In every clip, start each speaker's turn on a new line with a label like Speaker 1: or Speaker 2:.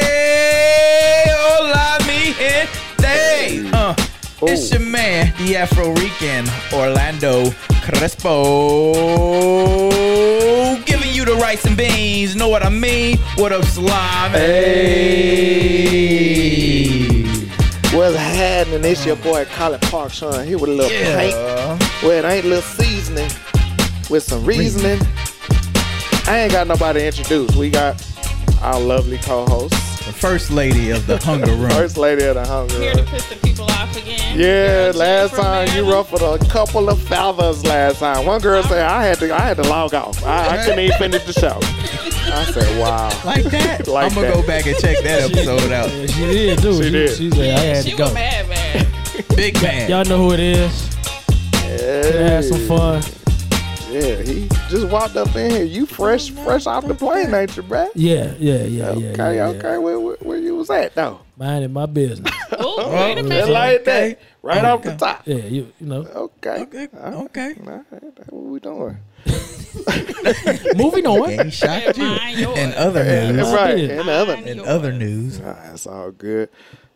Speaker 1: hey, hola, mi gente. Uh, it's your man, the Afro Rican Orlando Crespo, giving you the rice and beans. Know what I mean? What up, slime? Hey.
Speaker 2: What's happening? It's your boy Colin Park, Sean, here with a little paint.
Speaker 1: Yeah.
Speaker 2: Well, it ain't little seasoning, with some reasoning. I ain't got nobody to introduce. We got our lovely co-host,
Speaker 1: The first lady of the hunger room.
Speaker 2: First Lady of the Hunger.
Speaker 3: Here to piss the people off again.
Speaker 2: Yeah,
Speaker 3: Girl,
Speaker 2: last
Speaker 3: Jennifer
Speaker 2: time you
Speaker 3: Maryland.
Speaker 2: ruffled a couple of feathers last time. One girl said I had to I had to log off. I, I couldn't even finish the show. I said, Wow.
Speaker 1: like that?
Speaker 2: Like
Speaker 1: I'm going
Speaker 2: that.
Speaker 1: to go back and check that episode out.
Speaker 4: Yeah, she did too.
Speaker 2: She
Speaker 4: She,
Speaker 2: did.
Speaker 4: she said I had
Speaker 3: She
Speaker 4: to go.
Speaker 3: was mad, man.
Speaker 1: Big man.
Speaker 4: Y'all know who it is.
Speaker 2: Hey.
Speaker 4: Had some fun.
Speaker 2: Yeah, he just walked up in here. You fresh fresh off the plane, ain't you, bruh?
Speaker 4: Yeah, yeah, yeah,
Speaker 2: Okay,
Speaker 4: yeah. yeah, yeah.
Speaker 2: okay. Where, where, where you was at though?
Speaker 4: Minding my business.
Speaker 3: Ooh, wait a minute.
Speaker 2: Just like that.
Speaker 1: Okay.
Speaker 2: Right off the top.
Speaker 4: Yeah, you, you know.
Speaker 2: Okay.
Speaker 1: Okay.
Speaker 2: All right.
Speaker 1: Okay.
Speaker 2: All right. That's what we doing.
Speaker 4: Moving
Speaker 1: And
Speaker 4: on.
Speaker 1: he shot you.
Speaker 3: Mine, yours.
Speaker 1: And other
Speaker 2: That's
Speaker 1: news.
Speaker 4: Yeah.
Speaker 2: right.
Speaker 4: did.
Speaker 2: And the other
Speaker 1: And other news.
Speaker 2: Nah, That's all good.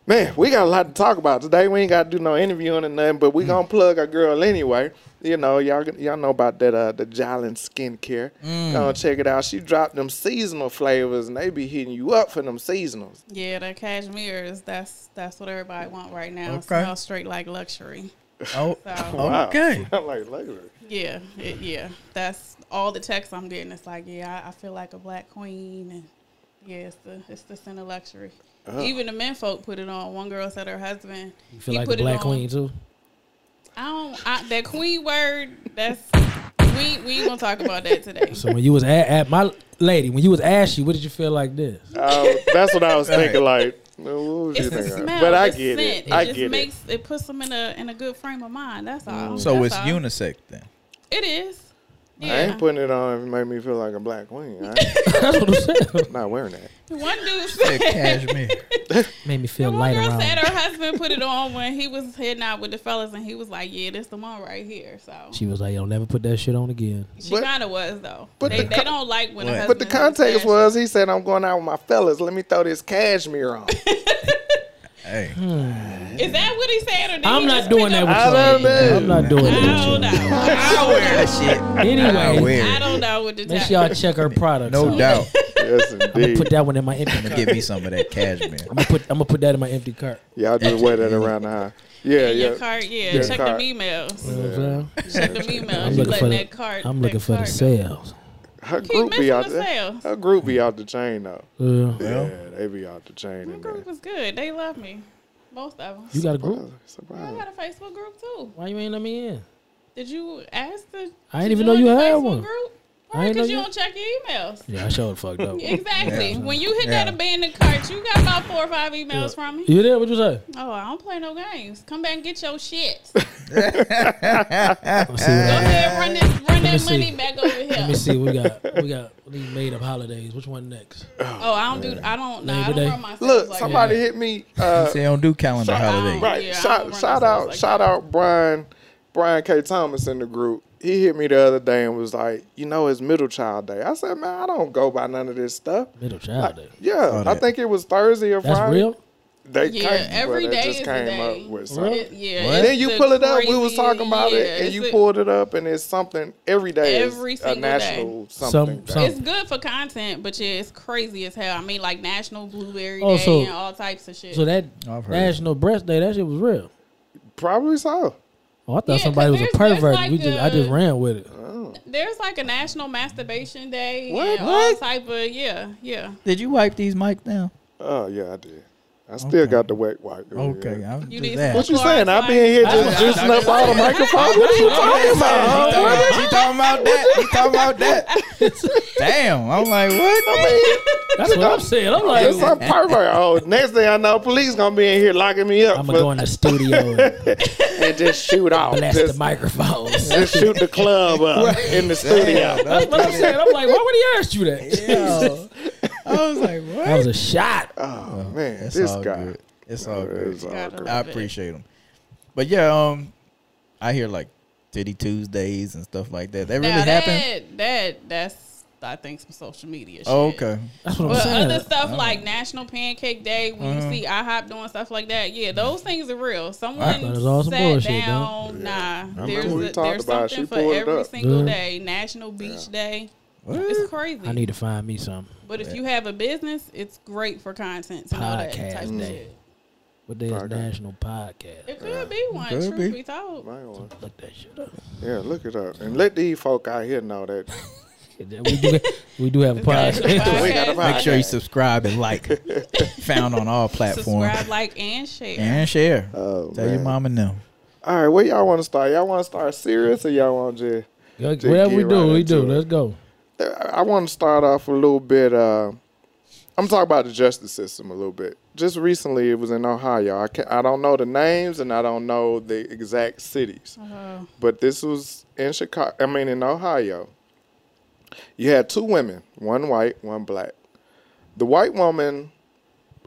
Speaker 2: Man, we got a lot to talk about today. We ain't got to do no interviewing or nothing, but we
Speaker 4: Mm.
Speaker 2: gonna plug our girl anyway. You know, y'all y'all know about that uh the Jolin skincare.
Speaker 4: Mm.
Speaker 2: Gonna check it out. She dropped them seasonal flavors, and they be hitting you up for them seasonals.
Speaker 3: Yeah, the cashmere's. That's that's what everybody want right now.
Speaker 1: Okay.
Speaker 3: It smells straight like luxury.
Speaker 1: Oh,
Speaker 3: So
Speaker 2: Wow.
Speaker 1: okay.
Speaker 2: I'm like later.
Speaker 3: yeah, it, yeah. That's all the texts I'm getting. It's like, yeah, I, I feel like a black queen, and yeah, it's the it's the scent of luxury. Even the men folk put it on. One girl said her husband.
Speaker 4: You feel
Speaker 3: he
Speaker 4: like a
Speaker 3: put it
Speaker 4: black
Speaker 3: on.
Speaker 4: queen too.
Speaker 3: I don't. I, that queen word. That's we we ain't gonna talk about that today.
Speaker 4: So when you was at, at my lady, when you was ashy, what did you feel like this?
Speaker 2: Uh, that's what I was thinking. Like, what was you
Speaker 3: It's the
Speaker 2: thinking?
Speaker 3: smell.
Speaker 2: But I
Speaker 3: the
Speaker 2: get
Speaker 3: scent.
Speaker 2: it. I
Speaker 3: just
Speaker 2: get it.
Speaker 3: makes it. puts them in a in a good frame of mind. That's
Speaker 4: Mm.
Speaker 3: all.
Speaker 1: So
Speaker 3: That's
Speaker 1: it's
Speaker 3: all.
Speaker 1: unisex then.
Speaker 3: It is. Yeah.
Speaker 2: I ain't putting it on if it made me feel like a black queen. I ain't
Speaker 4: That's what I'm saying.
Speaker 2: not wearing that.
Speaker 3: One dude
Speaker 1: Said
Speaker 3: said.
Speaker 1: cashmere.
Speaker 4: Made me feel
Speaker 3: One
Speaker 4: lighter
Speaker 3: girl
Speaker 4: around.
Speaker 3: said her husband put it on when he was heading out with the fellas, and he was like, "Yeah, this the one right here." So she,
Speaker 4: She was like, "Yo, never put that shit on again."
Speaker 2: But-
Speaker 3: kind of was though.
Speaker 2: but
Speaker 3: they,
Speaker 2: the
Speaker 3: they
Speaker 2: con-
Speaker 3: don't like when.
Speaker 1: What?
Speaker 3: A
Speaker 2: But the context was he said, I'm going out with my fellas. Let me throw this cashmere on.
Speaker 1: Hey.
Speaker 3: Is that what he said? Or did
Speaker 4: I'm
Speaker 3: he
Speaker 4: not
Speaker 3: just
Speaker 4: doing
Speaker 3: pick
Speaker 4: that
Speaker 3: up-
Speaker 2: I don't
Speaker 4: with you.
Speaker 2: know.
Speaker 4: I'm not doing
Speaker 3: I
Speaker 4: that
Speaker 3: don't
Speaker 4: with you.
Speaker 3: know.
Speaker 1: I wear that shit. I
Speaker 4: Anyway,
Speaker 1: wear
Speaker 3: I
Speaker 1: it.
Speaker 3: don't know what to tell.
Speaker 4: make sure y'all check her products.
Speaker 1: No
Speaker 4: out.
Speaker 1: doubt.
Speaker 2: yes, indeed.
Speaker 4: Put that one in my empty.
Speaker 1: I'm
Speaker 4: cart.
Speaker 1: gonna get me some of that cashmere.
Speaker 4: I'm gonna put. I'm gonna put that in my empty cart.
Speaker 2: Y'all just wear that around the house. Yeah,
Speaker 3: in
Speaker 2: yeah.
Speaker 3: your cart. Yeah,
Speaker 2: Your
Speaker 3: check
Speaker 2: cart.
Speaker 3: the emails.
Speaker 4: You know what I'm saying?
Speaker 3: Check the emails.
Speaker 4: I'm
Speaker 3: You
Speaker 4: looking for
Speaker 3: letting
Speaker 4: the-
Speaker 3: that cart.
Speaker 4: I'm
Speaker 3: that
Speaker 4: looking for the
Speaker 3: cart go.
Speaker 4: sales.
Speaker 2: Her
Speaker 3: Keep
Speaker 2: group be
Speaker 3: messing
Speaker 2: out
Speaker 3: with
Speaker 2: there.
Speaker 3: sales.
Speaker 2: Her group be out the chain though.
Speaker 4: Uh,
Speaker 1: Well,
Speaker 2: Yeah, they be out the chain
Speaker 3: My
Speaker 2: in there.
Speaker 3: group was good. They love me. Most of them.
Speaker 4: you got a
Speaker 2: Surprise,
Speaker 4: group?
Speaker 3: I
Speaker 2: surprise.
Speaker 3: got a Facebook group too.
Speaker 4: Why you ain't let me in?
Speaker 3: Did you ask the?
Speaker 4: I
Speaker 3: to
Speaker 4: didn't even know
Speaker 3: join
Speaker 4: you
Speaker 3: the
Speaker 4: had
Speaker 3: Facebook
Speaker 4: one.
Speaker 3: Group?
Speaker 4: I
Speaker 3: Right,
Speaker 4: ain't know
Speaker 3: because you
Speaker 4: you-
Speaker 3: don't check your emails.
Speaker 4: Yeah, I showed fucked up. you
Speaker 3: Exactly. When you hit
Speaker 1: Yeah.
Speaker 3: that abandoned cart, you got about four or five emails from me.
Speaker 4: did? What you say?
Speaker 3: Oh, I don't play no games. Come back and get your shit.
Speaker 4: Let me see. What
Speaker 3: Go
Speaker 4: I got.
Speaker 3: ahead, run that, run that
Speaker 4: me
Speaker 3: money
Speaker 4: see.
Speaker 3: back over
Speaker 4: Let me
Speaker 3: here.
Speaker 4: see. We got. We got these made up holidays. Which one next?
Speaker 3: Oh, I don't do. I don't. Nah, I
Speaker 4: Labor
Speaker 3: don't
Speaker 4: Day.
Speaker 3: run myself.
Speaker 2: Look,
Speaker 3: like
Speaker 2: somebody
Speaker 4: that.
Speaker 2: hit me. Uh,
Speaker 1: they don't do calendar
Speaker 2: Shout-
Speaker 1: holiday.
Speaker 3: Right.
Speaker 2: right.
Speaker 3: Yeah, I don't
Speaker 2: shout shout
Speaker 3: run myself
Speaker 2: out
Speaker 3: like
Speaker 2: shout out Brian Brian K. Thomas in the group. He hit me the other day and was like, you know, it's middle child day. I said, man, I don't go by none of this stuff.
Speaker 4: Middle child day.
Speaker 2: Yeah, I
Speaker 1: that.
Speaker 2: think it was Thursday or
Speaker 4: That's
Speaker 2: Friday.
Speaker 4: real.
Speaker 2: They
Speaker 3: Yeah,
Speaker 2: came,
Speaker 3: every
Speaker 2: bro, they
Speaker 3: day
Speaker 2: just
Speaker 3: is a
Speaker 2: came
Speaker 3: day.
Speaker 2: up with
Speaker 4: Really?
Speaker 2: something.
Speaker 3: that. yeah.
Speaker 1: What?
Speaker 3: it's
Speaker 2: Then you
Speaker 3: the
Speaker 2: pull it up. We was
Speaker 3: crazy-
Speaker 2: talking about
Speaker 3: yeah,
Speaker 2: it, and
Speaker 3: it's
Speaker 2: you
Speaker 3: the-
Speaker 2: pulled it up, and it's something every day.
Speaker 3: Every
Speaker 2: is a
Speaker 3: single
Speaker 2: national
Speaker 4: Some-
Speaker 2: something.
Speaker 4: some-
Speaker 3: It's good for content, but yeah, it's crazy as hell. I mean, like National Blueberry
Speaker 4: Oh,
Speaker 3: Day
Speaker 4: so-
Speaker 3: and all types of shit.
Speaker 4: So that
Speaker 1: I've heard.
Speaker 4: National Breast Day, that shit was real.
Speaker 2: Probably so.
Speaker 4: Oh, I thought
Speaker 3: Yeah, 'cause
Speaker 4: somebody was a
Speaker 3: there's- there's
Speaker 4: pervert.
Speaker 3: like
Speaker 4: we just, I just
Speaker 3: the-
Speaker 4: ran with it.
Speaker 3: There's like a National Masturbation Day
Speaker 2: What?
Speaker 3: and all
Speaker 2: What?
Speaker 3: type of yeah, yeah.
Speaker 1: Did you wipe these mics down?
Speaker 2: Oh yeah, I did. I still
Speaker 1: Okay.
Speaker 2: got the wet wipe.
Speaker 1: Okay, I'll
Speaker 3: You
Speaker 1: do
Speaker 3: need
Speaker 1: that.
Speaker 2: What you
Speaker 3: Well,
Speaker 2: saying?
Speaker 3: that's
Speaker 2: I've been here
Speaker 4: fine.
Speaker 2: just juicing up all the microphones. What are you talking about? huh?
Speaker 1: He talking about that. He talking about that. Damn. I'm like, what?
Speaker 2: I mean,
Speaker 4: That's what I'm saying. I'm like,
Speaker 2: It's some pervert. Oh, next thing I know, police gonna be in here locking me up
Speaker 4: I'm
Speaker 2: for,
Speaker 4: gonna go in the studio and
Speaker 2: and just shoot off.
Speaker 4: blast the
Speaker 2: Just,
Speaker 4: microphones.
Speaker 2: just shoot the club up in the studio.
Speaker 4: That's what I'm saying. I'm like, why would he ask you that?
Speaker 1: Yo. I was like,
Speaker 4: That
Speaker 1: what?
Speaker 4: was a shot.
Speaker 2: Oh man,
Speaker 1: It's
Speaker 2: this
Speaker 1: all
Speaker 2: guy.
Speaker 1: good. It's all
Speaker 2: It's
Speaker 1: good.
Speaker 2: all
Speaker 3: Gotta
Speaker 2: good.
Speaker 3: love
Speaker 1: I
Speaker 3: it.
Speaker 1: appreciate them. But yeah, um, I hear like
Speaker 5: Titty Tuesdays and stuff like that. That really
Speaker 3: now
Speaker 5: happened.
Speaker 3: that that that's I think some social media. Shit.
Speaker 5: Oh, okay.
Speaker 4: That's what I'm
Speaker 3: But
Speaker 4: saying.
Speaker 3: other stuff
Speaker 2: Oh.
Speaker 3: like National Pancake Day, when you see IHOP doing stuff like that, yeah, those things are real. Someone
Speaker 4: Uh-huh. thought it was all some
Speaker 3: sat
Speaker 4: bullshit, though.
Speaker 3: down. Nah,
Speaker 2: remember
Speaker 3: there's,
Speaker 2: we
Speaker 3: a,
Speaker 2: talked
Speaker 3: there's
Speaker 2: about it.
Speaker 3: something
Speaker 2: She
Speaker 3: for
Speaker 2: pulled it
Speaker 3: every
Speaker 2: up.
Speaker 3: single
Speaker 4: Yeah.
Speaker 3: day. National Beach Day. It's
Speaker 5: What?
Speaker 3: crazy.
Speaker 4: I need to find me some.
Speaker 3: but if you have a business, it's great for content and all that
Speaker 4: Podcast
Speaker 3: type
Speaker 4: day.
Speaker 3: of shit.
Speaker 4: What day is
Speaker 2: Podcast.
Speaker 4: National Podcast?
Speaker 3: It could be one.
Speaker 5: Could
Speaker 3: truth be.
Speaker 5: be.
Speaker 3: told.
Speaker 2: My one.
Speaker 4: Look that shit up.
Speaker 2: Yeah, look it up. And let these folk out here know that
Speaker 4: We do, we do have a podcast.
Speaker 2: we got a
Speaker 3: Podcast.
Speaker 5: Make sure you
Speaker 2: podcast.
Speaker 5: subscribe and like. Found on all platforms
Speaker 3: Subscribe, like, and share.
Speaker 5: and share.
Speaker 2: Oh,
Speaker 5: Tell your
Speaker 2: man.
Speaker 5: mom and them.
Speaker 2: All right, where y'all want to start? Y'all want to start serious or y'all want to just.
Speaker 4: Yo,
Speaker 2: Just
Speaker 4: Whatever we
Speaker 2: get
Speaker 4: do,
Speaker 2: right
Speaker 4: we do.
Speaker 2: into it.
Speaker 4: Let's go.
Speaker 2: I want to start off a little bit. Uh, I'm talking about the justice system a little bit. Just recently, it was in Ohio. I can I don't know the names and I don't know the exact cities,
Speaker 3: Oh,
Speaker 2: but this was in Chicago. I mean, in Ohio. You had two women, one white, one black. The white woman,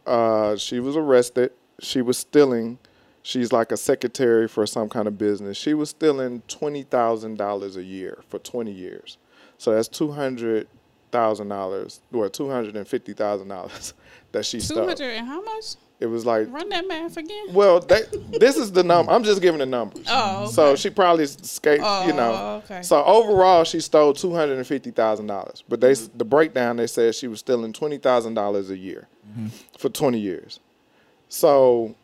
Speaker 2: uh, she was arrested. She was stealing. She's like a secretary for some kind of business. She was stealing twenty thousand dollars a year for twenty years. So that's two hundred thousand dollars, or two hundred and fifty thousand dollars that she
Speaker 3: two
Speaker 2: stole.
Speaker 3: hundred and how much?
Speaker 2: It was like,
Speaker 3: Run that math again.
Speaker 2: well, that this is the number. I'm just giving the numbers.
Speaker 3: Oh, okay.
Speaker 2: So she probably escaped, you know.
Speaker 3: Oh, okay.
Speaker 2: So overall, she stole two hundred and fifty thousand dollars. But they the breakdown they said she was stealing twenty thousand dollars a year for twenty years. So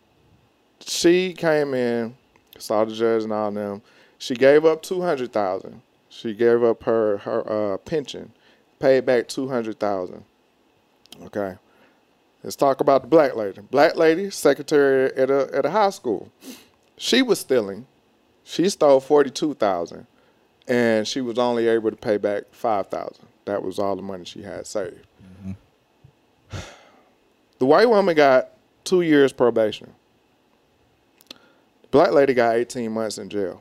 Speaker 2: she came in, saw the judge and all them. She gave up two hundred thousand. She gave up her her uh, pension, paid back two hundred thousand. Okay. Let's talk about the black lady. Black lady, secretary at a at a high school. She was stealing. She stole forty two thousand, and she was only able to pay back five thousand. That was all the money she had saved. The white woman got two years probation. The black lady got eighteen months in jail.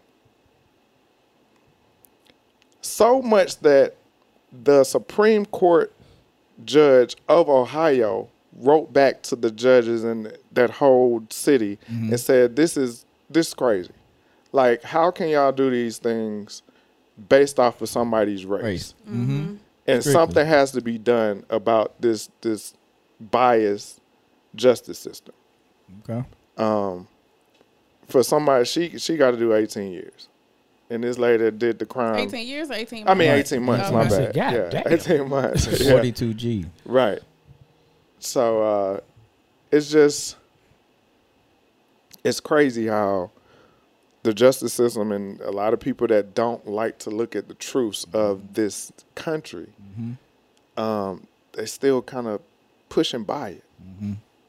Speaker 2: So much that the Supreme Court judge of Ohio wrote back to the judges in that whole city and said, "This is this is crazy. Like, how can y'all do these things based off of somebody's race?
Speaker 5: Race.
Speaker 2: And something has to be done about this this biased justice system."
Speaker 5: Okay.
Speaker 2: For somebody, she she got to do eighteen years, and this lady did the crime.
Speaker 3: eighteen years, eighteen.
Speaker 2: Um, I mean,
Speaker 5: Right.
Speaker 2: eighteen months.
Speaker 3: Okay.
Speaker 2: My
Speaker 3: I
Speaker 2: bad.
Speaker 4: said, God
Speaker 2: yeah,
Speaker 4: damn.
Speaker 2: eighteen months. Yeah.
Speaker 5: Forty-two G.
Speaker 2: Right. So uh it's just it's crazy how the justice system and a lot of people that don't like to look at the truths of this country, um, they still kind of pushing by it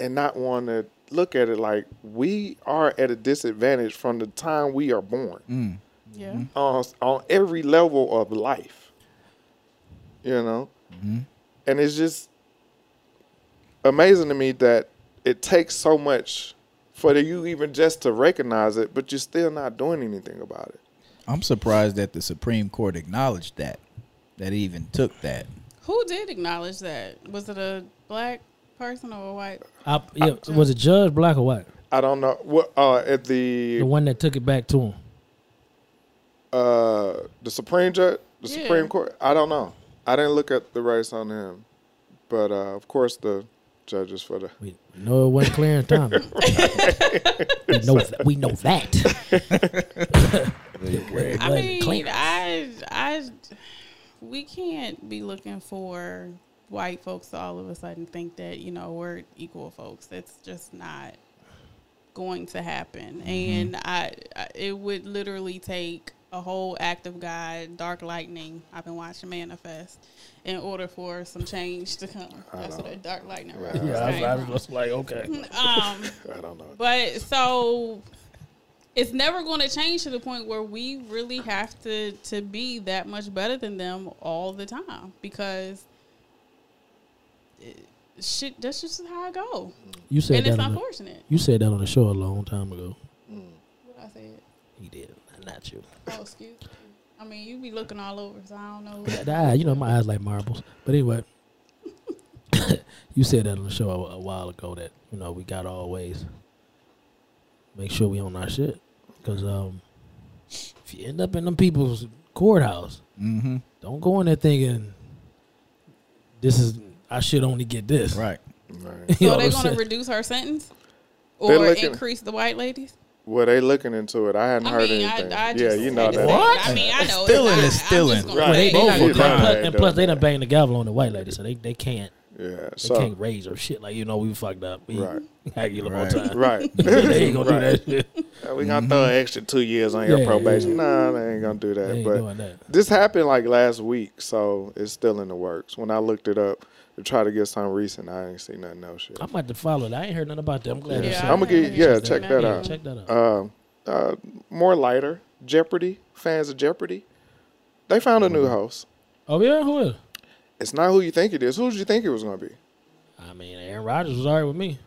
Speaker 2: and not want to look at it like we are at a disadvantage from the time we are born
Speaker 3: yeah.
Speaker 2: on on every level of life. You know,
Speaker 4: Mm-hmm.
Speaker 2: and it's just amazing to me that it takes so much for you even just to recognize it, but you're still not doing anything about it.
Speaker 5: I'm surprised that the Supreme Court acknowledged that. That it even took that.
Speaker 3: Who did acknowledge that? Was it a black person or a white?
Speaker 4: I, yeah, was it Judge Black or what?
Speaker 2: I don't know what uh, at the
Speaker 4: The one that took it back to him.
Speaker 2: uh, the Supreme Judge, the
Speaker 3: Yeah.
Speaker 2: Supreme Court. I don't know. I didn't look at the race on him, but uh, of course the judges for the
Speaker 4: We know it wasn't Clarence Thomas. we know we know that. It
Speaker 3: I
Speaker 4: wasn't
Speaker 3: mean,
Speaker 4: Clarence.
Speaker 3: I, I, we can't be looking for white folks to all of a sudden think that you know we're equal folks. That's just not going to happen.
Speaker 4: Mm-hmm.
Speaker 3: And I, I, it would literally take a whole act of God, dark lightning. I've been watching manifest in order for some change to come. That's what a dark lightning. reference came from.
Speaker 4: like, okay.
Speaker 3: Um,
Speaker 2: I don't know.
Speaker 3: but so it's never going to change to the point where we really have to to be that much better than them all the time because it, shit that's just how I go,
Speaker 4: You said
Speaker 3: and
Speaker 4: that.
Speaker 3: it's
Speaker 4: On the,
Speaker 3: unfortunate.
Speaker 4: you said that on the show a long time ago.
Speaker 3: What I said.
Speaker 4: He did, not you.
Speaker 3: Oh, excuse. me. I mean, you be looking all over, so I don't know. who that-
Speaker 4: Nah, you know my eyes like marbles. But anyway, you said that on the show a, a while ago that you know we got to always make sure we on our shit because um, if you end up in them people's courthouse,
Speaker 5: Mm-hmm.
Speaker 4: don't go in there thinking this is I should only get this.
Speaker 5: Right.
Speaker 2: Right.
Speaker 4: You
Speaker 3: So they're
Speaker 4: know what I'm
Speaker 3: going to
Speaker 4: saying?
Speaker 3: reduce her sentence
Speaker 2: They're
Speaker 3: or
Speaker 2: looking-
Speaker 3: increase the white ladies?
Speaker 2: Well, they looking into it. I hadn't
Speaker 3: I
Speaker 2: heard
Speaker 3: mean,
Speaker 2: anything.
Speaker 3: I, I
Speaker 2: yeah,
Speaker 3: just
Speaker 2: you know
Speaker 3: understand.
Speaker 2: that.
Speaker 5: What?
Speaker 3: I mean, I know
Speaker 5: Stealing is
Speaker 3: it's, I, I'm just
Speaker 5: stealing.
Speaker 3: gonna
Speaker 2: Right.
Speaker 4: Well, they,
Speaker 3: say
Speaker 4: they
Speaker 2: Both
Speaker 4: not,
Speaker 2: of
Speaker 4: and
Speaker 2: them.
Speaker 4: plus,
Speaker 2: Right,
Speaker 4: and plus they
Speaker 2: though.
Speaker 4: done bang the gavel on the white lady, so they, they can't
Speaker 2: Yeah.
Speaker 4: they
Speaker 2: So
Speaker 4: can't raise or shit like you know we fucked up. We
Speaker 2: Right.
Speaker 4: had you
Speaker 5: Right.
Speaker 4: time.
Speaker 2: right.
Speaker 4: they ain't gonna
Speaker 2: Right.
Speaker 4: do that shit.
Speaker 2: Uh, We gonna throw an extra two years on your
Speaker 4: Yeah,
Speaker 2: probation. Nah, they ain't gonna do that.
Speaker 4: They ain't
Speaker 2: but
Speaker 4: doing that.
Speaker 2: this happened like last week, so it's still in the works. When I looked it up to try to get some recent, I ain't seen nothing else shit.
Speaker 4: I'm about to follow that. I ain't heard nothing about that. I'm glad you
Speaker 3: Yeah,
Speaker 4: said
Speaker 3: I
Speaker 2: I'm
Speaker 4: that.
Speaker 2: gonna get
Speaker 3: haven't
Speaker 2: yeah,
Speaker 3: checked
Speaker 2: check
Speaker 3: that
Speaker 2: that
Speaker 3: out.
Speaker 2: out.
Speaker 4: Check that out.
Speaker 2: Um, uh, more lighter Jeopardy fans of Jeopardy. They found a new host.
Speaker 4: oh yeah, who is?
Speaker 2: It's not who you think it is. Who did you think it was gonna be?
Speaker 4: I mean, Aaron Rodgers was alright with me.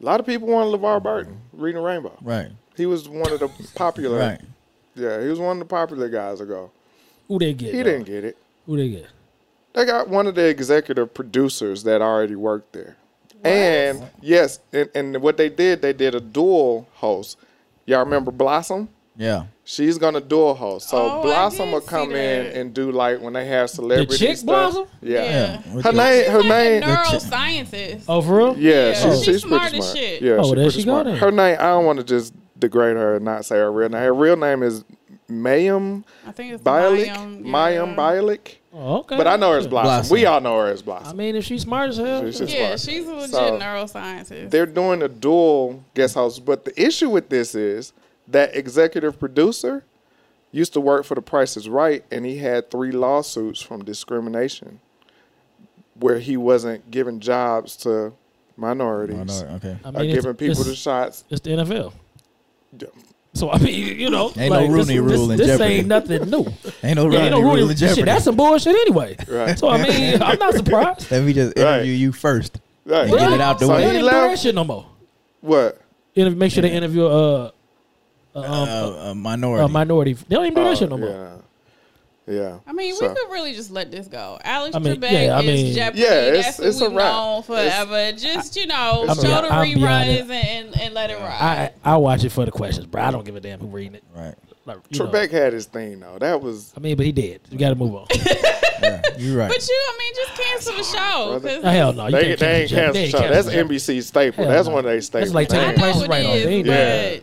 Speaker 2: A lot of people wanted
Speaker 4: Mm-hmm.
Speaker 2: LeVar Burton, Reading Rainbow.
Speaker 5: Right.
Speaker 2: He was one of the popular.
Speaker 5: Right.
Speaker 2: Yeah, he was one of the popular guys ago.
Speaker 4: Who they get?
Speaker 2: He
Speaker 4: though?
Speaker 2: didn't get it.
Speaker 4: Who they get?
Speaker 2: They got one of the executive producers that already worked there. And yes, and, and what they did, they did a dual host. Y'all remember Blossom?
Speaker 5: Yeah.
Speaker 2: She's gonna dual host.
Speaker 3: Oh,
Speaker 2: So
Speaker 3: I
Speaker 2: Blossom
Speaker 3: did
Speaker 2: will
Speaker 3: see
Speaker 2: come in
Speaker 3: that.
Speaker 2: and do like when they have celebrity
Speaker 4: chick
Speaker 2: stuff.
Speaker 4: Blossom?
Speaker 2: Yeah.
Speaker 5: Yeah. With
Speaker 2: Her
Speaker 5: the-
Speaker 2: name her
Speaker 3: Like a
Speaker 2: name
Speaker 3: neuroscientist.
Speaker 4: Oh, for real?
Speaker 2: Yeah,
Speaker 3: Yeah,
Speaker 2: she's,
Speaker 4: she's
Speaker 2: she's
Speaker 3: smart
Speaker 2: pretty
Speaker 3: as
Speaker 2: smart.
Speaker 3: shit.
Speaker 2: Yeah,
Speaker 4: Oh,
Speaker 2: she's
Speaker 4: there
Speaker 2: pretty
Speaker 4: she go
Speaker 2: smart.
Speaker 4: then.
Speaker 2: Her name I don't wanna just degrade her and not say her real name. Her real name is Mayim
Speaker 3: I think it's
Speaker 2: Bialik.
Speaker 3: Mayim,
Speaker 2: Mayim
Speaker 3: yeah.
Speaker 2: Bialik.
Speaker 4: Oh, okay.
Speaker 2: But I know her as
Speaker 4: Shit.
Speaker 2: Blossom.
Speaker 5: Blossom.
Speaker 2: We all know her as
Speaker 4: I
Speaker 2: Blossom.
Speaker 4: mean, if she's smart as hell,
Speaker 2: She's
Speaker 4: shit.
Speaker 2: just-
Speaker 3: Yeah,
Speaker 2: smart.
Speaker 3: she's a legit
Speaker 2: So-
Speaker 3: neuroscientist.
Speaker 2: they're doing a dual guest house. But the issue with this is that executive producer used to work for The Price is Right, and he had three lawsuits from discrimination where he wasn't giving jobs to minorities,
Speaker 5: Oh, no, okay.
Speaker 4: I
Speaker 2: or
Speaker 4: mean,
Speaker 2: giving people
Speaker 4: it's,
Speaker 2: the shots.
Speaker 4: it's the NFL.
Speaker 2: Yeah.
Speaker 4: So I mean, you know,
Speaker 5: Ain't no
Speaker 4: this-
Speaker 5: Rooney
Speaker 4: this,
Speaker 5: rule in
Speaker 4: this,
Speaker 5: Jeopardy.
Speaker 4: ain't nothing new.
Speaker 5: Ain't no Rodney
Speaker 4: yeah, ain't no Rooney
Speaker 5: rule in Jeopardy.
Speaker 4: Shit, that's some bullshit anyway.
Speaker 2: Right.
Speaker 4: So I mean, I'm not surprised.
Speaker 5: Let me just
Speaker 2: Right.
Speaker 5: interview you first.
Speaker 2: Right.
Speaker 5: Get it out the
Speaker 4: so
Speaker 2: way.
Speaker 4: They didn't do
Speaker 2: Left.
Speaker 4: that shit no more.
Speaker 2: What?
Speaker 4: Interv- make sure they interview uh, a, a, um,
Speaker 5: Uh, a
Speaker 4: a
Speaker 5: minority.
Speaker 4: minority. They don't even do
Speaker 2: Oh,
Speaker 4: that shit no more.
Speaker 2: yeah. Yeah.
Speaker 3: I mean,
Speaker 2: So-
Speaker 3: we could really just let this go. Alex
Speaker 4: I mean,
Speaker 3: Trebek
Speaker 4: yeah, I mean-
Speaker 3: is Jeopardy.
Speaker 2: Yeah, it's-
Speaker 3: That's
Speaker 2: it's a
Speaker 3: who we've
Speaker 2: wrap.
Speaker 3: known forever. just you know,
Speaker 2: It's a
Speaker 3: show
Speaker 2: wrap.
Speaker 3: the
Speaker 4: I'm beyond
Speaker 3: reruns and,
Speaker 4: it.
Speaker 3: and, and let it ride.
Speaker 4: I I watch it for the questions, bro. I don't give a damn who reading it.
Speaker 5: Right.
Speaker 4: Like, you know.
Speaker 2: Trebek had his thing, though. That was.
Speaker 4: I mean, but he did. You got to move on.
Speaker 5: Yeah. You're right.
Speaker 3: but you, I mean, just cancel the show.
Speaker 2: brother.
Speaker 3: 'cause
Speaker 4: Oh, hell no, you
Speaker 2: They,
Speaker 4: can't
Speaker 2: they ain't
Speaker 4: Jeopardy.
Speaker 2: canceled.
Speaker 4: ain't
Speaker 2: show. That's
Speaker 4: cancel Jeopardy.
Speaker 2: NBC staple.
Speaker 4: Hell
Speaker 2: That's
Speaker 4: no.
Speaker 2: one of their
Speaker 4: That's
Speaker 2: staples.
Speaker 4: like
Speaker 2: They
Speaker 4: taking
Speaker 2: ain't-
Speaker 3: I know
Speaker 4: Price is
Speaker 3: it
Speaker 4: Right on. They
Speaker 3: is,
Speaker 4: ain't
Speaker 2: doing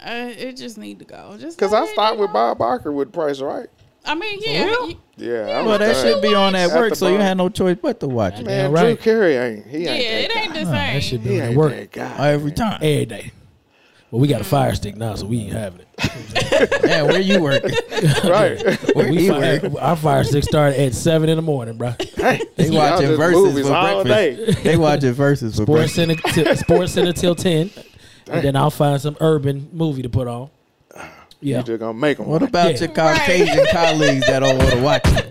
Speaker 3: but uh, it just need to go. Just
Speaker 2: Because
Speaker 3: let
Speaker 2: I
Speaker 3: it
Speaker 2: stopped with
Speaker 3: go.
Speaker 2: Bob Barker with Price Right.
Speaker 3: I mean, yeah,
Speaker 4: real?
Speaker 3: you-
Speaker 2: Yeah. I
Speaker 5: Well,
Speaker 2: was
Speaker 5: that
Speaker 2: done.
Speaker 5: should be on at
Speaker 2: At
Speaker 5: work,
Speaker 2: the
Speaker 5: so you
Speaker 2: bar.
Speaker 5: had no choice but to watch it
Speaker 2: Man,
Speaker 4: Damn right.
Speaker 2: Drew Carey ain't. He ain't.
Speaker 3: yeah, it
Speaker 2: that
Speaker 3: ain't
Speaker 2: guy.
Speaker 3: the
Speaker 4: Nah, that
Speaker 3: same.
Speaker 4: should
Speaker 2: He
Speaker 4: be
Speaker 2: ain't
Speaker 4: the work
Speaker 2: that guy.
Speaker 5: every time.
Speaker 4: every day. Well, we got a fire stick now, so we ain't having it.
Speaker 5: Man, where you working?
Speaker 2: Right.
Speaker 5: Where
Speaker 4: We
Speaker 5: you
Speaker 4: fire,
Speaker 5: working?
Speaker 4: our fire stick started at seven in the morning, bro.
Speaker 5: They
Speaker 2: Y'all
Speaker 5: watching
Speaker 2: just
Speaker 5: verses
Speaker 2: movies
Speaker 5: for
Speaker 2: all
Speaker 5: breakfast. They watching verses for
Speaker 4: Sports
Speaker 5: breakfast.
Speaker 4: center, till, sports center till ten, and then I'll find some urban movie to put on. Yeah,
Speaker 2: You just gonna make him.
Speaker 5: What about
Speaker 4: Yeah.
Speaker 5: your Caucasian colleagues that don't want to watch it?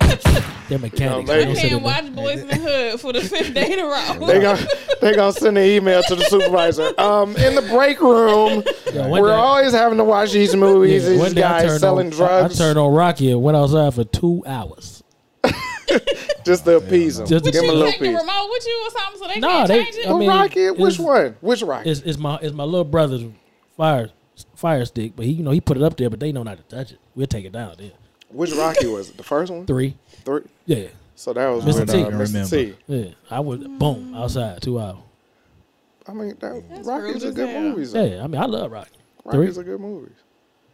Speaker 4: they're mechanics.
Speaker 2: You know, maybe-
Speaker 4: They don't
Speaker 3: I
Speaker 4: sit in
Speaker 3: can't
Speaker 4: the-
Speaker 3: watch Boys in the Hood for the fifth day in a row.
Speaker 2: They gonna they gonna send an email to the supervisor. Um, in the break room,
Speaker 4: Yeah, one
Speaker 2: we're
Speaker 4: day-
Speaker 2: always having to watch these movies.
Speaker 4: Yeah,
Speaker 2: these
Speaker 4: one day I
Speaker 2: guys
Speaker 4: turned
Speaker 2: selling
Speaker 4: on, I-
Speaker 2: drugs
Speaker 4: I, turned on Rocky and went outside for two hours.
Speaker 2: just to appease them.
Speaker 4: Just
Speaker 2: Give
Speaker 4: to
Speaker 2: them a
Speaker 4: see.
Speaker 2: little
Speaker 3: take the
Speaker 2: piece.
Speaker 3: remote with you or something so they
Speaker 4: Nah,
Speaker 3: can't
Speaker 4: they-
Speaker 3: change it.
Speaker 4: I
Speaker 2: Who
Speaker 4: mean,
Speaker 2: Rocket? Which
Speaker 4: it's-
Speaker 2: one? Which Rocket?
Speaker 4: It's, it's my it's my little brother's fire fire stick, but he you know he put it up there, but they know not to touch it. We'll take it down then.
Speaker 2: Which Rocky was it? The first one?
Speaker 4: Three,
Speaker 2: Three.
Speaker 4: yeah,
Speaker 2: So that was
Speaker 4: Mr.
Speaker 2: with,
Speaker 4: T.
Speaker 2: uh, Mr. T.
Speaker 5: Remember.
Speaker 4: yeah. I would boom outside two hours.
Speaker 2: I mean, that,
Speaker 3: rude
Speaker 2: Rocky's a
Speaker 3: as
Speaker 2: good
Speaker 3: hell.
Speaker 2: movie. though.
Speaker 4: Yeah, I mean I love Rocky.
Speaker 2: Rocky's
Speaker 4: Three.
Speaker 2: a good movie.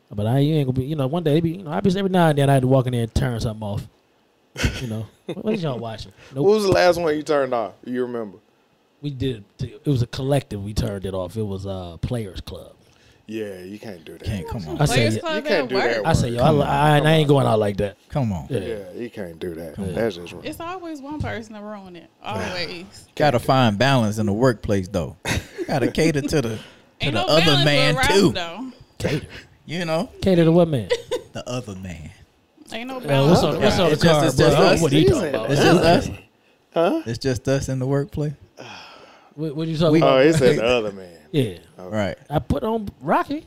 Speaker 4: But I ain't gonna be, you know, one day, it be, you know, I be every now and then I had to walk in there and turn something off. You know, what, what is y'all watching?
Speaker 2: What
Speaker 4: Nope.
Speaker 2: was the last one you turned off? You remember?
Speaker 4: We did. It was a collective. We turned it off. It was uh, Players Club.
Speaker 2: Yeah, you can't do that.
Speaker 5: Can't come on.
Speaker 4: I say,
Speaker 3: Players
Speaker 4: yeah,
Speaker 3: Club
Speaker 2: You can't
Speaker 3: at
Speaker 2: do that.
Speaker 3: work.
Speaker 4: I say, yo, I, I, I ain't going out like that.
Speaker 5: Come on.
Speaker 4: Yeah.
Speaker 2: Yeah, you can't do that. That's just wrong.
Speaker 3: It's always one person to ruin it. Always.
Speaker 5: Gotta find balance in the workplace though. Gotta cater to the
Speaker 3: Ain't
Speaker 5: the
Speaker 3: no
Speaker 5: other
Speaker 3: balance
Speaker 5: man,
Speaker 3: with
Speaker 5: too.
Speaker 3: Ralph, though.
Speaker 4: Cater.
Speaker 5: you know
Speaker 4: Cater to what man?
Speaker 5: the other man.
Speaker 3: Ain't no
Speaker 4: Uh, what's
Speaker 3: balance.
Speaker 4: on, what's on the
Speaker 5: It's just-
Speaker 4: card,
Speaker 5: it's
Speaker 4: bro?
Speaker 5: just
Speaker 4: I don't know
Speaker 5: us.
Speaker 4: What are you talking
Speaker 2: Season.
Speaker 4: about?
Speaker 5: It's just us. Huh? It's just us in the workplace.
Speaker 4: What, what you talking
Speaker 5: We-
Speaker 2: Oh,
Speaker 4: about?
Speaker 2: it said the other man.
Speaker 4: Yeah.
Speaker 2: Oh.
Speaker 5: Right.
Speaker 4: I put on Rocky.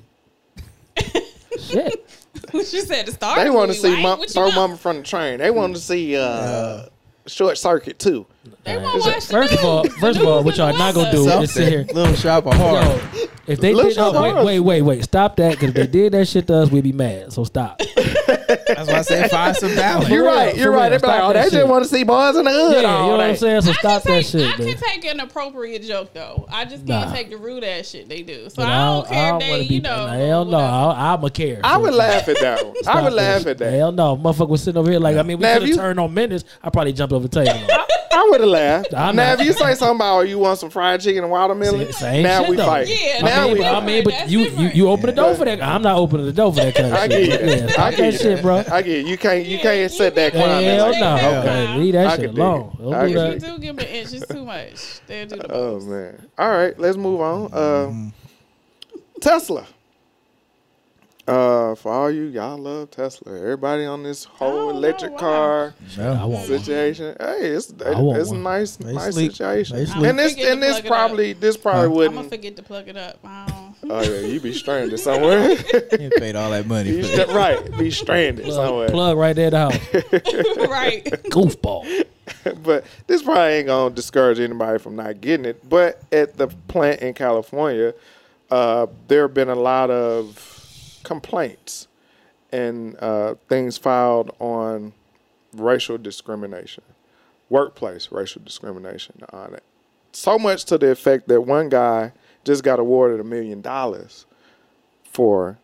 Speaker 4: Shit.
Speaker 3: What you said to start?
Speaker 2: They want to
Speaker 3: with,
Speaker 2: see
Speaker 3: like,
Speaker 2: mom,
Speaker 3: what you
Speaker 2: throw
Speaker 3: want?
Speaker 2: mama from the train. They want to see uh, short circuit too.
Speaker 3: They won't watch the
Speaker 4: First of all,
Speaker 3: news. The
Speaker 4: first of all,
Speaker 3: news and
Speaker 4: what y'all
Speaker 3: the
Speaker 4: not gonna do
Speaker 3: weather.
Speaker 4: is sit here.
Speaker 5: Little shop of
Speaker 4: Yo,
Speaker 5: horror.
Speaker 4: if they
Speaker 2: Look,
Speaker 4: did,
Speaker 2: shut
Speaker 4: oh, wait,
Speaker 2: up.
Speaker 4: wait, wait, wait, stop that! Because if they did that shit to us, we'd be mad. So stop.
Speaker 5: That's why I said find some balance.
Speaker 2: You're
Speaker 4: real,
Speaker 2: right. You're
Speaker 4: for
Speaker 2: right.
Speaker 4: real.
Speaker 2: They be like,
Speaker 4: Stop
Speaker 2: oh,
Speaker 4: that
Speaker 2: they
Speaker 4: shit.
Speaker 2: just want to see boys in the hood.
Speaker 4: yeah, you
Speaker 2: all
Speaker 4: know what I'm
Speaker 2: day.
Speaker 4: saying. So
Speaker 3: I
Speaker 4: stop
Speaker 3: can
Speaker 4: that
Speaker 3: take,
Speaker 4: shit,
Speaker 3: I
Speaker 4: man.
Speaker 3: can take an appropriate joke though. I just can't
Speaker 4: Nah.
Speaker 3: take the rude ass shit they do. So
Speaker 4: But
Speaker 3: I don't care
Speaker 4: wanna
Speaker 3: if they, you know.
Speaker 4: hell no,
Speaker 3: whatever.
Speaker 4: I, I'm a care.
Speaker 2: I
Speaker 4: So
Speaker 2: would laugh at that one. I
Speaker 4: stop
Speaker 2: would laugh at that.
Speaker 4: Hell no, motherfucker was sitting over here like I mean, we
Speaker 2: Now, if
Speaker 4: could have
Speaker 2: you-
Speaker 4: turned on minutes. I probably jumped over the table.
Speaker 2: I would have laughed.
Speaker 4: I'm
Speaker 2: now,
Speaker 4: not-
Speaker 2: if you say something about oh, you want some fried chicken and watermelon,
Speaker 4: Same- same
Speaker 2: now
Speaker 4: shit,
Speaker 2: we
Speaker 4: though.
Speaker 2: fight.
Speaker 3: Yeah,
Speaker 2: now
Speaker 4: I mean,
Speaker 2: we.
Speaker 4: but, I mean, but
Speaker 3: That's
Speaker 4: you, you
Speaker 3: different.
Speaker 4: you open the door for that. I'm not opening the door for that kind of
Speaker 2: I
Speaker 4: shit.
Speaker 2: get
Speaker 4: Yeah,
Speaker 2: it.
Speaker 4: stop
Speaker 2: I
Speaker 4: that
Speaker 2: get
Speaker 4: shit,
Speaker 2: it,
Speaker 4: bro.
Speaker 2: I get it. You can't. You
Speaker 3: Yeah,
Speaker 2: can't
Speaker 3: you
Speaker 2: set that
Speaker 3: can.
Speaker 2: crime.
Speaker 4: Hell
Speaker 3: Like,
Speaker 4: no.
Speaker 3: hell
Speaker 4: Okay,
Speaker 3: no.
Speaker 4: leave
Speaker 2: I
Speaker 4: that shit
Speaker 2: could do
Speaker 4: alone.
Speaker 2: it.
Speaker 4: Don't
Speaker 2: I
Speaker 4: do
Speaker 2: could
Speaker 3: If
Speaker 4: that.
Speaker 3: you do give them an inch, it's too much. They'll do the
Speaker 2: Oh
Speaker 3: most.
Speaker 2: man. All right, let's move on. Uh, Tesla. Uh, for all you y'all love Tesla. Everybody on this
Speaker 3: I
Speaker 2: whole
Speaker 3: don't
Speaker 2: electric
Speaker 3: know why.
Speaker 2: car
Speaker 4: I
Speaker 5: No.
Speaker 4: want one.
Speaker 2: situation. Hey, it's
Speaker 4: want
Speaker 2: it's a
Speaker 4: one.
Speaker 2: nice
Speaker 5: They
Speaker 2: nice
Speaker 5: sleep.
Speaker 2: situation.
Speaker 5: They sleep.
Speaker 2: And this
Speaker 3: Forget to
Speaker 2: and this
Speaker 3: plug it up.
Speaker 2: probably this probably
Speaker 3: I'm gonna
Speaker 2: wouldn't.
Speaker 3: forget to plug it up. I don't.
Speaker 2: Oh yeah, you be stranded somewhere.
Speaker 5: You paid all that money
Speaker 2: you
Speaker 5: for
Speaker 2: st-
Speaker 5: that.
Speaker 2: right, be stranded somewhere.
Speaker 4: Plug, plug right there at the house.
Speaker 3: right.
Speaker 4: Goofball.
Speaker 2: but this probably ain't gonna discourage anybody from not getting it. But at the plant in California, uh, there have been a lot of complaints and uh, things filed on racial discrimination, workplace racial discrimination on it. So much to the effect that one guy just got awarded a million dollars for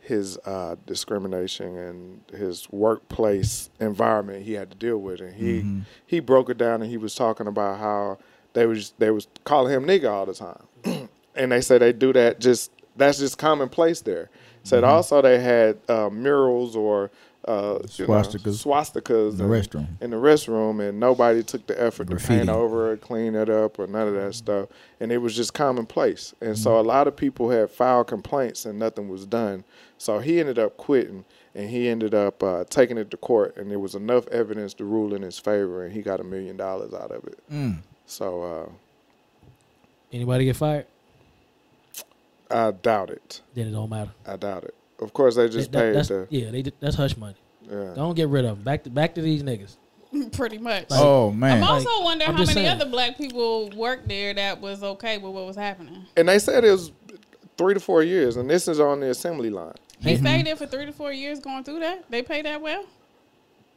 Speaker 2: his uh, discrimination and his workplace environment he had to deal with, and he he broke it down and he was talking about how they was they was calling him nigga all the time, and they say they do that just that's just commonplace there. Said also they had uh, murals or uh, you know,
Speaker 5: Swastikas.
Speaker 2: swastikas in
Speaker 1: the restroom.
Speaker 2: in the restroom, and nobody took the effort to
Speaker 5: Graffiti.
Speaker 2: paint over or clean it up or none of that stuff. And it was just commonplace. And so a lot of people had filed complaints and nothing was done. So he ended up quitting and he ended up uh, taking it to court. And there was enough evidence to rule in his favor, and he got a million dollars out of it. So uh,
Speaker 4: Anybody get fired?
Speaker 2: uh, I doubt it.
Speaker 4: Then it don't matter.
Speaker 2: I doubt it. Of course, they just
Speaker 4: That- that-
Speaker 2: paid
Speaker 4: that's,
Speaker 2: the.
Speaker 4: yeah, they, did- that's hush money.
Speaker 2: Yeah.
Speaker 4: Don't get rid of them. Back to back to these niggas.
Speaker 3: Pretty much.
Speaker 5: Oh
Speaker 3: I'm
Speaker 5: man.
Speaker 4: all-
Speaker 3: also wondering
Speaker 4: I'm
Speaker 3: how
Speaker 4: just
Speaker 3: many
Speaker 4: saying.
Speaker 3: other black people worked there that was okay with what was happening.
Speaker 2: And they said it was three to four years, and this is on the assembly line.
Speaker 3: He stayed there for three to four years going through that. They pay that well.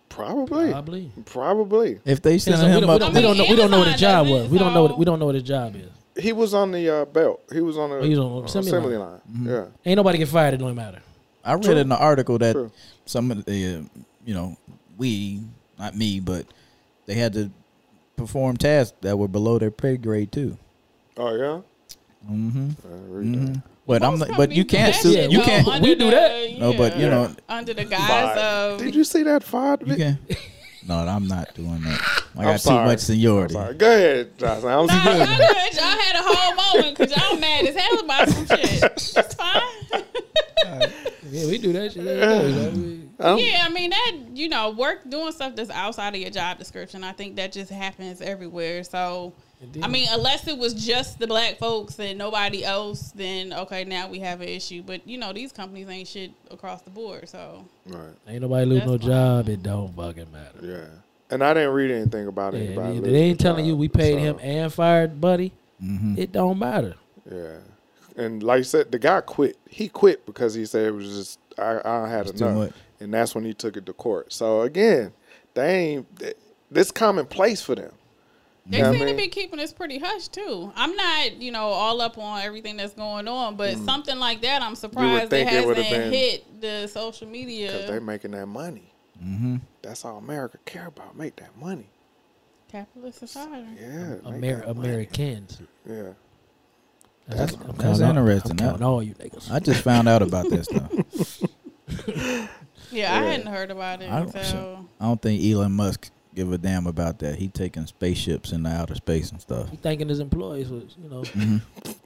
Speaker 2: Probably.
Speaker 4: Probably.
Speaker 2: Probably.
Speaker 5: If they
Speaker 4: We
Speaker 5: sending
Speaker 4: don't,
Speaker 5: him
Speaker 4: we,
Speaker 5: up,
Speaker 4: don't, we
Speaker 5: to-
Speaker 4: don't know. We don't know what the job
Speaker 3: Amazon
Speaker 4: was.
Speaker 3: does
Speaker 4: We don't know. What,
Speaker 3: it,
Speaker 4: we don't know what the job is.
Speaker 2: He was on the uh, belt. He was on the uh,
Speaker 4: he was Oh, on the assembly
Speaker 2: assembly,
Speaker 4: line.
Speaker 2: line.
Speaker 1: Mm-hmm.
Speaker 2: Yeah.
Speaker 4: Ain't nobody get fired. It don't matter.
Speaker 5: I read in the article that
Speaker 2: True.
Speaker 1: some of the, uh, you know, we, not me, but they had to perform tasks that were below their pay grade too.
Speaker 2: Oh yeah. Mm-hmm.
Speaker 1: But I'm,
Speaker 3: Most
Speaker 1: not, but you
Speaker 3: companies
Speaker 1: can't
Speaker 3: do
Speaker 1: sue.
Speaker 3: that shit,
Speaker 1: You
Speaker 3: though,
Speaker 1: can't.
Speaker 3: under
Speaker 4: we do
Speaker 3: the-
Speaker 4: that.
Speaker 1: No, but you
Speaker 3: yeah,
Speaker 1: know,
Speaker 3: under the guise of
Speaker 2: Did you see that fire?
Speaker 1: you can. No, I'm not doing that. I
Speaker 2: I'm
Speaker 1: got too
Speaker 2: sorry.
Speaker 1: much seniority.
Speaker 2: Sorry. Go ahead, Johnson. I'm
Speaker 3: Nah, y'all good. Y'all had a whole moment because y'all mad as hell about some shit. It's fine.
Speaker 4: Yeah, we do that shit. every day, man. We-
Speaker 2: I'm-
Speaker 3: yeah, I mean that you know, work doing stuff that's outside of your job description. I think that just happens everywhere. So, I mean, unless it was just the black folks and nobody else, then okay, now we have an issue. But you know, these companies ain't shit across the board. So,
Speaker 2: Right.
Speaker 4: Ain't nobody lose
Speaker 3: That's
Speaker 4: no
Speaker 3: fine.
Speaker 4: job. It don't fucking matter.
Speaker 2: Yeah. And I didn't read anything about
Speaker 4: Yeah,
Speaker 2: anybody.
Speaker 4: they-
Speaker 2: losing
Speaker 4: they ain't
Speaker 2: their
Speaker 4: telling you
Speaker 2: job,
Speaker 4: we paid
Speaker 2: so,
Speaker 4: him and fired, buddy. It don't matter.
Speaker 2: Yeah. And like you said, the guy quit. He quit because he said it was just I, I had
Speaker 1: too
Speaker 2: enough,
Speaker 1: much.
Speaker 2: and that's when he took it to court. So again, they ain't. th- This commonplace for them.
Speaker 3: They
Speaker 2: Yeah, I
Speaker 3: seem
Speaker 2: mean-
Speaker 3: to be keeping us pretty hushed too. I'm not, you know, all up on everything that's going on, but something like that, I'm surprised it
Speaker 2: Mm. think it
Speaker 3: hasn't
Speaker 2: would've been-
Speaker 3: hit the social
Speaker 2: because they
Speaker 3: media.
Speaker 2: making that money.
Speaker 1: Mm-hmm.
Speaker 2: That's all America care about. Make that money.
Speaker 3: Capitalist society.
Speaker 2: Yeah. make
Speaker 4: Amer-
Speaker 2: that money.
Speaker 4: Americans.
Speaker 2: Yeah.
Speaker 4: That's, I'm
Speaker 1: that's
Speaker 4: counting all-
Speaker 1: interesting.
Speaker 4: I'm
Speaker 1: That-
Speaker 4: counting all you niggas.
Speaker 1: I just found out about that stuff.
Speaker 3: Yeah, I hadn't heard about it.
Speaker 1: I don't,
Speaker 3: so
Speaker 1: I don't think Elon Musk give a damn about that. He taking spaceships into outer space and stuff.
Speaker 4: He thanking his employees was, you know,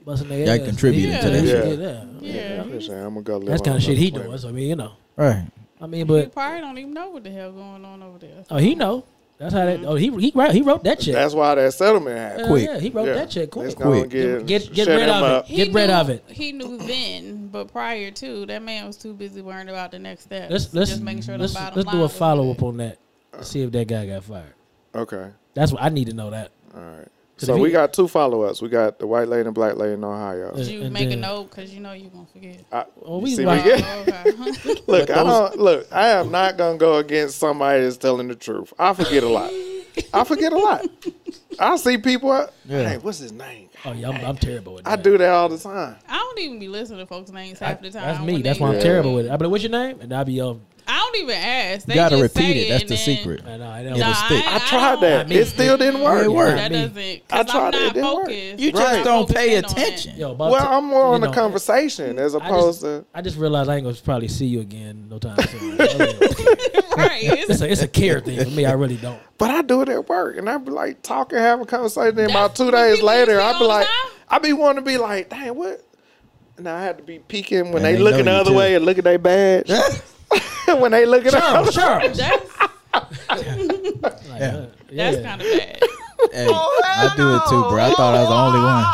Speaker 4: busting their
Speaker 1: They
Speaker 4: ass.
Speaker 1: contributed
Speaker 3: to that
Speaker 4: Yeah.
Speaker 2: shit.
Speaker 4: yeah.
Speaker 3: yeah,
Speaker 2: I'm just saying, I'm gonna go live
Speaker 4: That's
Speaker 2: on
Speaker 4: kind of shit he
Speaker 2: another
Speaker 4: doing.
Speaker 2: planet.
Speaker 4: So I mean, you know,
Speaker 1: Right.
Speaker 4: I mean,
Speaker 3: you
Speaker 4: but
Speaker 3: probably don't even know what the hell going on over there.
Speaker 4: oh, he know. That's how that. Oh, he he wrote he wrote that check.
Speaker 2: That's why that settlement
Speaker 4: Hell
Speaker 2: happened.
Speaker 1: quick.
Speaker 4: Yeah, he wrote
Speaker 2: Yeah.
Speaker 4: that check
Speaker 2: It's
Speaker 4: quick.
Speaker 2: gonna
Speaker 1: Quick.
Speaker 2: Get,
Speaker 4: Get get
Speaker 2: shut
Speaker 4: rid
Speaker 2: him
Speaker 4: of
Speaker 2: up.
Speaker 4: it. Get rid
Speaker 3: knew-
Speaker 4: of it.
Speaker 3: He knew then, but prior to that man was too busy worrying about the next step.
Speaker 4: Let's let's
Speaker 3: just making sure
Speaker 4: let's,
Speaker 3: the bottom
Speaker 4: let's
Speaker 3: line
Speaker 4: do a
Speaker 3: was
Speaker 4: follow
Speaker 3: good.
Speaker 4: up on that. To see if that guy got fired.
Speaker 2: Okay.
Speaker 4: That's what I need to know that.
Speaker 2: All right.
Speaker 4: 'Cause
Speaker 2: So
Speaker 4: if
Speaker 2: we
Speaker 4: he-
Speaker 2: got two follow ups. We got the white lady and black lady in Ohio.
Speaker 4: Yeah.
Speaker 3: Did you
Speaker 4: And
Speaker 3: make
Speaker 4: then-
Speaker 3: a note? Because you know you won't forget.
Speaker 2: I,
Speaker 4: Oh,
Speaker 2: you
Speaker 4: we
Speaker 2: see me
Speaker 4: like-
Speaker 2: get-
Speaker 3: Oh, okay.
Speaker 2: Look, I
Speaker 1: those-
Speaker 2: don't look. I am not gonna go against somebody that's telling the truth. I forget a lot. I forget a lot. I see people. I,
Speaker 1: Yeah.
Speaker 2: Hey, what's his name?
Speaker 4: Oh yeah, I'm, I'm terrible with that.
Speaker 2: I do that all the time.
Speaker 3: I don't even be listening to folks' names
Speaker 4: I-
Speaker 3: half the time.
Speaker 4: that's me.
Speaker 3: when
Speaker 4: That's
Speaker 3: they-
Speaker 4: why I'm terrible with it. I be like, "What's your name?" And I be um,
Speaker 3: I don't even ask. They
Speaker 1: You gotta
Speaker 3: just
Speaker 1: repeat
Speaker 3: say
Speaker 1: it. That's
Speaker 3: and
Speaker 1: the
Speaker 3: then-
Speaker 1: secret.
Speaker 4: "Man, no, I
Speaker 1: Nah,
Speaker 4: don't."
Speaker 3: Nah,
Speaker 1: It'll stick.
Speaker 2: I tried that.
Speaker 4: me.
Speaker 2: It still didn't work.
Speaker 1: It worked.
Speaker 3: That
Speaker 4: Me.
Speaker 3: doesn't.
Speaker 2: I
Speaker 3: I
Speaker 2: tried it,
Speaker 3: tried am
Speaker 2: it
Speaker 3: not
Speaker 2: didn't work.
Speaker 3: focused.
Speaker 1: You
Speaker 3: I'm
Speaker 1: just
Speaker 2: Right.
Speaker 3: not
Speaker 1: don't pay
Speaker 3: focused in on it.
Speaker 1: attention.
Speaker 4: Yo, about
Speaker 2: Well,
Speaker 4: to-
Speaker 2: I'm more
Speaker 4: you
Speaker 2: on the
Speaker 4: know,
Speaker 2: conversation as
Speaker 4: I
Speaker 2: opposed
Speaker 4: just-
Speaker 2: to.
Speaker 4: I just realized I ain't gonna probably see you again no time soon. it's,
Speaker 3: Right. It's,
Speaker 4: a, it's a care thing for me. I really don't.
Speaker 2: But I do it at work, and I be like talking, having a conversation. And about
Speaker 3: That's
Speaker 2: two
Speaker 3: what
Speaker 2: days
Speaker 3: people
Speaker 2: later,
Speaker 3: do
Speaker 2: I
Speaker 3: all
Speaker 2: be
Speaker 3: the
Speaker 2: like,
Speaker 3: time.
Speaker 2: I be wanting to be like, dang, what? Now I had to be peeking when
Speaker 1: And
Speaker 2: they,
Speaker 1: they
Speaker 2: looking the
Speaker 1: know you
Speaker 2: other
Speaker 1: too.
Speaker 2: way and look at their badge. when they looking at
Speaker 4: Charles, Charles.
Speaker 3: that's
Speaker 4: Like,
Speaker 1: Yeah.
Speaker 4: uh,
Speaker 3: that's
Speaker 4: yeah.
Speaker 3: kind of bad.
Speaker 1: Hey, I do it too, bro. I thought I was the only one.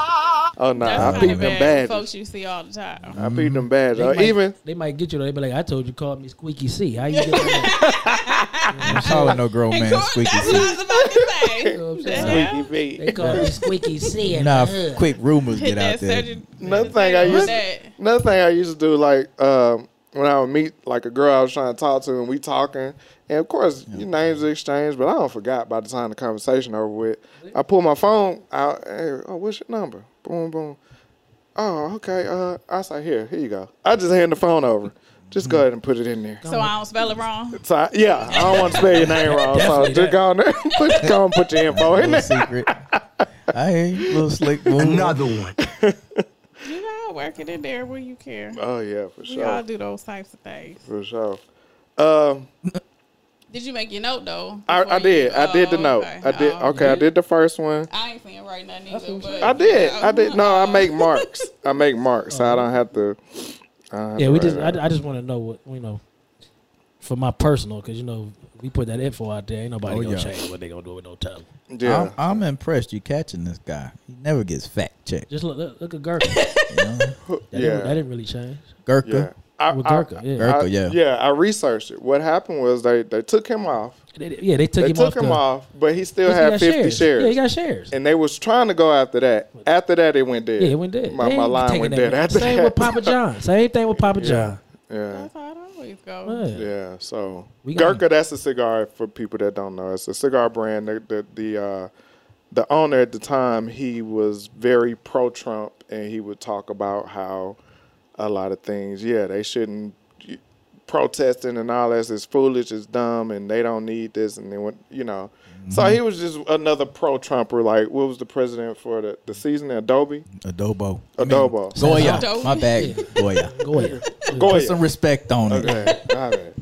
Speaker 2: Oh no,
Speaker 3: That's
Speaker 2: I
Speaker 3: kind
Speaker 2: peeped
Speaker 3: of
Speaker 2: them
Speaker 3: bad.
Speaker 2: badges.
Speaker 3: Folks you see all the time.
Speaker 2: I peeped them badges. Or
Speaker 4: might-
Speaker 2: even
Speaker 4: they might get you. though. They be like, "I told you, call me Squeaky C." How you get that?
Speaker 1: I'm calling no grown Oh, man squeaky
Speaker 3: that's what I
Speaker 1: feet.
Speaker 3: was about to say.
Speaker 4: You know what I'm
Speaker 3: The
Speaker 4: saying?
Speaker 3: hell?
Speaker 2: squeaky
Speaker 4: They
Speaker 2: feet.
Speaker 4: call me Squeaky C. in
Speaker 1: Nah,
Speaker 4: the hood.
Speaker 1: quick rumors
Speaker 3: Hit
Speaker 1: get
Speaker 3: that
Speaker 1: out there.
Speaker 3: surgeon.
Speaker 2: Another thing I
Speaker 3: Hit
Speaker 2: used,
Speaker 3: that.
Speaker 2: another thing I used to do, like um, when I would meet like a girl I was trying to talk to, and we talking, and of course your names are exchanged, but I don't forgot by the time the conversation over with. I pull my phone out. Hey, oh, what's your number? Boom, boom. Oh, okay. Uh, I say here, here you go. I just hand the phone over. Just go ahead and put it in there.
Speaker 3: So I don't spell it wrong.
Speaker 2: So I- yeah, I don't want to spell your name wrong, so
Speaker 4: Definitely
Speaker 2: just
Speaker 4: that.
Speaker 2: go on there, put, go and put your info in
Speaker 1: Little
Speaker 2: there.
Speaker 1: secret. I ain't little slick move.
Speaker 6: Another one.
Speaker 3: You know, work it in there where you care.
Speaker 2: Oh yeah, for
Speaker 3: We all
Speaker 2: sure,
Speaker 3: do those types of things.
Speaker 2: for sure. Um,
Speaker 3: Did you make your note though?
Speaker 2: I,
Speaker 3: before
Speaker 2: I did,
Speaker 3: you-
Speaker 2: I did the
Speaker 3: Oh,
Speaker 2: note. I did
Speaker 3: Oh,
Speaker 2: okay, I did the first one.
Speaker 3: I ain't saying right nothing either, but
Speaker 2: I did, I did. No, I make marks. I make marks, so I don't have to. I don't have
Speaker 4: Yeah,
Speaker 2: to
Speaker 4: we
Speaker 2: write
Speaker 4: just.
Speaker 2: it
Speaker 4: I,
Speaker 2: out.
Speaker 4: I just want to know what you know. For my personal, because you know, we put that info out there. Ain't nobody
Speaker 1: Oh,
Speaker 4: gonna
Speaker 1: yeah.
Speaker 4: change what they gonna do with no tell.
Speaker 2: yeah.
Speaker 1: I'm, I'm impressed you catching this guy. He never gets fact checked.
Speaker 4: Just look, look, look at Gurkha.
Speaker 1: You know?
Speaker 4: That,
Speaker 2: Yeah.
Speaker 4: didn't, that didn't really change.
Speaker 2: yeah.
Speaker 1: Gurkha.
Speaker 2: I,
Speaker 4: With
Speaker 2: I-
Speaker 4: Gurkha, yeah.
Speaker 1: Gurkha,
Speaker 2: I-
Speaker 1: yeah.
Speaker 2: yeah, I researched it. What happened was they, they took him off.
Speaker 4: They, they- yeah, they took
Speaker 2: They
Speaker 4: him off.
Speaker 2: took him
Speaker 4: the-
Speaker 2: off, but he still
Speaker 4: he
Speaker 2: had
Speaker 4: got
Speaker 2: 50 shares.
Speaker 4: Yeah, he got shares.
Speaker 2: and they was trying to go after that. After that, it went dead.
Speaker 4: yeah, it went dead.
Speaker 2: My,
Speaker 4: They
Speaker 2: my
Speaker 4: ain't
Speaker 2: line
Speaker 4: taking
Speaker 2: went
Speaker 4: that
Speaker 2: dead.
Speaker 4: back.
Speaker 2: After
Speaker 4: Same
Speaker 2: that.
Speaker 4: with Papa John. Same thing with Papa John.
Speaker 2: Yeah,
Speaker 3: That's how it always goes.
Speaker 4: Yeah.
Speaker 2: yeah. So
Speaker 4: We got-
Speaker 2: Gurkha, that's a cigar for people that don't know. It's a cigar brand. The the the, uh, the owner at the time he was very pro Trump, and he would talk about how a lot of things. Yeah, they shouldn't protesting and all that is foolish, it's dumb, and they don't need this, and they went, you know. So
Speaker 4: Mm-hmm.
Speaker 2: he was just another pro Trumper. Like, what was the president for the, the season? Adobe,
Speaker 1: Adobo.
Speaker 2: Adobo.
Speaker 1: Goya.
Speaker 3: Adobo.
Speaker 1: My bad. Goya.
Speaker 4: Goya.
Speaker 2: Goya.
Speaker 1: Put some respect on it.
Speaker 2: Okay, all right.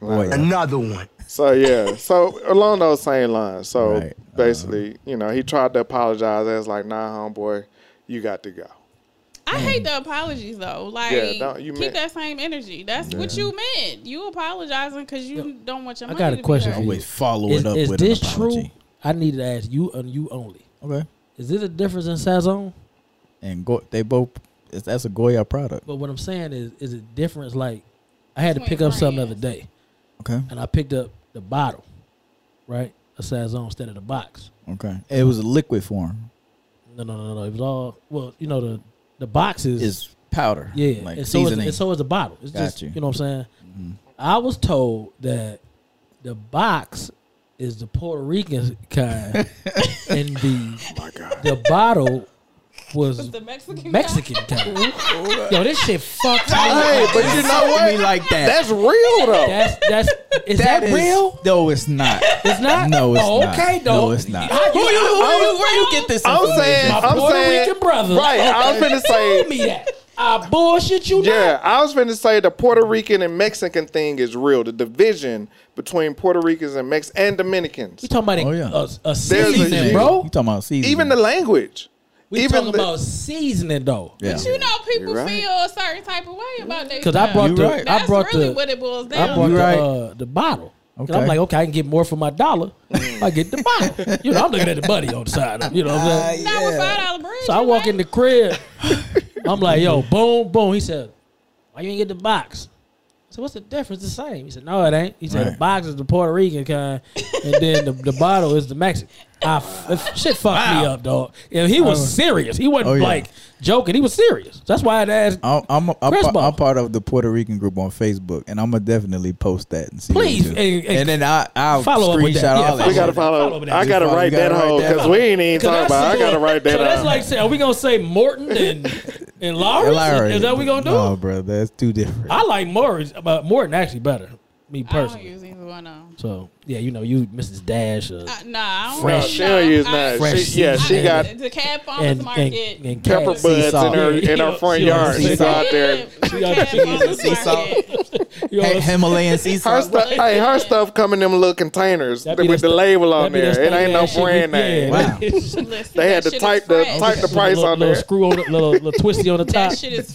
Speaker 1: Goya.
Speaker 6: Another one.
Speaker 2: So yeah, so along those same lines. So
Speaker 1: Right,
Speaker 2: basically, you know, he tried to apologize. I was like, "Nah, homeboy, you got to go."
Speaker 3: I hate the apologies though. Like,
Speaker 2: Yeah, don't- you
Speaker 3: keep
Speaker 2: meant-
Speaker 3: that same energy. That's what you meant. You apologizing because you don't want your
Speaker 4: I
Speaker 3: money.
Speaker 4: got
Speaker 3: to
Speaker 4: a
Speaker 3: be
Speaker 4: question
Speaker 3: hurt.
Speaker 4: for you.
Speaker 1: Always follow
Speaker 4: Is,
Speaker 1: it up
Speaker 4: is
Speaker 1: with
Speaker 4: this
Speaker 1: an
Speaker 4: true?
Speaker 1: apology.
Speaker 4: I needed to ask you and you only.
Speaker 1: Okay.
Speaker 4: Is this a difference in Sazon?
Speaker 1: And Go- they both, it's, that's a Goya product.
Speaker 4: But what I'm saying is, is it difference? Like, I had to
Speaker 3: Between
Speaker 4: pick up something the other
Speaker 3: brands.
Speaker 4: day,
Speaker 1: Okay.
Speaker 4: and I picked up the bottle, right? A Sazon instead of the box.
Speaker 1: Okay. It was a liquid form.
Speaker 4: No, no, no, no. It was all well, you know the the boxes.
Speaker 1: It's powder.
Speaker 4: Yeah,
Speaker 1: Like
Speaker 4: and, so is,
Speaker 1: seasoning. Mm-hmm.
Speaker 4: and so is the bottle. It's
Speaker 1: Got
Speaker 4: just
Speaker 1: you.
Speaker 4: you. know what I'm saying. I was told that the box is the Puerto Rican kind, and the the bottle was
Speaker 3: The Mexican.
Speaker 4: Mexican kind. Yo, this shit fucked me. up.
Speaker 2: Hey, but you know
Speaker 1: Fuck me
Speaker 2: what?
Speaker 1: like that.
Speaker 2: That's real though.
Speaker 4: That's that's is that,
Speaker 1: That is-
Speaker 4: real?
Speaker 1: No, it's not.
Speaker 4: It's not.
Speaker 1: No, it's
Speaker 4: oh,
Speaker 1: not.
Speaker 4: Okay, though.
Speaker 1: No, it's not.
Speaker 4: How you-
Speaker 1: where, you, where you get this?
Speaker 2: I'm
Speaker 1: information?
Speaker 2: saying,
Speaker 4: my
Speaker 2: I'm
Speaker 4: Puerto
Speaker 2: saying,
Speaker 4: Rican brother.
Speaker 2: right? I was
Speaker 4: okay,
Speaker 2: gonna say,
Speaker 4: told me that. I bullshit you not.
Speaker 2: yeah, I was gonna say the Puerto Rican and Mexican thing is real. The division between Puerto Ricans and Mex and Dominicans,
Speaker 4: We talking about a,
Speaker 1: Oh, yeah.
Speaker 4: a, a
Speaker 2: a
Speaker 4: season,
Speaker 2: season.
Speaker 4: bro.
Speaker 1: You talking about seasoning?
Speaker 2: even the language,
Speaker 4: We
Speaker 2: even
Speaker 4: talking
Speaker 2: the-
Speaker 4: about seasoning though.
Speaker 1: yeah.
Speaker 3: You know, people
Speaker 2: You're right.
Speaker 3: feel a certain type of way about that.
Speaker 4: Because I brought
Speaker 1: You
Speaker 4: the
Speaker 1: right.
Speaker 4: I
Speaker 3: That's
Speaker 4: brought
Speaker 3: really
Speaker 4: the
Speaker 3: what it boils down.
Speaker 4: I brought
Speaker 1: You
Speaker 4: the,
Speaker 1: right.
Speaker 4: uh, the bottle. 'Cause I'm
Speaker 1: Okay.
Speaker 4: like, okay, I can get more for my dollar. I get the bottle. You know, I'm looking at the buddy on the side. Of, you know what I'm saying?
Speaker 3: Not with five dollar bread.
Speaker 4: So I
Speaker 3: you
Speaker 4: walk
Speaker 3: know?
Speaker 4: in the crib. I'm like, yo, boom, boom. He said, why you ain't get the box? So what's the difference? It's the same. He said, no, it ain't. He said the
Speaker 1: Right.
Speaker 4: box is the Puerto Rican kind, and then the, the bottle is the Mexican. I f- if- shit fucked me up, dog. And he was serious. He wasn't
Speaker 1: Oh, yeah.
Speaker 4: like joking. He was serious. That's why I asked.
Speaker 1: I'm I'm, I'm,
Speaker 4: Chris
Speaker 1: part-
Speaker 4: Ball.
Speaker 1: I'm part of the Puerto Rican group on Facebook, and I'm gonna definitely post that and see. what
Speaker 4: Please,
Speaker 1: it do.
Speaker 4: and- and
Speaker 1: and, then I I'll
Speaker 4: follow
Speaker 1: follow
Speaker 4: up
Speaker 1: screenshot
Speaker 4: with that. Yeah,
Speaker 1: all that.
Speaker 2: We gotta
Speaker 1: shit.
Speaker 2: follow.
Speaker 4: Follow me that.
Speaker 2: I gotta
Speaker 1: Follow-
Speaker 2: write
Speaker 1: you gotta
Speaker 2: that
Speaker 1: write
Speaker 2: whole
Speaker 1: that
Speaker 2: because
Speaker 1: up.
Speaker 2: we ain't even
Speaker 4: 'Cause
Speaker 2: talking
Speaker 4: that's
Speaker 2: about. it. I
Speaker 4: the-
Speaker 2: gotta write
Speaker 4: So
Speaker 2: that
Speaker 4: that's
Speaker 2: up.
Speaker 4: like saying, are we gonna say Morton and and Lawrence?
Speaker 1: Larry.
Speaker 4: Is that what we gonna do?
Speaker 1: No, bro, that's too different.
Speaker 4: I like Morris, but Morton actually better. Me
Speaker 3: I don't
Speaker 4: personally.
Speaker 3: use either one of them.
Speaker 4: So yeah, you know, you Mrs. Dash uh,
Speaker 3: Uh, nah, I don't
Speaker 2: No,
Speaker 4: Fresh.
Speaker 3: Use,
Speaker 2: she don't use
Speaker 3: I-
Speaker 2: none.
Speaker 1: Fresh
Speaker 2: She, yeah,
Speaker 1: season.
Speaker 2: she got
Speaker 3: the cat farmers
Speaker 4: and, and
Speaker 3: market.
Speaker 4: and
Speaker 2: pepper
Speaker 4: Cass.
Speaker 2: buds in
Speaker 1: salt.
Speaker 2: her in
Speaker 4: Yeah,
Speaker 2: her front
Speaker 4: she on
Speaker 2: yard.
Speaker 4: sea
Speaker 2: She's
Speaker 1: salt.
Speaker 2: out there.
Speaker 4: got-
Speaker 3: cat
Speaker 4: she got
Speaker 3: farmers
Speaker 1: sea salt.
Speaker 3: market.
Speaker 4: You know,
Speaker 1: Hi- Himalayan sea
Speaker 2: Her
Speaker 1: salt.
Speaker 2: stuff, hey, her stuff come in them little containers
Speaker 4: That be
Speaker 2: with
Speaker 4: the
Speaker 2: the
Speaker 4: stu-
Speaker 2: label
Speaker 4: that
Speaker 2: on
Speaker 4: be
Speaker 2: there.
Speaker 4: that
Speaker 2: Oh, It ain't no
Speaker 4: stingy ass shit
Speaker 2: brand
Speaker 4: we- yeah.
Speaker 2: name.
Speaker 1: Wow.
Speaker 3: Listen,
Speaker 2: They had
Speaker 3: that
Speaker 2: to
Speaker 3: shit
Speaker 2: type
Speaker 3: is
Speaker 2: the
Speaker 3: fresh.
Speaker 2: type the
Speaker 4: Put a
Speaker 2: price
Speaker 4: little,
Speaker 2: on
Speaker 4: little
Speaker 2: there.
Speaker 4: screw on the little, little twisty on the top.
Speaker 3: That shit is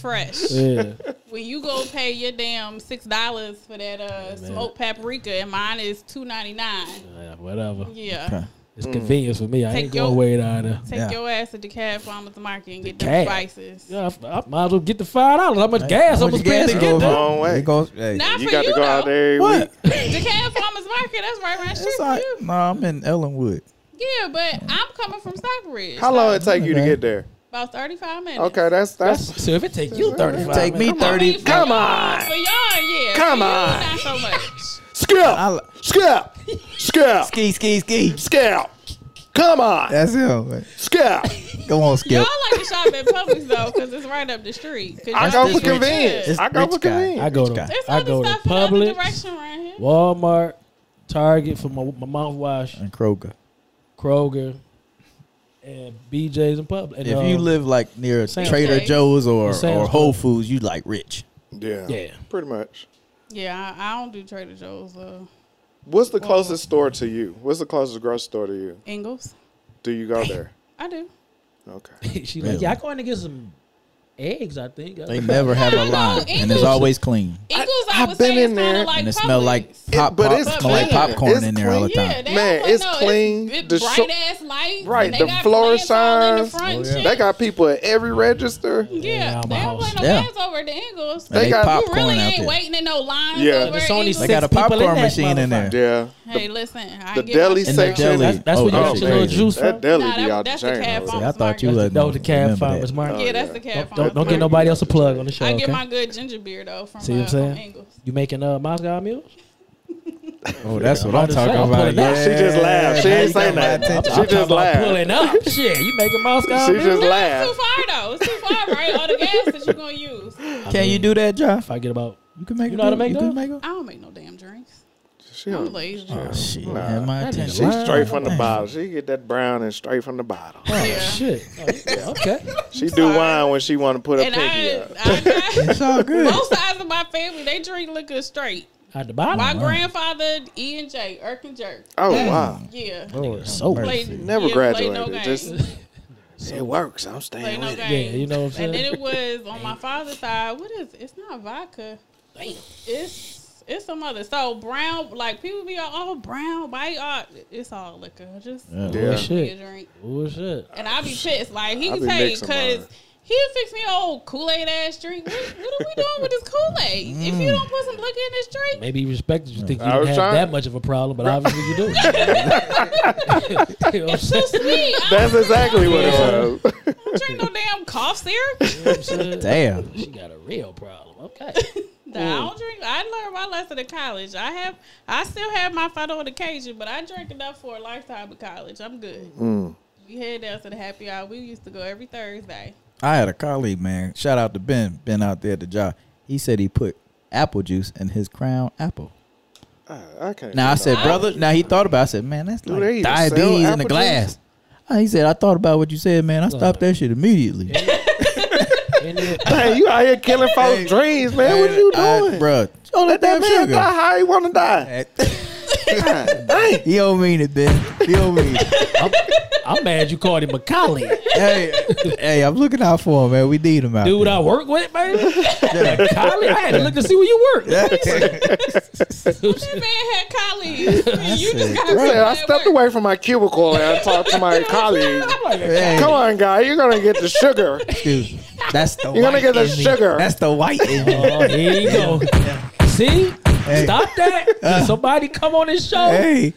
Speaker 3: fresh.
Speaker 4: Yeah.
Speaker 3: When you go pay your damn six dollars for that uh, smoked paprika, and mine is two ninety nine.
Speaker 4: Yeah, whatever.
Speaker 3: Yeah,
Speaker 1: Okay.
Speaker 4: It's
Speaker 2: Hmm.
Speaker 4: convenience for me. I
Speaker 3: Take
Speaker 4: ain't going
Speaker 3: your-
Speaker 4: away down there.
Speaker 3: take
Speaker 1: Yeah.
Speaker 3: your ass to the cat farmers market and get
Speaker 4: cab.
Speaker 3: the spices.
Speaker 4: Yeah, I, I might as well get the five dollars. How much gas
Speaker 1: How
Speaker 4: I'm
Speaker 1: much
Speaker 4: gonna spend
Speaker 1: gas
Speaker 4: to
Speaker 1: it
Speaker 4: get
Speaker 1: goes
Speaker 4: there?
Speaker 2: on? Long way.
Speaker 1: It goes. hey,
Speaker 3: Not
Speaker 2: You
Speaker 3: for
Speaker 2: got
Speaker 3: you
Speaker 2: to go out
Speaker 3: though.
Speaker 2: there. every week.
Speaker 1: What?
Speaker 3: The cat farmers market. That's right around the street
Speaker 1: It's
Speaker 3: for
Speaker 1: like,
Speaker 3: you.
Speaker 1: no, I'm in Ellenwood.
Speaker 3: Yeah, but I'm coming from Stockbridge.
Speaker 2: How long it take you to
Speaker 1: Okay.
Speaker 2: get there?
Speaker 3: About thirty five minutes.
Speaker 2: Okay, that's that's
Speaker 4: That's, so if it take you thirty five,
Speaker 1: Take me
Speaker 3: I mean,
Speaker 1: thirty.
Speaker 3: for
Speaker 2: Come
Speaker 3: y'all-
Speaker 2: on.
Speaker 3: For y'all, yeah.
Speaker 2: Come
Speaker 3: for you,
Speaker 2: on.
Speaker 3: Not so much.
Speaker 2: skip,
Speaker 1: I-
Speaker 2: skip, skip,
Speaker 1: Ski, ski, ski.
Speaker 2: skip. Come on,
Speaker 1: That's him.
Speaker 2: skip.
Speaker 1: Go on, Skip.
Speaker 3: Y'all like to shop at Publix though, because it's right up the street. 'Cause
Speaker 2: I
Speaker 3: y'all
Speaker 2: go for
Speaker 3: just-
Speaker 2: convenience.
Speaker 1: It's
Speaker 2: I go
Speaker 1: rich
Speaker 2: for
Speaker 1: guy.
Speaker 4: I
Speaker 2: convenience.
Speaker 4: go to
Speaker 1: Guy.
Speaker 3: There's
Speaker 4: I
Speaker 3: other
Speaker 4: go to
Speaker 3: stuff in the other
Speaker 4: Publix,
Speaker 3: direction around here.
Speaker 4: Walmart, Target for my my mouthwash,
Speaker 1: And Kroger.
Speaker 4: Kroger, and BJ's and Publix. And,
Speaker 1: If
Speaker 4: uh,
Speaker 1: you live like near
Speaker 4: Sam's
Speaker 1: Trader
Speaker 3: Club.
Speaker 1: Joe's or,
Speaker 4: Sam's
Speaker 1: or
Speaker 4: Club.
Speaker 1: Whole Foods, you like rich.
Speaker 2: Yeah,
Speaker 4: yeah,
Speaker 2: pretty much.
Speaker 3: Yeah, I, I don't do Trader Joe's. Uh,
Speaker 2: What's the closest store to you? What's the closest grocery store to you?
Speaker 3: Ingles.
Speaker 2: Do you go there?
Speaker 3: I do.
Speaker 2: Okay.
Speaker 4: she
Speaker 1: Really?
Speaker 4: like, yeah, I going to get some eggs. I think.
Speaker 1: They never have a line, and it's always clean.
Speaker 3: Ingles, I,
Speaker 2: I've
Speaker 3: would
Speaker 2: been
Speaker 3: say
Speaker 2: in
Speaker 3: it's kind
Speaker 2: there,
Speaker 3: of like
Speaker 1: and it smell like
Speaker 3: Publix.
Speaker 1: pop,
Speaker 2: but
Speaker 1: pop-
Speaker 2: it's
Speaker 1: smell like
Speaker 2: clean.
Speaker 1: popcorn
Speaker 2: It's
Speaker 1: in there all the
Speaker 2: clean.
Speaker 1: time.
Speaker 3: Yeah, they
Speaker 2: Man,
Speaker 3: always
Speaker 2: it's
Speaker 3: know
Speaker 2: clean.
Speaker 3: It's,
Speaker 2: The
Speaker 3: bright
Speaker 2: sho-
Speaker 3: ass lights.
Speaker 2: Right,
Speaker 3: and they
Speaker 2: the
Speaker 3: got
Speaker 2: floor
Speaker 3: plants all in
Speaker 2: signs.
Speaker 3: The front
Speaker 1: Oh, yeah.
Speaker 3: yeah.
Speaker 2: They got people at every register.
Speaker 3: yeah,
Speaker 4: Yeah,
Speaker 3: they
Speaker 4: my
Speaker 3: don't play
Speaker 4: house.
Speaker 3: no
Speaker 1: Yeah.
Speaker 3: bands over at the Ingles.
Speaker 1: And
Speaker 2: They
Speaker 1: they,
Speaker 2: got-
Speaker 3: You
Speaker 1: popcorn out
Speaker 3: really ain't
Speaker 1: there.
Speaker 3: waiting in no lines
Speaker 2: Yeah.
Speaker 3: over
Speaker 2: There's
Speaker 3: at
Speaker 4: only
Speaker 3: Ingles.
Speaker 1: They got a
Speaker 4: Six people in
Speaker 1: popcorn
Speaker 4: that
Speaker 1: machine in there.
Speaker 4: motherfucker.
Speaker 2: Yeah.
Speaker 3: Hey, listen, I
Speaker 2: the
Speaker 3: ain't getting
Speaker 2: deli
Speaker 3: my
Speaker 1: In
Speaker 2: section.
Speaker 1: the
Speaker 3: shit up.
Speaker 1: deli.
Speaker 4: That's- that's
Speaker 1: oh,
Speaker 4: what you
Speaker 1: that's
Speaker 4: get your little
Speaker 1: crazy.
Speaker 4: juice
Speaker 2: That
Speaker 4: from.
Speaker 2: deli
Speaker 3: Nah,
Speaker 2: be
Speaker 3: that-
Speaker 2: out the Oh,
Speaker 3: that's the
Speaker 2: chain.
Speaker 3: cat
Speaker 1: See,
Speaker 2: over
Speaker 1: I thought you
Speaker 3: That's
Speaker 1: wasn't.
Speaker 4: that was the cab
Speaker 1: remember
Speaker 4: farmers
Speaker 1: that.
Speaker 4: market.
Speaker 3: Oh, Yeah, that's the cat.
Speaker 4: Don't, don't, don't get nobody else a plug on the show.
Speaker 3: I get
Speaker 4: okay?
Speaker 3: my good ginger beer though from,
Speaker 4: See what
Speaker 3: uh,
Speaker 4: I'm
Speaker 3: from
Speaker 4: saying?
Speaker 3: Ingles.
Speaker 4: You making uh, Moscow mules?
Speaker 1: Oh, that's what
Speaker 4: I'm
Speaker 1: I'm
Speaker 4: just saying,
Speaker 1: talking
Speaker 4: I'm
Speaker 1: about.
Speaker 4: pulling out.
Speaker 1: Yeah.
Speaker 2: She just laughed. She
Speaker 1: now
Speaker 2: ain't
Speaker 1: you
Speaker 2: say
Speaker 1: got my
Speaker 2: nothing.
Speaker 1: attention.
Speaker 2: She
Speaker 4: talking
Speaker 2: just
Speaker 4: about Pulling
Speaker 2: laughed.
Speaker 4: up, shit. You making Moscow
Speaker 2: She
Speaker 4: mules?
Speaker 2: just
Speaker 3: Too
Speaker 2: laughed.
Speaker 3: far though. It's too far, right? All the gas that you're gonna use. I
Speaker 1: Can you do that, John?
Speaker 4: if I get about
Speaker 1: You can make.
Speaker 4: You
Speaker 1: it
Speaker 4: know how to
Speaker 1: do-
Speaker 4: make
Speaker 1: you can
Speaker 4: those?
Speaker 1: make 'em?
Speaker 3: don't make no damn drinks.
Speaker 2: She
Speaker 3: I'm
Speaker 2: don't-
Speaker 3: lazy.
Speaker 1: Oh, shit.
Speaker 2: Nah.
Speaker 1: Had my
Speaker 4: That nigga
Speaker 1: attention.
Speaker 2: She
Speaker 4: lying.
Speaker 2: straight from the bottle. She get that brown and straight from the bottle.
Speaker 4: oh
Speaker 3: Yeah.
Speaker 4: shit. Oh, yeah, okay.
Speaker 2: She do wine when she want to put a
Speaker 3: And
Speaker 2: pinky
Speaker 3: I,
Speaker 2: up.
Speaker 3: I got
Speaker 1: It's all good.
Speaker 3: both sides of my family. They drink liquor straight.
Speaker 4: At the bottom.
Speaker 3: My grandfather E and J, Irk and Jerk.
Speaker 2: Oh wow,
Speaker 3: Yeah.
Speaker 1: Lord,
Speaker 4: So-
Speaker 1: mercy.
Speaker 3: Played-
Speaker 2: never
Speaker 3: yeah, played
Speaker 2: graduated.
Speaker 3: no games.
Speaker 2: Just it works. I'm
Speaker 3: Played
Speaker 2: staying
Speaker 3: no
Speaker 2: with it.
Speaker 3: games.
Speaker 4: you know what I'm
Speaker 3: And then
Speaker 4: saying?
Speaker 3: it was on my father's side. What is? It's not vodka. It's it's some other. So brown, like people be all oh, brown, white. all it's all liquor. Just
Speaker 1: Yeah.
Speaker 4: Oh
Speaker 2: Yeah.
Speaker 3: be a
Speaker 4: shit.
Speaker 3: drink.
Speaker 4: Oh shit.
Speaker 3: And I be pissed. Like
Speaker 2: I
Speaker 3: he
Speaker 2: be
Speaker 3: take
Speaker 2: mixing mine.
Speaker 3: because he fix me a old Kool Aid ass drink. What, what are we doing with this Kool Aid? If you don't put some liquor in this drink,
Speaker 4: Maybe you respected you think you
Speaker 2: I
Speaker 4: didn't
Speaker 2: was
Speaker 4: have
Speaker 2: trying-
Speaker 4: that much of a problem, but obviously you do. You know what I'm saying?
Speaker 3: it's sweet. I
Speaker 2: That's
Speaker 3: don't
Speaker 2: exactly what it was.
Speaker 3: don't drink no damn cough syrup.
Speaker 4: You know what I'm saying?
Speaker 1: Damn.
Speaker 4: She got a real problem. Okay.
Speaker 3: Nah,
Speaker 2: Mm.
Speaker 3: I don't drink. I learned my lesson in college. I have, I still have my fight on occasion, but I drank enough for a lifetime of college. I'm good.
Speaker 2: Mm.
Speaker 3: We head down to the happy hour. We used to go every Thursday.
Speaker 1: I had a colleague, man. Shout out to Ben. Ben out there at the job. He said he put apple juice in his crown apple.
Speaker 2: I, I can't.
Speaker 1: Now I
Speaker 2: do
Speaker 1: said,
Speaker 2: that.
Speaker 1: brother. Now he thought about. it. I said, man, that's like
Speaker 2: they even sell
Speaker 1: diabetes in
Speaker 2: apple
Speaker 1: the
Speaker 2: juice?
Speaker 1: glass. Uh, He said, I thought about what you said, man. I stopped that shit immediately.
Speaker 4: And then-
Speaker 2: Hey, you out here killing folks' dreams, man. What you doing?
Speaker 1: bro?
Speaker 2: Oh, let
Speaker 1: Damn
Speaker 2: that man
Speaker 1: sugar.
Speaker 2: die how he want to die. God dang.
Speaker 1: he don't mean it, Ben. He don't mean it.
Speaker 4: I'm, I'm mad you called him a colleague.
Speaker 1: hey, hey, I'm looking out for him, man. We need him out.
Speaker 4: Dude,
Speaker 1: there.
Speaker 4: I work with, baby. A colleague? I had to look to see where you work.
Speaker 3: Man had colleagues. and you just
Speaker 1: it.
Speaker 3: got
Speaker 2: I said, I
Speaker 3: to
Speaker 2: stepped away from my cubicle and I talked to my colleague.
Speaker 1: Hey,
Speaker 2: Come on, guy, you're gonna get the sugar.
Speaker 1: dude. That's the
Speaker 2: You're gonna
Speaker 1: white
Speaker 2: get the
Speaker 1: in me.
Speaker 2: sugar.
Speaker 1: That's the white in me.
Speaker 4: Oh, here you go. See? Stop that.
Speaker 2: Uh.
Speaker 4: Can somebody come on this show?
Speaker 1: Hey,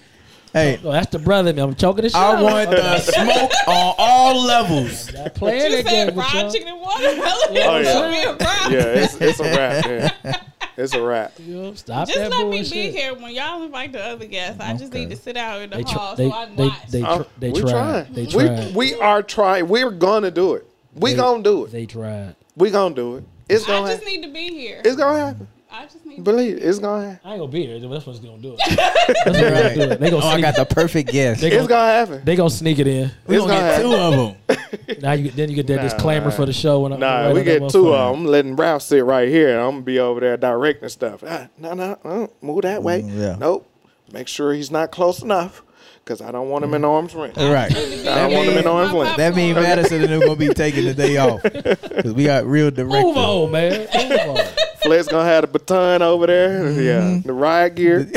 Speaker 1: hey,
Speaker 4: Oh, that's the brother. in me. I'm choking the shit.
Speaker 1: I want the smoke on all levels.
Speaker 4: playing
Speaker 3: You
Speaker 4: that game
Speaker 3: said
Speaker 4: with
Speaker 3: fried
Speaker 4: y'all.
Speaker 3: chicken and watermelon.
Speaker 2: Oh,
Speaker 3: Show
Speaker 2: yeah.
Speaker 3: me a fried-
Speaker 2: Yeah, it's, it's a wrap. Yeah. It's a wrap.
Speaker 4: Yup, Stop
Speaker 3: Just
Speaker 4: that
Speaker 3: let me
Speaker 4: bullshit.
Speaker 3: be here when y'all invite the other guests. I just
Speaker 1: Okay.
Speaker 3: need to sit out in the
Speaker 4: They, tr-
Speaker 3: hall
Speaker 4: they,
Speaker 3: so I can
Speaker 4: they,
Speaker 3: watch.
Speaker 4: they,
Speaker 2: Uh,
Speaker 4: tr- they
Speaker 2: we
Speaker 4: tried. They tried.
Speaker 2: We, we are trying. We're gonna do it. We gonna do it.
Speaker 4: They tried.
Speaker 2: We gonna do it. It's
Speaker 3: I
Speaker 2: gonna
Speaker 3: just
Speaker 2: happen.
Speaker 3: need to be here.
Speaker 2: It's gonna happen.
Speaker 3: I just need. To-
Speaker 2: Believe it. It's gonna happen.
Speaker 4: I ain't gonna be there. That's what's gonna do it. That's what's gonna do it. They
Speaker 1: Oh,
Speaker 4: gonna
Speaker 1: I
Speaker 4: sneak.
Speaker 1: got the perfect guess.
Speaker 4: they
Speaker 2: It's
Speaker 4: gonna,
Speaker 2: gonna happen.
Speaker 4: they gonna sneak it in.
Speaker 1: We're
Speaker 2: It's
Speaker 1: gonna
Speaker 2: gonna
Speaker 1: get two
Speaker 2: happen.
Speaker 1: of them.
Speaker 4: Now you then you get that disclaimer for the show. When I,
Speaker 2: Nah,
Speaker 4: right
Speaker 2: we
Speaker 4: on that
Speaker 2: get two
Speaker 4: motherfucker.
Speaker 2: of them. Letting Ralph sit right here. I'm gonna be over there directing stuff. Ah, no, no, uh, move that way.
Speaker 1: Mm, yeah.
Speaker 2: Nope. Make sure he's not close enough, cause I don't want
Speaker 4: Mm.
Speaker 2: him in arm's reach.
Speaker 1: All right.
Speaker 2: I
Speaker 1: That
Speaker 2: want him in
Speaker 1: means,
Speaker 2: arm's length.
Speaker 1: that means Madison and them gonna be taking the day off because we got real
Speaker 4: Move
Speaker 1: director.
Speaker 4: on, man. Move on.
Speaker 2: Flex gonna have the baton over there. Yeah,
Speaker 4: Mm-hmm.
Speaker 2: the riot gear.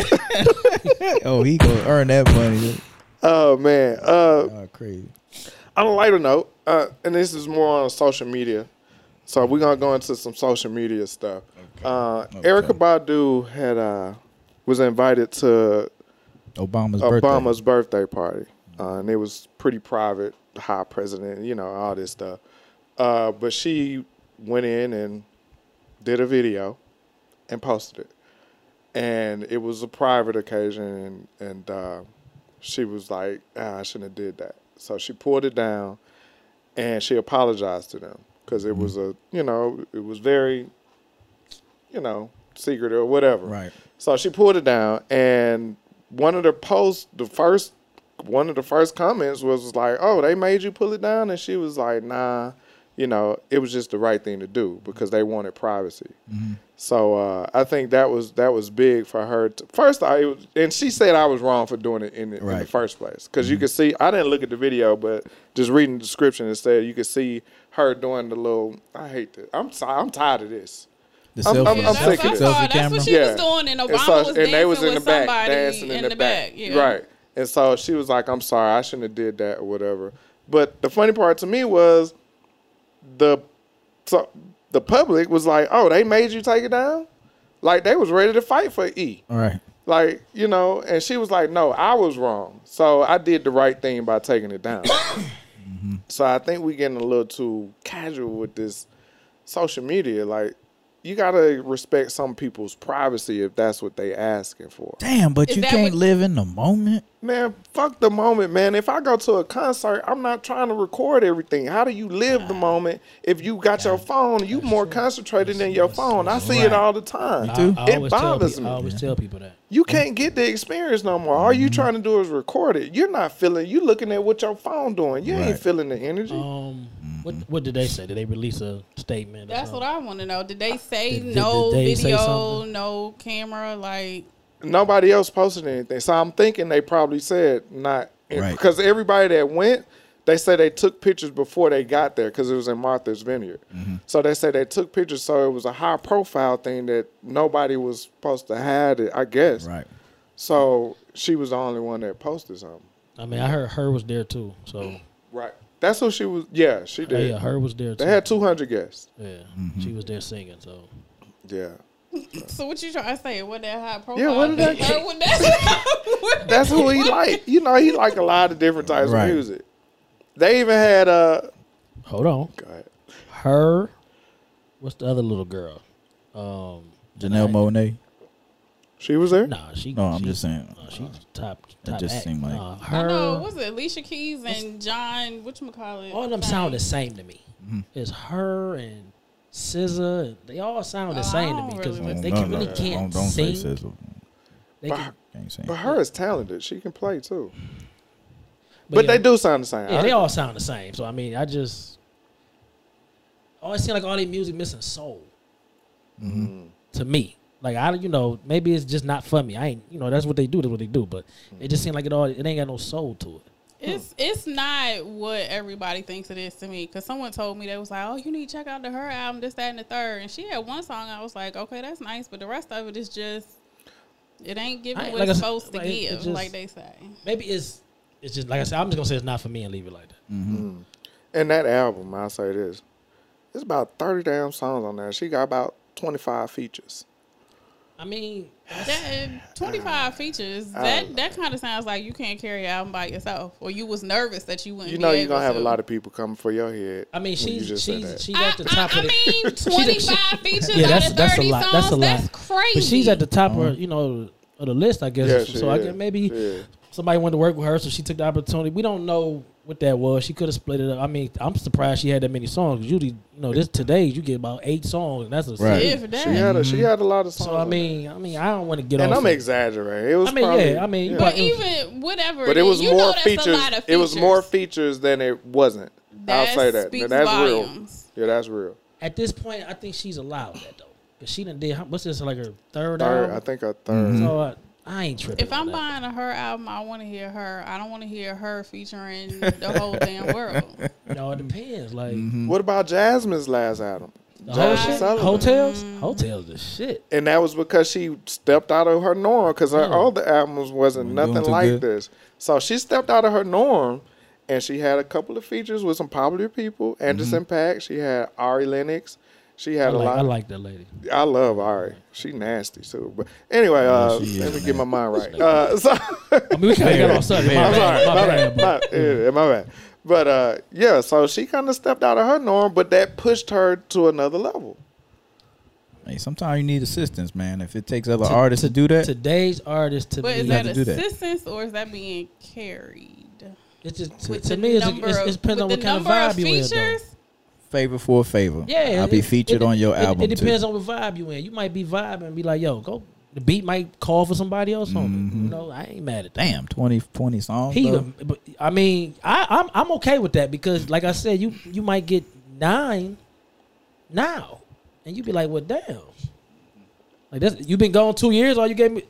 Speaker 1: Oh, he gonna earn that money.
Speaker 2: Oh man. Uh,
Speaker 1: Oh, crazy.
Speaker 2: on a lighter note, uh, and this is more on social media, so we're gonna go into some social media stuff. Uh, Erica Badu had uh, was invited to
Speaker 1: Obama's birthday.
Speaker 2: Obama's birthday party, uh, and it was pretty private, high president, you know, all this stuff. Uh, but she went in and did a video and posted it, and it was a private occasion, and, and uh, she was like, ah, "I shouldn't have did that." So she pulled it down, and she apologized to them because it was a, you know, it was very, you know, secret or whatever.
Speaker 1: Right.
Speaker 2: So she pulled it down, and one of the posts, the first one of the first comments was like, "Oh, they made you pull it down," and she was like, "Nah, you know, it was just the right thing to do because they wanted privacy." So uh, I think that was that was big for her. To, first, I it was, and she said I was wrong for doing it in the, in the
Speaker 1: Right.
Speaker 2: first place because you could see I didn't look at the video, but just reading the description, it said you could see her doing the little. I hate this. I'm sorry. I'm tired of this.
Speaker 1: The
Speaker 2: I'm-
Speaker 1: selfie,
Speaker 2: I'm- I'm
Speaker 3: that's,
Speaker 2: sick of
Speaker 3: what I
Speaker 2: it.
Speaker 3: saw.
Speaker 1: selfie
Speaker 3: That's
Speaker 1: camera.
Speaker 3: what she was doing, and Obama
Speaker 2: so-
Speaker 3: was dancing with somebody in the back. yeah.
Speaker 2: Right. And so she was like, I'm sorry, I shouldn't have did that or whatever. But the funny part to me was the so the public was like, Oh, they made you take it down? Like they was ready to fight for E.
Speaker 1: All right.
Speaker 2: Like, you know, and she was like, No, I was wrong. So I did the right thing by taking it down. So I think we're getting a little too casual with this social media. Like, you gotta respect some people's privacy if that's what they asking for.
Speaker 1: Damn, but
Speaker 3: Is
Speaker 1: you
Speaker 3: that
Speaker 1: can't
Speaker 3: what-
Speaker 1: live in the moment.
Speaker 2: Man, fuck the moment, man. If I go to a concert, I'm not trying to record everything. How do you live the moment if you got your phone? You more concentrated than your phone. I see it
Speaker 1: Right.
Speaker 2: all the time.
Speaker 1: too.
Speaker 4: I, I
Speaker 2: It
Speaker 4: always tell
Speaker 2: bothers
Speaker 4: people-
Speaker 2: me.
Speaker 4: I always tell people that.
Speaker 2: You can't get the experience no more. All you
Speaker 1: Mm-hmm.
Speaker 2: trying to do is record it. You're not feeling. You looking at what your phone doing. You ain't
Speaker 1: Right. Oh.
Speaker 2: feeling the energy.
Speaker 4: Um, what what did they say? Did they release a statement?
Speaker 3: That's what I want to know. Did they say
Speaker 4: Did- did-
Speaker 3: no
Speaker 4: did they say
Speaker 3: video,
Speaker 4: something?
Speaker 3: no camera? Like,
Speaker 2: Nobody else posted anything, so I'm thinking they probably said not
Speaker 1: Right.
Speaker 2: because everybody that went, they said they took pictures before they got there because it was in Martha's Vineyard.
Speaker 1: Mm-hmm.
Speaker 2: So they said they took pictures, so it was a high profile thing that nobody was supposed to have it, I guess.
Speaker 1: Right.
Speaker 2: So she was the only one that posted something.
Speaker 4: I, mean, I heard her was there too. So oh,
Speaker 2: Right. That's who she was. Yeah, she
Speaker 4: yeah,
Speaker 2: did.
Speaker 4: her was there too.
Speaker 2: They had 200 guests.
Speaker 4: yeah,
Speaker 1: Mm-hmm.
Speaker 4: she was there singing. So
Speaker 2: Yeah.
Speaker 3: so what you trying to say? What that high profile?
Speaker 2: Yeah, what did that-
Speaker 3: thing? Like, what that- what-
Speaker 2: That's who he like. You know, he like a lot of different types
Speaker 1: Right.
Speaker 2: of music. They even had uh
Speaker 4: hold on,
Speaker 2: go ahead.
Speaker 4: her. What's the other little girl? Um,
Speaker 1: Janelle Monet.
Speaker 2: She was there?
Speaker 4: nah, she.
Speaker 1: No, Oh, I'm
Speaker 4: she-
Speaker 1: just saying.
Speaker 4: Nah, she's top.
Speaker 1: That
Speaker 4: top
Speaker 1: just
Speaker 4: act.
Speaker 1: seemed like-
Speaker 4: Nah,
Speaker 3: I
Speaker 4: her.
Speaker 3: know. What's it? Alicia Keys and John. What you call it?
Speaker 4: all them sound the same to me.
Speaker 1: Mm-hmm.
Speaker 4: It's her and SZA. and They all sound
Speaker 3: Oh,
Speaker 4: the
Speaker 3: I
Speaker 4: same to
Speaker 3: don't
Speaker 4: me because
Speaker 1: Oh,
Speaker 3: really
Speaker 4: they
Speaker 1: no,
Speaker 4: can-
Speaker 1: no,
Speaker 4: really
Speaker 1: no.
Speaker 4: can't
Speaker 1: Don't- don't say
Speaker 4: sing.
Speaker 1: sizzle.
Speaker 4: They can,
Speaker 1: Can't sing.
Speaker 2: But her is talented. She can play too.
Speaker 4: but
Speaker 2: But
Speaker 4: yeah.
Speaker 2: they do sound the same.
Speaker 4: Yeah, they
Speaker 2: I-
Speaker 4: all sound the same. So I mean, I just always seem like all their music missing soul.
Speaker 2: Mm-hmm.
Speaker 4: To me, like I, you know, maybe it's just not for me. I ain't, you know, that's what they do. That's what they do. But it just seems like it all. It ain't got no soul to it.
Speaker 3: It's it's not what everybody thinks it is to me. Cause someone told me they was like, oh, you need to check out the her album, this, that, and the third. And she had one song. I was like, okay, that's nice, but the rest of it is just. It ain't
Speaker 4: I-
Speaker 3: giving what
Speaker 4: like I
Speaker 3: it's
Speaker 4: said,
Speaker 3: supposed to
Speaker 4: like, it
Speaker 3: give,
Speaker 4: just-
Speaker 3: like they say.
Speaker 4: Maybe it's it's just like I said. I'm just gonna say it's not for me and leave it like that.
Speaker 2: And that album, I'll say this. It's about 30 damn songs on there. She got about 25 features.
Speaker 4: I mean,
Speaker 3: That twenty
Speaker 2: Uh,
Speaker 3: five features. That that kind of sounds like you can't carry an album by yourself, or you was nervous that you wouldn't.
Speaker 2: You know
Speaker 3: be
Speaker 2: you're
Speaker 3: able
Speaker 2: gonna have
Speaker 3: to.
Speaker 2: a lot of people coming for your head.
Speaker 4: I mean,
Speaker 2: when you
Speaker 4: she's
Speaker 2: just said
Speaker 4: she's
Speaker 2: that.
Speaker 4: she's at the top
Speaker 3: I, I
Speaker 4: of the.
Speaker 3: mean, twenty five features
Speaker 4: Yeah, that's
Speaker 3: out of
Speaker 4: that's a
Speaker 3: thirty
Speaker 4: lot.
Speaker 3: songs.
Speaker 4: That's a lot.
Speaker 3: crazy.
Speaker 4: But she's at the top of you know of the list, I guess.
Speaker 2: Uh-huh. Yeah,
Speaker 4: so
Speaker 2: she
Speaker 4: I
Speaker 2: is.
Speaker 4: guess maybe
Speaker 2: Yeah.
Speaker 4: somebody wanted to work with her, so she took the opportunity. We don't know what that was. She could have split it up. I mean, I'm surprised she had that many songs. Usually, you know, this today you get about eight songs, and that's a
Speaker 1: Right.
Speaker 3: Yeah, for that.
Speaker 2: she had a, she had a lot of songs.
Speaker 4: Mm-hmm. So I
Speaker 2: on
Speaker 4: mean, I mean, I don't want to get
Speaker 2: there. and
Speaker 4: off.
Speaker 2: I'm
Speaker 4: of-
Speaker 2: exaggerating. It was
Speaker 4: I mean,
Speaker 2: probably,
Speaker 4: yeah, I mean,
Speaker 2: yeah.
Speaker 4: but-
Speaker 3: But even whatever,
Speaker 2: but it
Speaker 3: is,
Speaker 2: was
Speaker 3: you know
Speaker 2: more
Speaker 3: that's a
Speaker 2: features,
Speaker 3: lot of
Speaker 2: It was more
Speaker 3: features.
Speaker 2: features than it wasn't.
Speaker 3: That
Speaker 2: I'll say that. Now,
Speaker 3: speaks
Speaker 2: that's
Speaker 3: volumes.
Speaker 2: real. Yeah, that's real.
Speaker 4: At this point, I think she's allowed that though, because she done did. how- What's this like her third?
Speaker 2: Third,
Speaker 4: album?
Speaker 2: I think Mm-hmm. a 3rd
Speaker 1: Mm-hmm.
Speaker 4: So I, I ain't tripping.
Speaker 3: If I'm
Speaker 4: on that.
Speaker 3: buying a her album, I want to hear her. I don't want to hear her featuring the whole damn world.
Speaker 4: no, it depends. Like
Speaker 2: What about Jasmine's last album?
Speaker 4: the whole
Speaker 2: Jasmine
Speaker 4: shit,
Speaker 2: Sullivan.
Speaker 4: hotels,
Speaker 3: Mm-hmm.
Speaker 4: hotels, the shit.
Speaker 2: and that was because she stepped out of her norm because her other albums wasn't
Speaker 1: Wasn't doing
Speaker 2: nothing
Speaker 1: too
Speaker 2: like
Speaker 1: good.
Speaker 2: this. So she stepped out of her norm, and she had a couple of features with some popular people.
Speaker 1: Mm-hmm.
Speaker 2: Anderson Paak, she had Ari Lennox, she
Speaker 4: I
Speaker 2: had a
Speaker 4: like,
Speaker 2: lot.
Speaker 4: I like that lady.
Speaker 2: I love Ari. She nasty too. But anyway, uh,
Speaker 1: she is
Speaker 2: let me
Speaker 1: nasty.
Speaker 2: get my mind right. Uh, so
Speaker 4: I mean, we kind of got
Speaker 1: Fair,
Speaker 4: off subject.
Speaker 1: fair.
Speaker 4: My
Speaker 2: I'm sorry.
Speaker 4: bad,
Speaker 2: My,
Speaker 4: my
Speaker 2: bad.
Speaker 4: bad, but-
Speaker 2: My, yeah, my bad. But uh, yeah, so she kind of stepped out of her norm, but that pushed her to another level.
Speaker 1: Hey, sometimes you need assistance, man. If it takes other
Speaker 4: To-
Speaker 1: artists to, do that,
Speaker 4: Today's artist to
Speaker 3: But
Speaker 4: me,
Speaker 3: is
Speaker 1: You
Speaker 3: that
Speaker 1: have to do that.
Speaker 3: assistance or is that being carried?
Speaker 4: it's just to,
Speaker 3: With
Speaker 4: to
Speaker 3: the
Speaker 4: me, it's,
Speaker 3: number
Speaker 4: it's,
Speaker 3: of-
Speaker 4: it's depends on
Speaker 3: with
Speaker 4: what
Speaker 3: the
Speaker 4: kind of
Speaker 3: number
Speaker 4: vibe you in. though.
Speaker 3: features?
Speaker 1: favor for a favor.
Speaker 4: Yeah,
Speaker 1: I'll be
Speaker 4: it-
Speaker 1: featured
Speaker 4: it-
Speaker 1: on your
Speaker 4: it-
Speaker 1: album.
Speaker 4: It, depends on the vibe you in. You might be vibing and be like, "Yo, go." The beat might call for somebody else on
Speaker 1: Mm-hmm.
Speaker 4: it. You know, I ain't mad at that.
Speaker 1: Damn, 20, 20 songs.
Speaker 4: He,
Speaker 1: though.
Speaker 4: but, I mean, I, I'm I'm okay with that because, like I said, you you might get nine now, and you be like, "Well, damn." Like that's you've been gone two years. All you gave me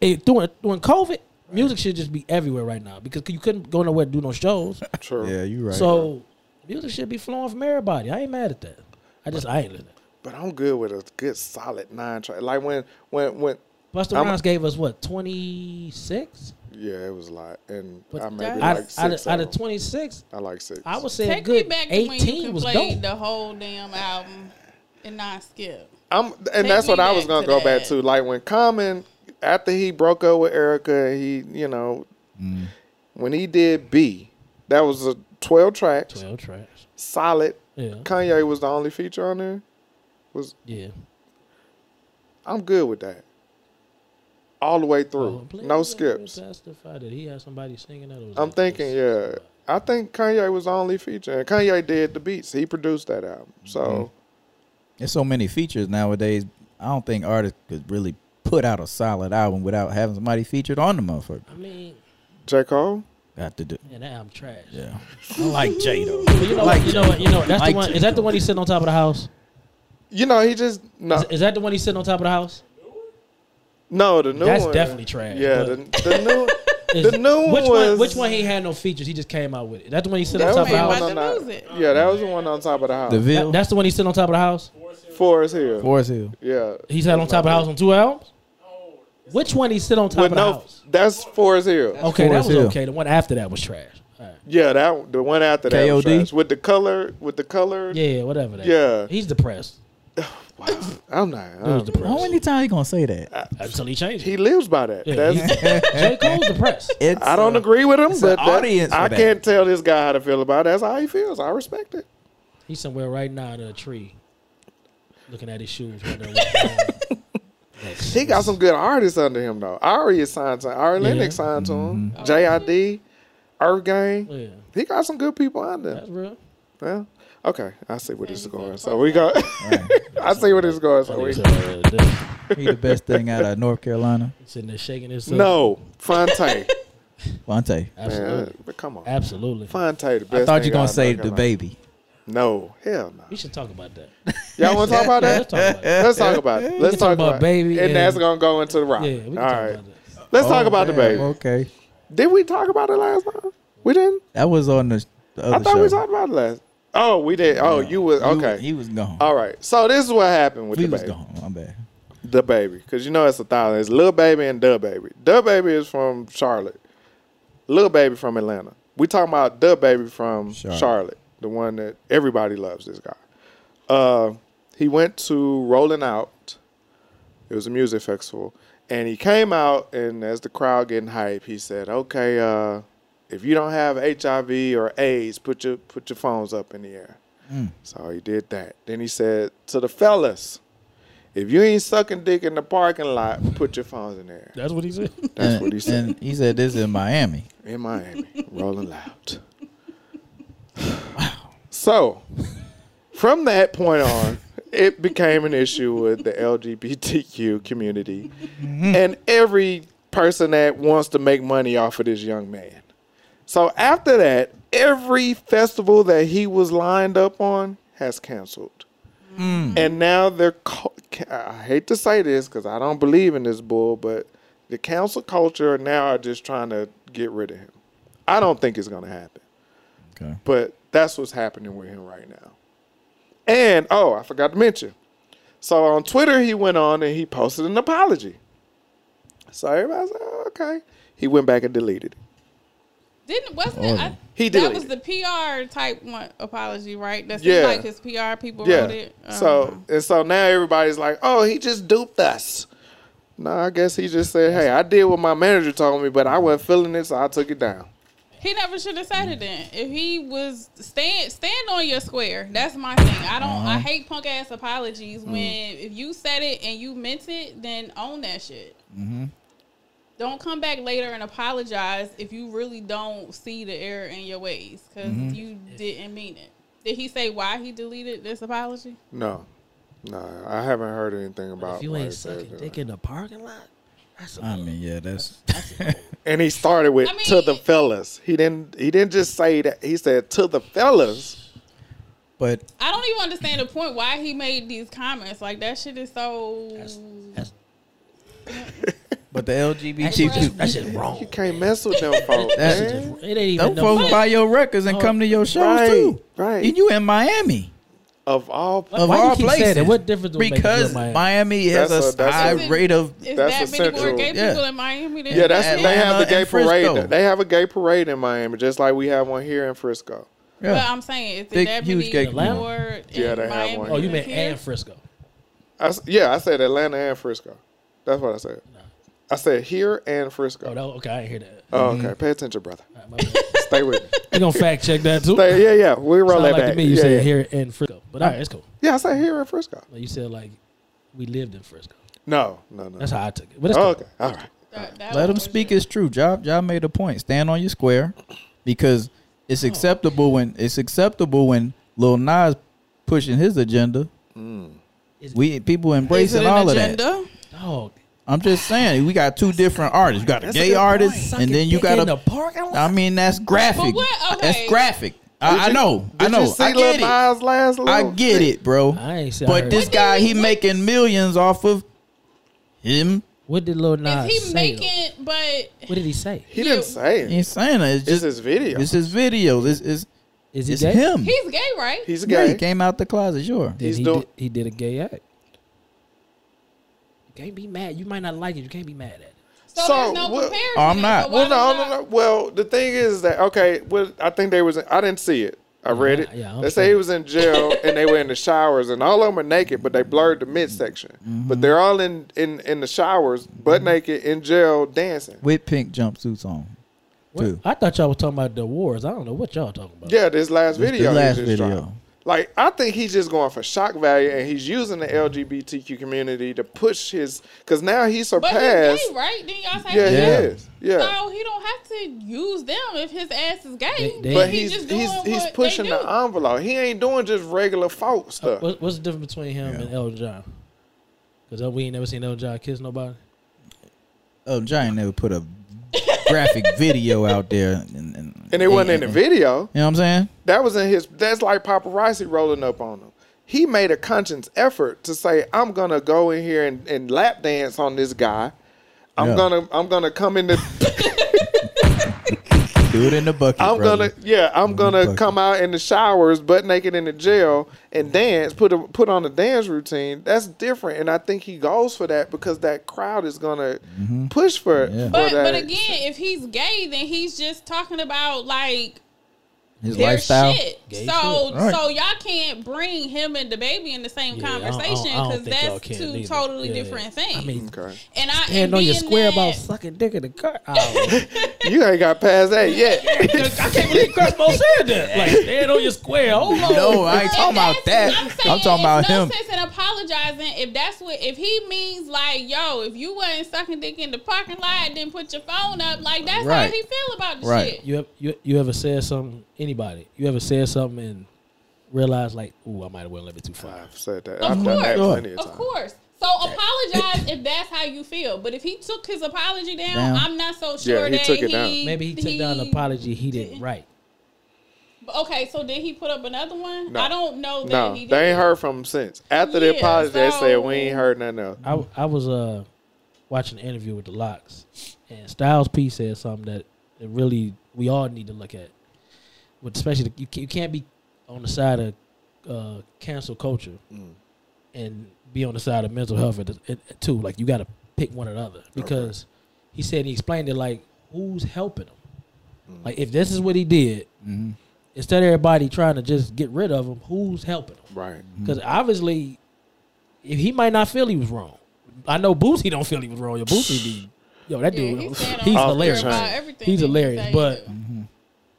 Speaker 4: eh, during during COVID, music should just be everywhere right now because you couldn't go nowhere to do no shows.
Speaker 2: True.
Speaker 1: yeah, you right.
Speaker 4: So music should be flowing from everybody. I ain't mad at that. I just I ain't listening.
Speaker 2: But I'm good with a good solid nine track. Like when when when
Speaker 4: Buster
Speaker 2: I'm-
Speaker 4: Rhymes gave us what twenty six.
Speaker 2: yeah, it was a lot. And
Speaker 4: But
Speaker 2: I maybe
Speaker 3: that-
Speaker 2: like
Speaker 4: Out,
Speaker 2: six.
Speaker 4: out, of- out of
Speaker 2: of them.
Speaker 4: twenty six,
Speaker 2: I like six.
Speaker 4: I would say a
Speaker 3: Take
Speaker 4: good
Speaker 3: me back to when you
Speaker 4: eighteen
Speaker 3: can
Speaker 4: was
Speaker 3: play
Speaker 4: dope.
Speaker 3: the whole damn album and not skip.
Speaker 2: I'm and
Speaker 3: Take
Speaker 2: that's
Speaker 3: me
Speaker 2: what I was
Speaker 3: back
Speaker 2: gonna
Speaker 3: to
Speaker 2: go back
Speaker 3: that.
Speaker 2: to. Like when Common after he broke up with Erica, he you know Mm. when he did B, that was a twelve tracks,
Speaker 4: Twelve tracks.
Speaker 2: solid.
Speaker 4: Yeah,
Speaker 2: Kanye was the only feature on there. Was
Speaker 4: yeah.
Speaker 2: I'm good with that. All the way
Speaker 4: Oh,
Speaker 2: through.
Speaker 4: please
Speaker 2: no
Speaker 4: don't
Speaker 2: skips.
Speaker 4: Testify that he had somebody singing that. It was
Speaker 2: I'm
Speaker 4: like
Speaker 2: thinking,
Speaker 4: this.
Speaker 2: yeah. I think Kanye was the only feature. And Kanye did the beats. He produced that album.
Speaker 4: Mm-hmm.
Speaker 2: So
Speaker 1: There's so many features nowadays. I don't think artists could really put out a solid album without having somebody featured on the motherfucker.
Speaker 4: I mean,
Speaker 2: J. Cole?
Speaker 1: Got to do.
Speaker 4: and that I'm trash.
Speaker 1: Yeah. I like J though.
Speaker 4: But you know, what, you know, what, you know. what, That's
Speaker 1: Like
Speaker 4: the one.
Speaker 1: J.
Speaker 4: Is that the one he's sitting on top of the house?
Speaker 2: You know, he just no
Speaker 4: Is, is that the one he's sitting on top of the house?
Speaker 2: no the new
Speaker 4: That's
Speaker 2: one.
Speaker 4: definitely trash,
Speaker 2: Yeah, the,
Speaker 4: but-
Speaker 2: the new
Speaker 4: Is-
Speaker 2: the new
Speaker 4: which
Speaker 2: was,
Speaker 4: one? Which one he had no features? He just came out with it. That's the one he's sitting
Speaker 2: that
Speaker 4: on
Speaker 2: was
Speaker 4: top of
Speaker 2: the
Speaker 3: Wait,
Speaker 4: the
Speaker 2: one
Speaker 4: house.
Speaker 3: why-
Speaker 2: on
Speaker 3: About to
Speaker 2: top.
Speaker 3: lose it.
Speaker 2: Yeah, that was the one on top of the house.
Speaker 1: The Ville,
Speaker 4: Oh, That- that's the one he's sitting on top of the house.
Speaker 2: Forest Hill.
Speaker 1: Forest Hill.
Speaker 2: yeah.
Speaker 4: He's had on top of the house on two albums. Which one he sit on top
Speaker 2: With
Speaker 4: of the
Speaker 2: no
Speaker 4: house?
Speaker 2: that's Forest Hill.
Speaker 4: Okay, that
Speaker 1: Forest
Speaker 4: was
Speaker 1: Hill.
Speaker 4: okay. The one after that was trash. All right.
Speaker 2: Yeah, that the one after that was
Speaker 1: KOD?
Speaker 2: trash. with the color with the color.
Speaker 4: Yeah, whatever. That
Speaker 2: Yeah.
Speaker 4: he's depressed.
Speaker 2: I'm not.
Speaker 4: He was
Speaker 2: I'm-
Speaker 4: depressed
Speaker 1: How many times you gonna say that?
Speaker 4: until he changed.
Speaker 2: he
Speaker 4: It.
Speaker 2: lives by that.
Speaker 4: Yeah,
Speaker 2: That's
Speaker 4: J Cole's depressed.
Speaker 1: It's,
Speaker 2: I don't
Speaker 1: uh,
Speaker 2: agree with him,
Speaker 1: it's
Speaker 2: but
Speaker 1: an
Speaker 2: that-
Speaker 1: audience for
Speaker 2: I
Speaker 1: that.
Speaker 2: can't tell this guy how to feel about it. That's how he feels. I respect it.
Speaker 4: He's somewhere right now in a tree, looking at his shoes. Right there, looking down. Yes.
Speaker 2: He got some good artists under him though. Ari is signed to Ari
Speaker 4: Yeah.
Speaker 2: Lennox signed to him.
Speaker 1: Mm-hmm.
Speaker 2: JID, Earth Gang.
Speaker 4: Yeah,
Speaker 2: He got some good people under
Speaker 4: that's
Speaker 2: him.
Speaker 4: real.
Speaker 2: Well, okay, I see where this is going.
Speaker 3: he's
Speaker 2: So we go. I see where this is going. So we.
Speaker 4: He's uh, this-
Speaker 1: He the best thing out of North Carolina.
Speaker 4: sitting there shaking his.
Speaker 2: No, Fontaine.
Speaker 1: Fonte.
Speaker 4: absolutely,
Speaker 2: Man, but come on,
Speaker 4: absolutely.
Speaker 2: Fontaine. The best
Speaker 1: I thought you
Speaker 2: thing
Speaker 1: were gonna
Speaker 2: out of
Speaker 1: say
Speaker 2: North
Speaker 1: the
Speaker 2: Carolina.
Speaker 1: baby.
Speaker 2: No, hell no.
Speaker 4: We should talk about that.
Speaker 2: Y'all want to talk about
Speaker 4: Yeah,
Speaker 2: that?
Speaker 4: let's talk
Speaker 2: Let's talk about
Speaker 4: about that.
Speaker 2: it. Let's
Speaker 4: can talk
Speaker 2: talk
Speaker 4: about
Speaker 2: about it.
Speaker 4: Baby
Speaker 2: and
Speaker 4: and-
Speaker 2: that's gonna go into the rock.
Speaker 4: Yeah, we can
Speaker 2: All
Speaker 4: talk
Speaker 2: right,
Speaker 4: about that.
Speaker 2: let's talk
Speaker 1: Oh,
Speaker 2: about the
Speaker 1: damn,
Speaker 2: baby.
Speaker 1: Okay.
Speaker 2: Did we talk about it last time? We didn't.
Speaker 1: That was on the, the other
Speaker 2: I thought
Speaker 1: show.
Speaker 2: we talked about it last. Oh, we did. Oh, you was
Speaker 1: He was-
Speaker 2: okay.
Speaker 1: He was gone.
Speaker 2: All right. So this is what happened with
Speaker 1: He
Speaker 2: the
Speaker 1: was
Speaker 2: baby.
Speaker 1: gone. I'm bad.
Speaker 2: The baby, because you know it's a thousand. It's little baby and the baby. The baby is from Charlotte. Little baby from Atlanta. We talking about the baby from
Speaker 1: Charlotte.
Speaker 2: Charlotte. the one that everybody loves. This guy. Uh, he went to Rolling Out It was a music festival, and he came out, and as the crowd getting hype, he said, "Okay, uh, if you don't have HIV or AIDS, put your put your phones up in the air." So he did that. Then he said to the fellas, "If you ain't sucking dick in the parking lot, put your phones in the air."
Speaker 4: That's what he said.
Speaker 2: That's
Speaker 1: and,
Speaker 2: what he said
Speaker 1: And he said this in Miami.
Speaker 2: in Miami, rolling loud. So, from that point on, it became an issue with the LGBTQ community and every person that wants to make money off of this young man. So, after that, every festival that he was lined up on has canceled. And now they're, cul- ca- I hate to say this because I don't believe in this bull, but the council culture now are just trying to get rid of him. I don't think it's going to happen,
Speaker 1: Okay.
Speaker 2: but that's what's happening with him right now. And oh, I forgot to mention. So on Twitter, he went on and he posted an apology. So everybody's like, oh, okay. He went back and deleted it.
Speaker 3: Didn't wasn't it? I,
Speaker 2: He
Speaker 3: that
Speaker 2: deleted
Speaker 3: was the PR type one apology, right? That's
Speaker 2: Yeah.
Speaker 3: like his PR people wrote it. Um, I don't know.
Speaker 2: So and so now everybody's like, oh, he just duped us. No, I guess he just said, hey, I did what my manager told me, but I wasn't feeling it, so I took it down.
Speaker 3: He never should have said it then. If he was stand stand on your square. That's my thing. I don't I hate punk ass apologies when if you said it and you meant it, then own that shit. Don't come back later and apologize if you really don't see the error in your ways because you didn't mean it. Did he say why he deleted this apology?
Speaker 2: No, no, I haven't heard anything about.
Speaker 4: If you
Speaker 2: why he
Speaker 4: ain't
Speaker 2: said
Speaker 4: sucking
Speaker 2: that.
Speaker 4: dick in the parking lot, that's a
Speaker 1: I mean, yeah, that's
Speaker 2: And he started with
Speaker 3: I mean-
Speaker 2: to the fellas. He didn't. He didn't just say that. He said to the fellas.
Speaker 1: but
Speaker 3: I don't even understand the point why he made these comments. Like that shit is so
Speaker 4: that's, that's,
Speaker 1: but the
Speaker 4: that's, that's,
Speaker 1: LGBTQ
Speaker 4: that's just wrong.
Speaker 2: You can't mess with them folks.
Speaker 1: That's
Speaker 2: man.
Speaker 4: It ain't even
Speaker 1: Those
Speaker 4: no
Speaker 1: folks buy your records
Speaker 4: Oh,
Speaker 1: and come to your shows
Speaker 2: right,
Speaker 1: too.
Speaker 2: right.
Speaker 1: And you in Miami
Speaker 2: Of all,
Speaker 4: Why
Speaker 1: of
Speaker 4: you
Speaker 1: all
Speaker 4: keep saying
Speaker 1: places.
Speaker 4: that? What difference would it make if
Speaker 1: because
Speaker 4: you're Miami?
Speaker 1: has
Speaker 2: That's a-
Speaker 1: a,
Speaker 2: that's
Speaker 1: high
Speaker 3: a-
Speaker 1: rate of
Speaker 3: is
Speaker 2: That's
Speaker 3: that many more
Speaker 2: essential.
Speaker 3: gay
Speaker 1: Yeah.
Speaker 3: people in Miami than
Speaker 2: yeah, that's they have the
Speaker 1: Atlanta
Speaker 2: gay
Speaker 1: and Frisco.
Speaker 2: parade. They have a gay parade in Miami, just like we have one here in Frisco.
Speaker 1: yeah.
Speaker 3: But I'm saying, is it
Speaker 1: Big,
Speaker 3: that
Speaker 1: huge
Speaker 3: many
Speaker 1: gay
Speaker 4: community.
Speaker 3: more
Speaker 2: Yeah,
Speaker 3: in
Speaker 2: they have
Speaker 3: Miami
Speaker 2: one.
Speaker 4: Oh, you
Speaker 3: than
Speaker 4: meant
Speaker 3: here?
Speaker 4: and Frisco.
Speaker 2: I s yeah, I said Atlanta and Frisco. That's what I said. I said here and
Speaker 4: Oh,
Speaker 2: Frisco.
Speaker 4: no, okay, I didn't hear that.
Speaker 2: Oh, okay, pay attention, brother.
Speaker 4: All right, my bad.
Speaker 2: Stay with me.
Speaker 4: you gonna fact check that too?
Speaker 2: Stay- yeah, yeah, we roll
Speaker 4: Sound
Speaker 2: that
Speaker 4: like
Speaker 2: back.
Speaker 4: to me, you
Speaker 2: yeah,
Speaker 4: said
Speaker 2: yeah.
Speaker 4: here in Frisco, but all right, it's cool.
Speaker 2: yeah, I said here in Frisco.
Speaker 4: Like, you said like we lived in Frisco.
Speaker 2: No, no, no.
Speaker 4: That's how I took it. But it's
Speaker 2: Oh,
Speaker 4: cool.
Speaker 2: okay, all right.
Speaker 3: That- that
Speaker 1: Let
Speaker 3: one
Speaker 1: him
Speaker 3: was
Speaker 1: speak
Speaker 3: it.
Speaker 1: his truth. Job Job made a point. Stand on your square because it's acceptable when it's acceptable when Lil Nas pushing his agenda.
Speaker 4: Is-
Speaker 1: We people
Speaker 3: Is it
Speaker 1: embracing
Speaker 3: an
Speaker 1: all of that.
Speaker 3: agenda?
Speaker 4: Dog,
Speaker 1: I'm just saying we got two different artists. You got a gay artist,
Speaker 4: Sucking
Speaker 1: and then you
Speaker 4: dick
Speaker 1: got
Speaker 4: in the
Speaker 1: a.
Speaker 4: parking lot.
Speaker 1: I mean, that's graphic.
Speaker 3: But what- okay.
Speaker 1: That's graphic. I, I know. I
Speaker 2: Did
Speaker 1: know.
Speaker 2: You see
Speaker 1: I
Speaker 2: Lil
Speaker 1: get it.
Speaker 2: Nas last
Speaker 1: I
Speaker 2: little
Speaker 1: get it, bro.
Speaker 4: I ain't say I
Speaker 1: But
Speaker 4: heard
Speaker 1: this
Speaker 4: that.
Speaker 1: guy, he
Speaker 3: What-
Speaker 1: making millions off of him.
Speaker 4: What did Lil Nas
Speaker 3: is he
Speaker 4: say? though?
Speaker 3: making? But
Speaker 4: What did he say?
Speaker 2: He didn't say it.
Speaker 1: He ain't saying it. It's
Speaker 2: It's
Speaker 1: just
Speaker 2: his video.
Speaker 1: it's his videos. It's it's,
Speaker 4: Is he
Speaker 1: it's
Speaker 4: gay?
Speaker 1: him.
Speaker 3: he's gay, right?
Speaker 2: He's a
Speaker 1: Yeah,
Speaker 2: guy.
Speaker 1: he came out the closet, sure.
Speaker 4: Then
Speaker 2: He's
Speaker 4: he,
Speaker 2: doing-
Speaker 4: did, he did a gay act. You can't be mad. You might not like it. You can't be mad at it.
Speaker 3: so,
Speaker 2: So,
Speaker 3: there's no
Speaker 2: what-
Speaker 3: comparison.
Speaker 1: Oh, I'm not.
Speaker 3: So why
Speaker 2: Well,
Speaker 3: does
Speaker 2: no,
Speaker 3: that-
Speaker 2: no, no. Well, the thing is that okay. Well, I think they was. I didn't see it. I read it.
Speaker 4: yeah, I
Speaker 2: they say
Speaker 4: understand.
Speaker 2: he was in jail and they were in the showers and all of them are naked, but they blurred the midsection.
Speaker 1: Mm-hmm.
Speaker 2: But they're all in in in the showers, butt naked in jail dancing.
Speaker 1: With pink jumpsuits on.
Speaker 4: What?
Speaker 1: Dude.
Speaker 4: I thought y'all were talking about the wars. I don't know what y'all talking about.
Speaker 2: Yeah, this last video.
Speaker 1: the
Speaker 2: he
Speaker 1: last
Speaker 2: just
Speaker 1: video.
Speaker 2: dropped. Like I think he's just going for shock value, and he's using the LGBTQ community to push his. Because now he
Speaker 3: But
Speaker 2: surpassed.
Speaker 3: he's gay, right? Then y'all say
Speaker 2: Yeah, he
Speaker 1: Yeah.
Speaker 2: is. Yeah.
Speaker 3: So he don't have to use them if his ass is gay.
Speaker 4: They- they-
Speaker 2: But
Speaker 4: He
Speaker 2: he's
Speaker 3: just doing
Speaker 2: he's
Speaker 3: what
Speaker 2: he's
Speaker 3: they
Speaker 2: pushing
Speaker 3: do.
Speaker 2: the envelope. He ain't doing just regular folk stuff.
Speaker 4: What, what's the difference between him and Elton John? Because we ain't never seen Elton John kiss nobody.
Speaker 1: Oh, Giant never put a graphic video out there and, and,
Speaker 2: and it wasn't in the video.
Speaker 1: You know what I'm saying?
Speaker 2: That was in his. That's like paparazzi rolling up on him. He made a conscious effort to say, "I'm gonna go in here and, and lap dance on this guy. I'm
Speaker 1: Yeah.
Speaker 2: gonna I'm gonna come in the
Speaker 1: Do it in the bucket.
Speaker 2: I'm
Speaker 1: brother.
Speaker 2: gonna yeah I'm gonna
Speaker 1: Mm-hmm. fuck
Speaker 2: come out in the showers butt naked in the jail and dance put a, put on a dance routine that's different and I think he goes for that because that crowd is gonna push for,
Speaker 1: Mm-hmm. Yeah.
Speaker 2: for
Speaker 3: But
Speaker 2: that
Speaker 3: but again, if he's gay, then he's just talking about like
Speaker 1: his
Speaker 3: their
Speaker 1: lifestyle.
Speaker 3: shit.
Speaker 4: Gay
Speaker 3: so
Speaker 1: shit, right.
Speaker 3: so y'all can't bring him and the baby in the same
Speaker 4: Yeah, I don't- I don't- I
Speaker 3: conversation
Speaker 4: don't
Speaker 3: because
Speaker 4: think y'all
Speaker 3: that's
Speaker 4: can
Speaker 3: two
Speaker 4: neither.
Speaker 3: totally
Speaker 4: Yeah.
Speaker 3: different things.
Speaker 4: I mean,
Speaker 2: Okay.
Speaker 3: and I
Speaker 4: and
Speaker 3: and
Speaker 4: on your
Speaker 3: being
Speaker 4: square
Speaker 3: that-
Speaker 4: about sucking dick in the car. Oh,
Speaker 2: You ain't got past that yet.
Speaker 4: I can't believe Crespo said that. Like, stand on your square. Hold on.
Speaker 1: No, I ain't talking
Speaker 3: And
Speaker 1: about
Speaker 3: that's-
Speaker 1: that. I'm, talking about
Speaker 3: it's no
Speaker 1: him.
Speaker 3: sense in apologizing if that's what if he means like yo if you wasn't sucking dick in the parking lot then put your phone up like that's
Speaker 1: Right.
Speaker 3: how he feel about the
Speaker 1: Right.
Speaker 3: shit.
Speaker 4: You, ever, you you ever said something? Anybody? You ever said something and realized like, ooh, I might have went a little bit too far.
Speaker 2: I've said that.
Speaker 3: Of
Speaker 2: I've done that
Speaker 1: course.
Speaker 2: plenty of
Speaker 3: Of
Speaker 2: times.
Speaker 3: course. So apologize if that's how you feel. But if he took his apology down,
Speaker 1: Down.
Speaker 3: I'm not so sure
Speaker 2: he
Speaker 3: that
Speaker 2: took it
Speaker 3: he
Speaker 2: down.
Speaker 4: Maybe he took down an apology he didn't write.
Speaker 3: Okay, so did he put up another one?
Speaker 2: No.
Speaker 3: I don't know that
Speaker 2: No,
Speaker 3: he did.
Speaker 2: they ain't heard from him since. After the
Speaker 3: Yeah,
Speaker 2: apology, they said
Speaker 3: so-
Speaker 2: we ain't heard nothing else.
Speaker 4: I I was uh watching an interview with the Locks, and Styles P said something that that really we all need to look at. With especially the, you, ca- you can't be on the side of uh, cancel culture and be on the side of mental health at, the- at, at too. Like you got to pick one or the other because he said he explained it like who's helping him. Like if this is what he did,
Speaker 1: Mm-hmm.
Speaker 4: instead of everybody trying to just get rid of him, who's helping him?
Speaker 2: Right.
Speaker 4: Because obviously, if he might not feel he was wrong. I know Boosie don't feel he was wrong. Yo, Boosie be yo that
Speaker 3: Yeah,
Speaker 4: dude.
Speaker 3: he
Speaker 4: He's,
Speaker 3: said on Twitter
Speaker 4: hilarious.
Speaker 2: Off the
Speaker 3: about
Speaker 2: chain.
Speaker 3: everything
Speaker 4: He's
Speaker 3: he
Speaker 4: hilarious.
Speaker 3: say.
Speaker 4: But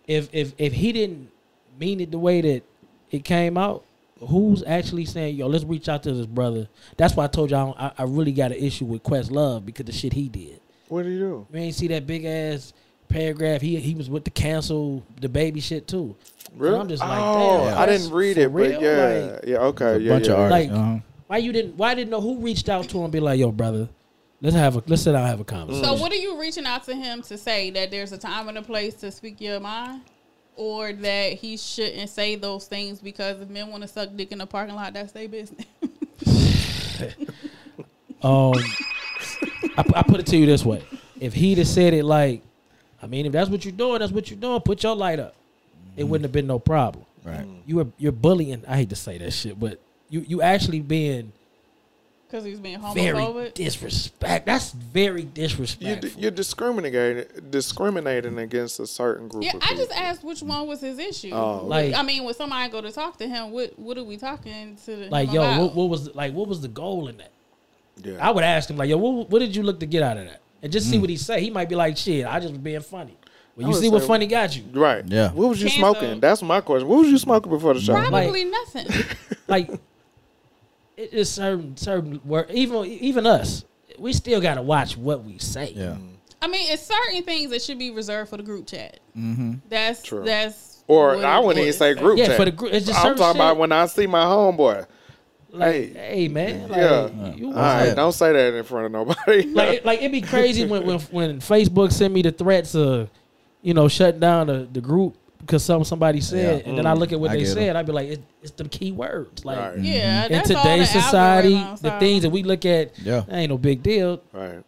Speaker 4: if if if he didn't mean it the way that it came out, who's actually saying yo? Let's reach out to this brother. That's why I told y'all I, I really got an issue with Quest Love because the shit he did.
Speaker 2: What do you do?
Speaker 4: You ain't see that big ass paragraph. He he was with the cancel the baby shit too. And
Speaker 2: Really?
Speaker 4: I'm just like,
Speaker 2: oh,
Speaker 4: damn,
Speaker 2: I
Speaker 4: that's
Speaker 2: didn't read
Speaker 4: for
Speaker 2: it,
Speaker 4: real?
Speaker 2: but yeah,
Speaker 4: Like-
Speaker 2: yeah, okay,
Speaker 1: A
Speaker 2: yeah,
Speaker 1: bunch
Speaker 2: yeah,
Speaker 1: of
Speaker 2: yeah.
Speaker 1: artists.
Speaker 4: Like-
Speaker 1: uh-huh.
Speaker 4: Why you didn't? Why didn't know who reached out to him? and Be like, yo, brother, let's have a let's sit down and have a conversation.
Speaker 3: So what are you reaching out to him to say that there's a time and a place to speak your mind? Or that he shouldn't say those things because if men want to suck dick in the parking lot, that's their business.
Speaker 4: Um, I, pu- I put it to you this way: if he'd have said it like, I mean, if that's what you're doing, that's what you're doing. Put your light up. It wouldn't have been no problem.
Speaker 1: Right.
Speaker 2: Mm.
Speaker 4: You were you're bullying. I hate to say that shit, but you you actually being
Speaker 3: Because he's being
Speaker 4: very
Speaker 3: homophobic.
Speaker 4: disrespect. That's very
Speaker 2: You,
Speaker 4: disrespectful.
Speaker 2: d- you're discriminating discriminating against a certain group.
Speaker 3: Yeah,
Speaker 2: of
Speaker 3: I just
Speaker 2: people.
Speaker 3: asked which one was his issue.
Speaker 2: Oh.
Speaker 4: Like-
Speaker 3: I mean, when somebody go to talk to him, what what are we talking to him
Speaker 4: like, yo,
Speaker 3: about?
Speaker 4: what, what was the, like what was the goal in that?
Speaker 2: Yeah.
Speaker 4: I would ask him like, yo, what, what did you look to get out of that? And just see
Speaker 1: Mm.
Speaker 4: what he say. He might be like, shit, I just was being funny. Well,
Speaker 2: I
Speaker 4: you
Speaker 2: would
Speaker 4: see what
Speaker 2: say-
Speaker 4: funny got you.
Speaker 2: Right.
Speaker 1: Yeah.
Speaker 2: What was you
Speaker 3: Cancel.
Speaker 2: smoking? That's my question. What was you smoking before the show?
Speaker 3: Probably nothing.
Speaker 4: like it is certain certain word even even us we still gotta watch what we say
Speaker 1: Yeah.
Speaker 3: I mean, it's certain things that should be reserved for the group chat. That's
Speaker 2: True.
Speaker 3: that's
Speaker 2: Or
Speaker 3: what
Speaker 2: I
Speaker 3: it
Speaker 2: wouldn't even
Speaker 3: was.
Speaker 2: say group
Speaker 4: Yeah,
Speaker 2: chat.
Speaker 4: for the group- it's just
Speaker 2: I'm
Speaker 4: certain
Speaker 2: talking about
Speaker 4: shit.
Speaker 2: when I see my homeboy.
Speaker 4: like
Speaker 2: Hey.
Speaker 4: hey man like,
Speaker 2: Yeah.
Speaker 4: you
Speaker 2: All
Speaker 4: was
Speaker 2: right,
Speaker 1: that?
Speaker 2: don't say that in front of nobody.
Speaker 4: like it- like it'd be crazy when, when when Facebook sent me the threats of you know shutting down the, the group because some somebody
Speaker 1: Yeah.
Speaker 4: said
Speaker 1: Mm,
Speaker 4: and then I look at what
Speaker 1: I
Speaker 4: they
Speaker 1: get it.
Speaker 4: said I'd be like it, it's the key words like
Speaker 2: Right.
Speaker 3: Yeah,
Speaker 4: in
Speaker 3: that's all
Speaker 4: today's
Speaker 3: the
Speaker 4: society
Speaker 3: algorithm,
Speaker 4: the
Speaker 3: so-
Speaker 4: things that we look at
Speaker 1: Yeah.
Speaker 4: ain't no big deal
Speaker 2: right.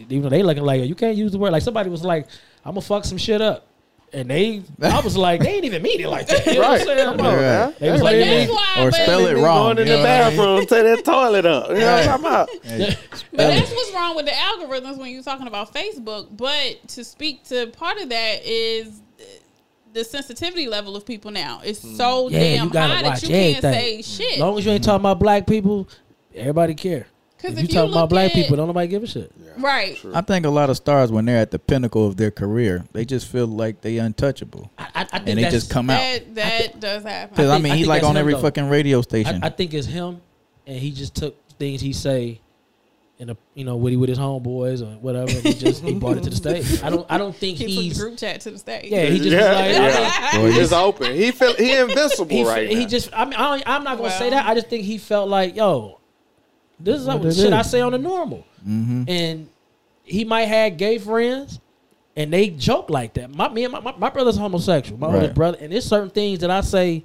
Speaker 4: even though they looking like you can't use the word. Like somebody was like, "I'm gonna fuck some shit up," and they, I was like, they ain't even mean it like that. You know what I'm
Speaker 2: Right.
Speaker 4: saying?
Speaker 2: Come on,
Speaker 1: Yeah.
Speaker 2: man.
Speaker 4: They was
Speaker 2: Hey,
Speaker 4: like,
Speaker 2: man,
Speaker 4: yeah.
Speaker 3: That's why,
Speaker 1: Or
Speaker 3: but,
Speaker 1: spell it
Speaker 2: they
Speaker 1: wrong.
Speaker 2: Going in
Speaker 1: you
Speaker 2: the
Speaker 1: know what I mean?
Speaker 2: bathroom, take that toilet up. You know what I'm talking about?
Speaker 1: Hey,
Speaker 3: But
Speaker 1: spell
Speaker 3: that's
Speaker 1: it.
Speaker 3: what's wrong with the algorithms when you're talking about Facebook. But to speak to part of that is the sensitivity level of people now. It's
Speaker 2: Hmm.
Speaker 3: so
Speaker 4: Yeah,
Speaker 3: damn
Speaker 4: you gotta
Speaker 3: high
Speaker 4: watch
Speaker 3: that you can't say
Speaker 4: everything.
Speaker 3: shit.
Speaker 4: As long as you ain't talking about black people, everybody care.
Speaker 3: 'Cause
Speaker 4: If
Speaker 3: if
Speaker 4: you
Speaker 3: you
Speaker 4: talking about
Speaker 3: look
Speaker 4: black
Speaker 3: at-
Speaker 4: people, don't nobody give a shit.
Speaker 3: right.
Speaker 1: I think a lot of stars when they're at the pinnacle of their career, they just feel like they untouchable,
Speaker 4: I, I, I think
Speaker 1: and they
Speaker 4: that's,
Speaker 1: just come out.
Speaker 3: That that does happen.
Speaker 1: Because I,
Speaker 4: I think-
Speaker 1: mean,
Speaker 4: I
Speaker 1: he
Speaker 4: think
Speaker 1: like
Speaker 4: that's
Speaker 1: on
Speaker 4: him,
Speaker 1: every
Speaker 4: though.
Speaker 1: fucking radio station.
Speaker 4: I, I think it's him, and he just took things he say, in a you know with he with his homeboys or whatever, and he just he brought it to the stage. I don't I don't think
Speaker 3: He took
Speaker 4: he's
Speaker 3: the group chat to the stage.
Speaker 4: yeah he just
Speaker 2: Yeah.
Speaker 4: was like I
Speaker 2: Yeah.
Speaker 4: think-
Speaker 1: Boy,
Speaker 2: It's open. He feel he invincible
Speaker 4: he,
Speaker 2: right
Speaker 4: fe- he
Speaker 2: now.
Speaker 4: just I mean I don't, I'm not gonna
Speaker 3: Well.
Speaker 4: say that. I just think he felt like yo, this is
Speaker 1: What
Speaker 4: what
Speaker 1: it
Speaker 4: shit I
Speaker 1: is.
Speaker 4: say on the normal,
Speaker 2: Mm-hmm.
Speaker 4: and he might have gay friends, and they joke like that. My me and my, my, my brother's homosexual, my older
Speaker 1: Right.
Speaker 4: brother, and there's certain things that I say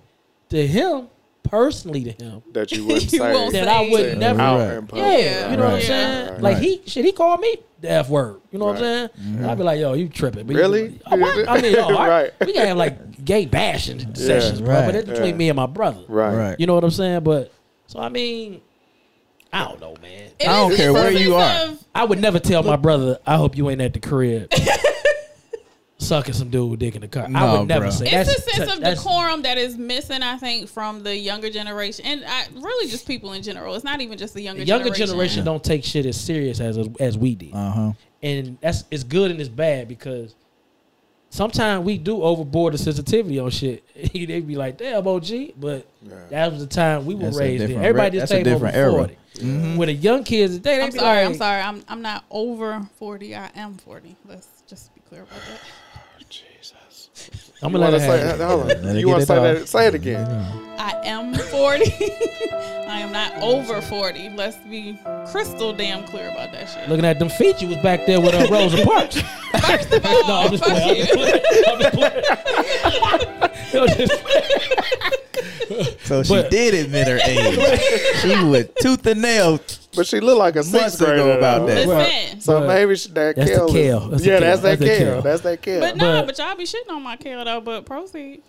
Speaker 4: to him personally to him
Speaker 2: that you wouldn't
Speaker 3: You
Speaker 2: say.
Speaker 3: won't
Speaker 4: that I
Speaker 3: Say-
Speaker 4: would
Speaker 3: Say-
Speaker 4: never.
Speaker 2: out
Speaker 1: Right.
Speaker 2: in public.
Speaker 4: Yeah, you know what I'm
Speaker 1: Right.
Speaker 4: saying.
Speaker 2: Right.
Speaker 4: Like
Speaker 1: Right.
Speaker 4: he shit, he called me the F word. You know what I'm
Speaker 2: Right.
Speaker 4: saying? I'd be like, yo, you tripping? But he-
Speaker 2: Really?
Speaker 4: I, what? I mean, yo, I-
Speaker 2: Right.
Speaker 4: we gotta have like gay bashing sessions, bro. But
Speaker 1: Right.
Speaker 4: that's between
Speaker 2: Yeah.
Speaker 4: me and my brother.
Speaker 2: Right.
Speaker 1: Right.
Speaker 4: You know what I'm saying? But so I mean, I don't know, man.
Speaker 3: It
Speaker 1: I don't
Speaker 3: is
Speaker 1: care where
Speaker 3: instances
Speaker 1: you are.
Speaker 3: of-
Speaker 4: I would never tell my brother, I hope you ain't at the crib. sucking some dude with dick in the car. I
Speaker 1: No,
Speaker 4: would never
Speaker 1: bro.
Speaker 4: say
Speaker 3: It's
Speaker 4: that's
Speaker 3: a sense
Speaker 4: t-
Speaker 3: of
Speaker 4: that's-
Speaker 3: decorum that is missing, I think, from the younger generation, and I, really just people in general. It's not even just the younger
Speaker 4: The younger
Speaker 3: generation.
Speaker 4: generation, don't take shit as serious as as we did,
Speaker 1: Uh huh.
Speaker 4: and that's it's good and it's bad because sometimes we do overboard the sensitivity on shit. they be like, "Damn, OG," but that was the time we were
Speaker 1: That's a
Speaker 4: raised in.
Speaker 1: different
Speaker 4: Everybody
Speaker 1: re-
Speaker 4: just
Speaker 1: that's a
Speaker 4: came over
Speaker 1: different era. Mm-hmm.
Speaker 4: forty. With the young kids today, they
Speaker 3: I'm
Speaker 4: be
Speaker 3: sorry.
Speaker 4: like,
Speaker 3: I'm sorry. I'm I'm not over forty. I am forty. Let's just be clear about that.
Speaker 2: Jesus.
Speaker 4: I'm
Speaker 2: You
Speaker 4: gonna let
Speaker 2: want to
Speaker 4: it
Speaker 2: say
Speaker 4: happen.
Speaker 2: hold on.
Speaker 1: Let it
Speaker 2: You want to
Speaker 1: get
Speaker 2: say
Speaker 1: it off.
Speaker 2: that? Say it again.
Speaker 3: I am forty. I am not over forty. Let's be crystal damn clear about that shit.
Speaker 4: Looking at them feet, you was back there with uh, Rosa Parks.
Speaker 3: First of all,
Speaker 4: No, I'm just
Speaker 3: fuck
Speaker 4: playing.
Speaker 3: you.
Speaker 4: I'm just playing. I'm just playing.
Speaker 1: So she
Speaker 4: But-
Speaker 1: did admit her age. she was tooth and nail
Speaker 2: But she looked like a
Speaker 1: months
Speaker 2: sixth
Speaker 1: ago
Speaker 2: grader
Speaker 1: about
Speaker 2: though.
Speaker 1: that.
Speaker 3: Listen.
Speaker 2: So
Speaker 4: But
Speaker 2: maybe she, that
Speaker 4: that's the
Speaker 2: Kel. is-
Speaker 4: Kel. That's the
Speaker 2: yeah,
Speaker 4: Kel.
Speaker 2: that's that
Speaker 4: That's the
Speaker 2: Kel.
Speaker 4: Kel.
Speaker 2: That's that Kel.
Speaker 3: But no,
Speaker 4: But-
Speaker 3: but y'all be shitting on my kale though. But proceed.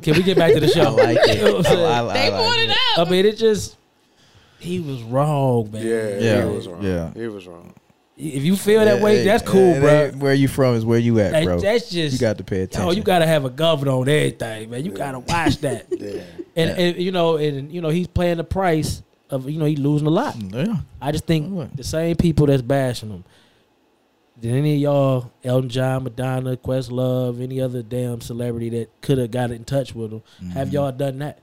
Speaker 4: Can we get back to the show?
Speaker 1: I like
Speaker 4: You know
Speaker 1: it.
Speaker 4: what
Speaker 1: I,
Speaker 4: I'm
Speaker 1: I,
Speaker 4: saying?
Speaker 1: I
Speaker 3: They
Speaker 1: like
Speaker 3: brought it up.
Speaker 4: I mean, it just he was wrong, man.
Speaker 2: yeah,
Speaker 1: Yeah.
Speaker 2: he was wrong.
Speaker 1: Yeah.
Speaker 2: he was wrong.
Speaker 4: If you feel that
Speaker 1: Yeah,
Speaker 4: way,
Speaker 1: hey,
Speaker 4: that's cool,
Speaker 1: it
Speaker 4: bro.
Speaker 1: ain't Where you from is where you at,
Speaker 4: That-
Speaker 1: bro.
Speaker 4: that's just
Speaker 1: you got to pay attention.
Speaker 4: Oh, you gotta have a governor on everything, man. You gotta watch that. and,
Speaker 2: Yeah,
Speaker 4: and you know, and you know, he's paying the price of you know he losing a lot.
Speaker 1: Yeah.
Speaker 4: I just think
Speaker 1: Alright.
Speaker 4: the same people that's bashing him. Did any of y'all, Elton John, Madonna, Questlove, any other damn celebrity that could have got in touch with him,
Speaker 2: Mm-hmm.
Speaker 4: have y'all done that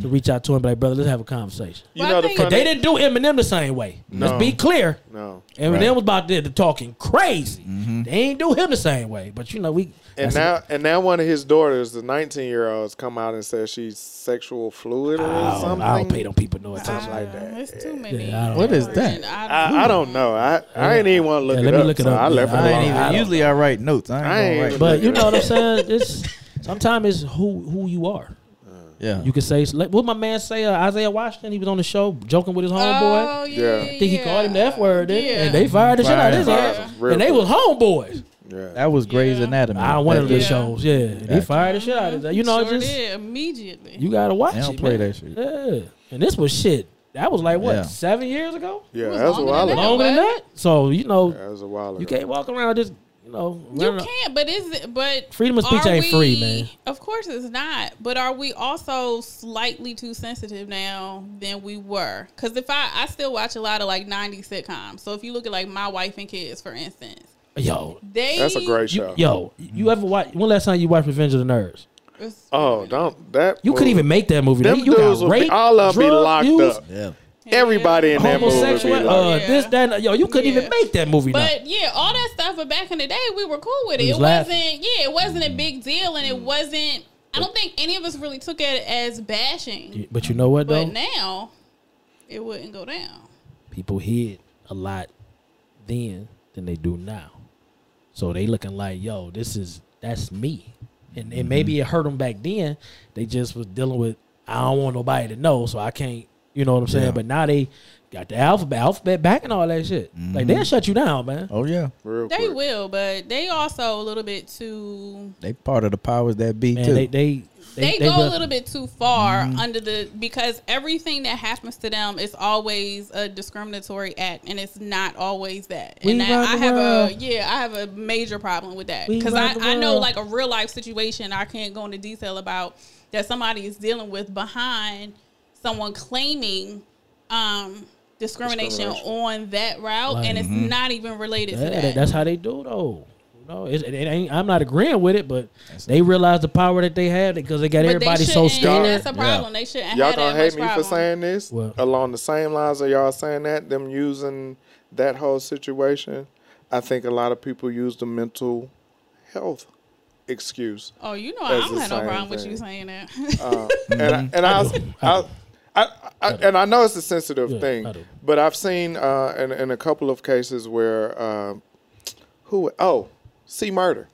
Speaker 4: to reach out to him? Like, brother, let's have a conversation.
Speaker 2: you
Speaker 3: Well,
Speaker 2: know
Speaker 3: I
Speaker 2: the
Speaker 3: think-
Speaker 2: funny.
Speaker 4: They didn't do Eminem the same way.
Speaker 2: No.
Speaker 4: Let's be clear.
Speaker 2: no,
Speaker 4: Eminem
Speaker 1: Right.
Speaker 4: was about there to talking crazy. They ain't do him the same way. But you know, we
Speaker 2: Mm-hmm. and
Speaker 4: that's-
Speaker 2: now and now one of his daughters, the 19 year olds, come out and says she's sexual fluid or
Speaker 4: I don't,
Speaker 2: something.
Speaker 4: I don't pay them people no attention.
Speaker 2: Something like that.
Speaker 3: It's too many.
Speaker 4: Yeah, I don't
Speaker 1: What is that?
Speaker 3: And I,
Speaker 2: I, I don't know. I, I ain't even want to look
Speaker 4: Yeah,
Speaker 2: it
Speaker 4: let me
Speaker 2: up.
Speaker 4: look it
Speaker 2: so
Speaker 4: up.
Speaker 2: I
Speaker 4: Yeah,
Speaker 2: left it
Speaker 1: I ain't even.
Speaker 2: alone.
Speaker 4: I don't-
Speaker 1: usually, I write notes. I ain't,
Speaker 2: I ain't
Speaker 1: gonna write.
Speaker 2: even-
Speaker 4: But you know what I'm saying? It's sometimes it's who who you are.
Speaker 1: yeah,
Speaker 4: You can say like, what my man say uh, Isaiah Washington. He was on the show joking with his homeboy.
Speaker 3: Oh, yeah.
Speaker 2: Yeah.
Speaker 4: I think he called him the F word, didn't he?
Speaker 3: Yeah.
Speaker 4: and they fired the shit out of his
Speaker 2: Fired
Speaker 4: ass.
Speaker 2: him. Real
Speaker 4: And they
Speaker 2: quick.
Speaker 4: was homeboys.
Speaker 2: Yeah.
Speaker 1: that was Grey's
Speaker 3: Yeah.
Speaker 1: Anatomy.
Speaker 4: I one of
Speaker 1: That-
Speaker 4: the
Speaker 3: Yeah.
Speaker 4: shows, yeah. They
Speaker 1: Yeah.
Speaker 4: fired the shit out of that. You know,
Speaker 3: sure
Speaker 4: just
Speaker 3: did immediately.
Speaker 4: you gotta watch
Speaker 1: They don't
Speaker 4: it.
Speaker 1: play
Speaker 4: man.
Speaker 1: that shit.
Speaker 4: Yeah, and this was shit. That was like what
Speaker 1: Yeah.
Speaker 4: seven years ago,
Speaker 2: Yeah,
Speaker 3: It was
Speaker 2: that's a
Speaker 3: longer
Speaker 2: while
Speaker 3: than
Speaker 2: ago.
Speaker 3: that.
Speaker 4: longer than
Speaker 3: what?
Speaker 4: that. So you know,
Speaker 2: That was a while ago.
Speaker 4: you can't walk around just you know.
Speaker 3: You
Speaker 4: running-
Speaker 3: can't, but is it? But
Speaker 4: Freedom of speech
Speaker 3: are
Speaker 4: ain't
Speaker 3: we-
Speaker 4: free, man.
Speaker 3: Of course it's not. But are we also slightly too sensitive now than we were? Because if I, I still watch a lot of like '90s sitcoms. So if you look at like My Wife and Kids, for instance,
Speaker 4: Yo,
Speaker 3: they
Speaker 2: That's a great
Speaker 4: you,
Speaker 2: show.
Speaker 4: yo, you ever watch? When last time you watched Revenge of the Nerds?
Speaker 3: it's-
Speaker 2: Oh, don't that.
Speaker 4: You couldn't
Speaker 2: was-
Speaker 4: even make that movie.
Speaker 2: Them
Speaker 4: you
Speaker 2: dudes
Speaker 4: got
Speaker 2: would be
Speaker 4: rape,
Speaker 2: all of be
Speaker 4: drug
Speaker 2: locked
Speaker 4: use,
Speaker 2: up.
Speaker 1: Yeah,
Speaker 2: Everybody in that movie would be
Speaker 4: homosexual,
Speaker 2: locked.
Speaker 4: uh,
Speaker 3: Yeah.
Speaker 4: this, that, and- yo, you couldn't
Speaker 3: Yeah.
Speaker 4: even make that movie. now.
Speaker 3: But yeah, all that stuff. But back in the day, we were cool with it.
Speaker 4: We
Speaker 3: It
Speaker 4: was laughing. Mm.
Speaker 3: wasn't. Yeah, it wasn't a big deal, and it wasn't. I don't think any of us really took it as bashing.
Speaker 4: But you know what though?
Speaker 3: But now, it wouldn't go down.
Speaker 4: People hid a lot then than they do now. So they looking like, yo, this is that's me, and and
Speaker 2: Mm-hmm.
Speaker 4: maybe it hurt them back then. They just was dealing with, I don't want nobody to know, so I can't. You know what I'm saying?
Speaker 1: Yeah.
Speaker 4: But now they got the alphabet, alphabet back and all that shit. Like
Speaker 2: Mm-hmm.
Speaker 4: they'll shut you down, man.
Speaker 1: oh yeah,
Speaker 2: Real
Speaker 3: They
Speaker 2: quick.
Speaker 3: will, but they also a little bit too.
Speaker 1: they part of the powers that be too.
Speaker 4: Man, they they
Speaker 3: They, go
Speaker 4: will- Mm-hmm.
Speaker 3: a little bit too far under the because everything that happens to them is always a discriminatory act, and it's not always that.
Speaker 4: We
Speaker 3: and that,
Speaker 4: run
Speaker 3: I
Speaker 4: the
Speaker 3: have a
Speaker 4: world.
Speaker 3: yeah, I have a major problem with that
Speaker 4: We
Speaker 3: because I,
Speaker 4: run the
Speaker 3: I know
Speaker 4: world.
Speaker 3: like a real life situation I can't go into detail about that somebody is dealing with behind someone claiming um discrimination,
Speaker 2: Discrimination.
Speaker 3: on that route,
Speaker 4: Like,
Speaker 3: and it's not even related to
Speaker 4: Yeah, Mm-hmm. that-
Speaker 3: that.
Speaker 4: that's how they do though. You know, it, it ain't, I'm not agreeing with it, but they realize the power that they had because they got
Speaker 3: But they
Speaker 4: everybody
Speaker 3: shouldn't,
Speaker 4: so
Speaker 3: and
Speaker 4: scared.
Speaker 3: That's a problem. They shouldn't
Speaker 2: Y'all
Speaker 3: have
Speaker 2: gonna
Speaker 3: that
Speaker 2: hate
Speaker 3: much
Speaker 2: me
Speaker 3: problem.
Speaker 2: for saying this
Speaker 4: What?
Speaker 2: along the same lines of y'all saying that them using that whole situation. I think a lot of people use the mental health excuse,
Speaker 3: Oh, you know,
Speaker 2: That's
Speaker 3: I don't
Speaker 2: the
Speaker 3: have no
Speaker 2: same
Speaker 3: problem with
Speaker 2: thing.
Speaker 3: you saying that.
Speaker 2: uh, and I,
Speaker 4: Mm-hmm.
Speaker 2: and I, was- I, I, I, and I know it's a sensitive
Speaker 4: Yeah, I do.
Speaker 2: thing, but I've seen uh, in, in a couple of cases where uh, who oh see murder.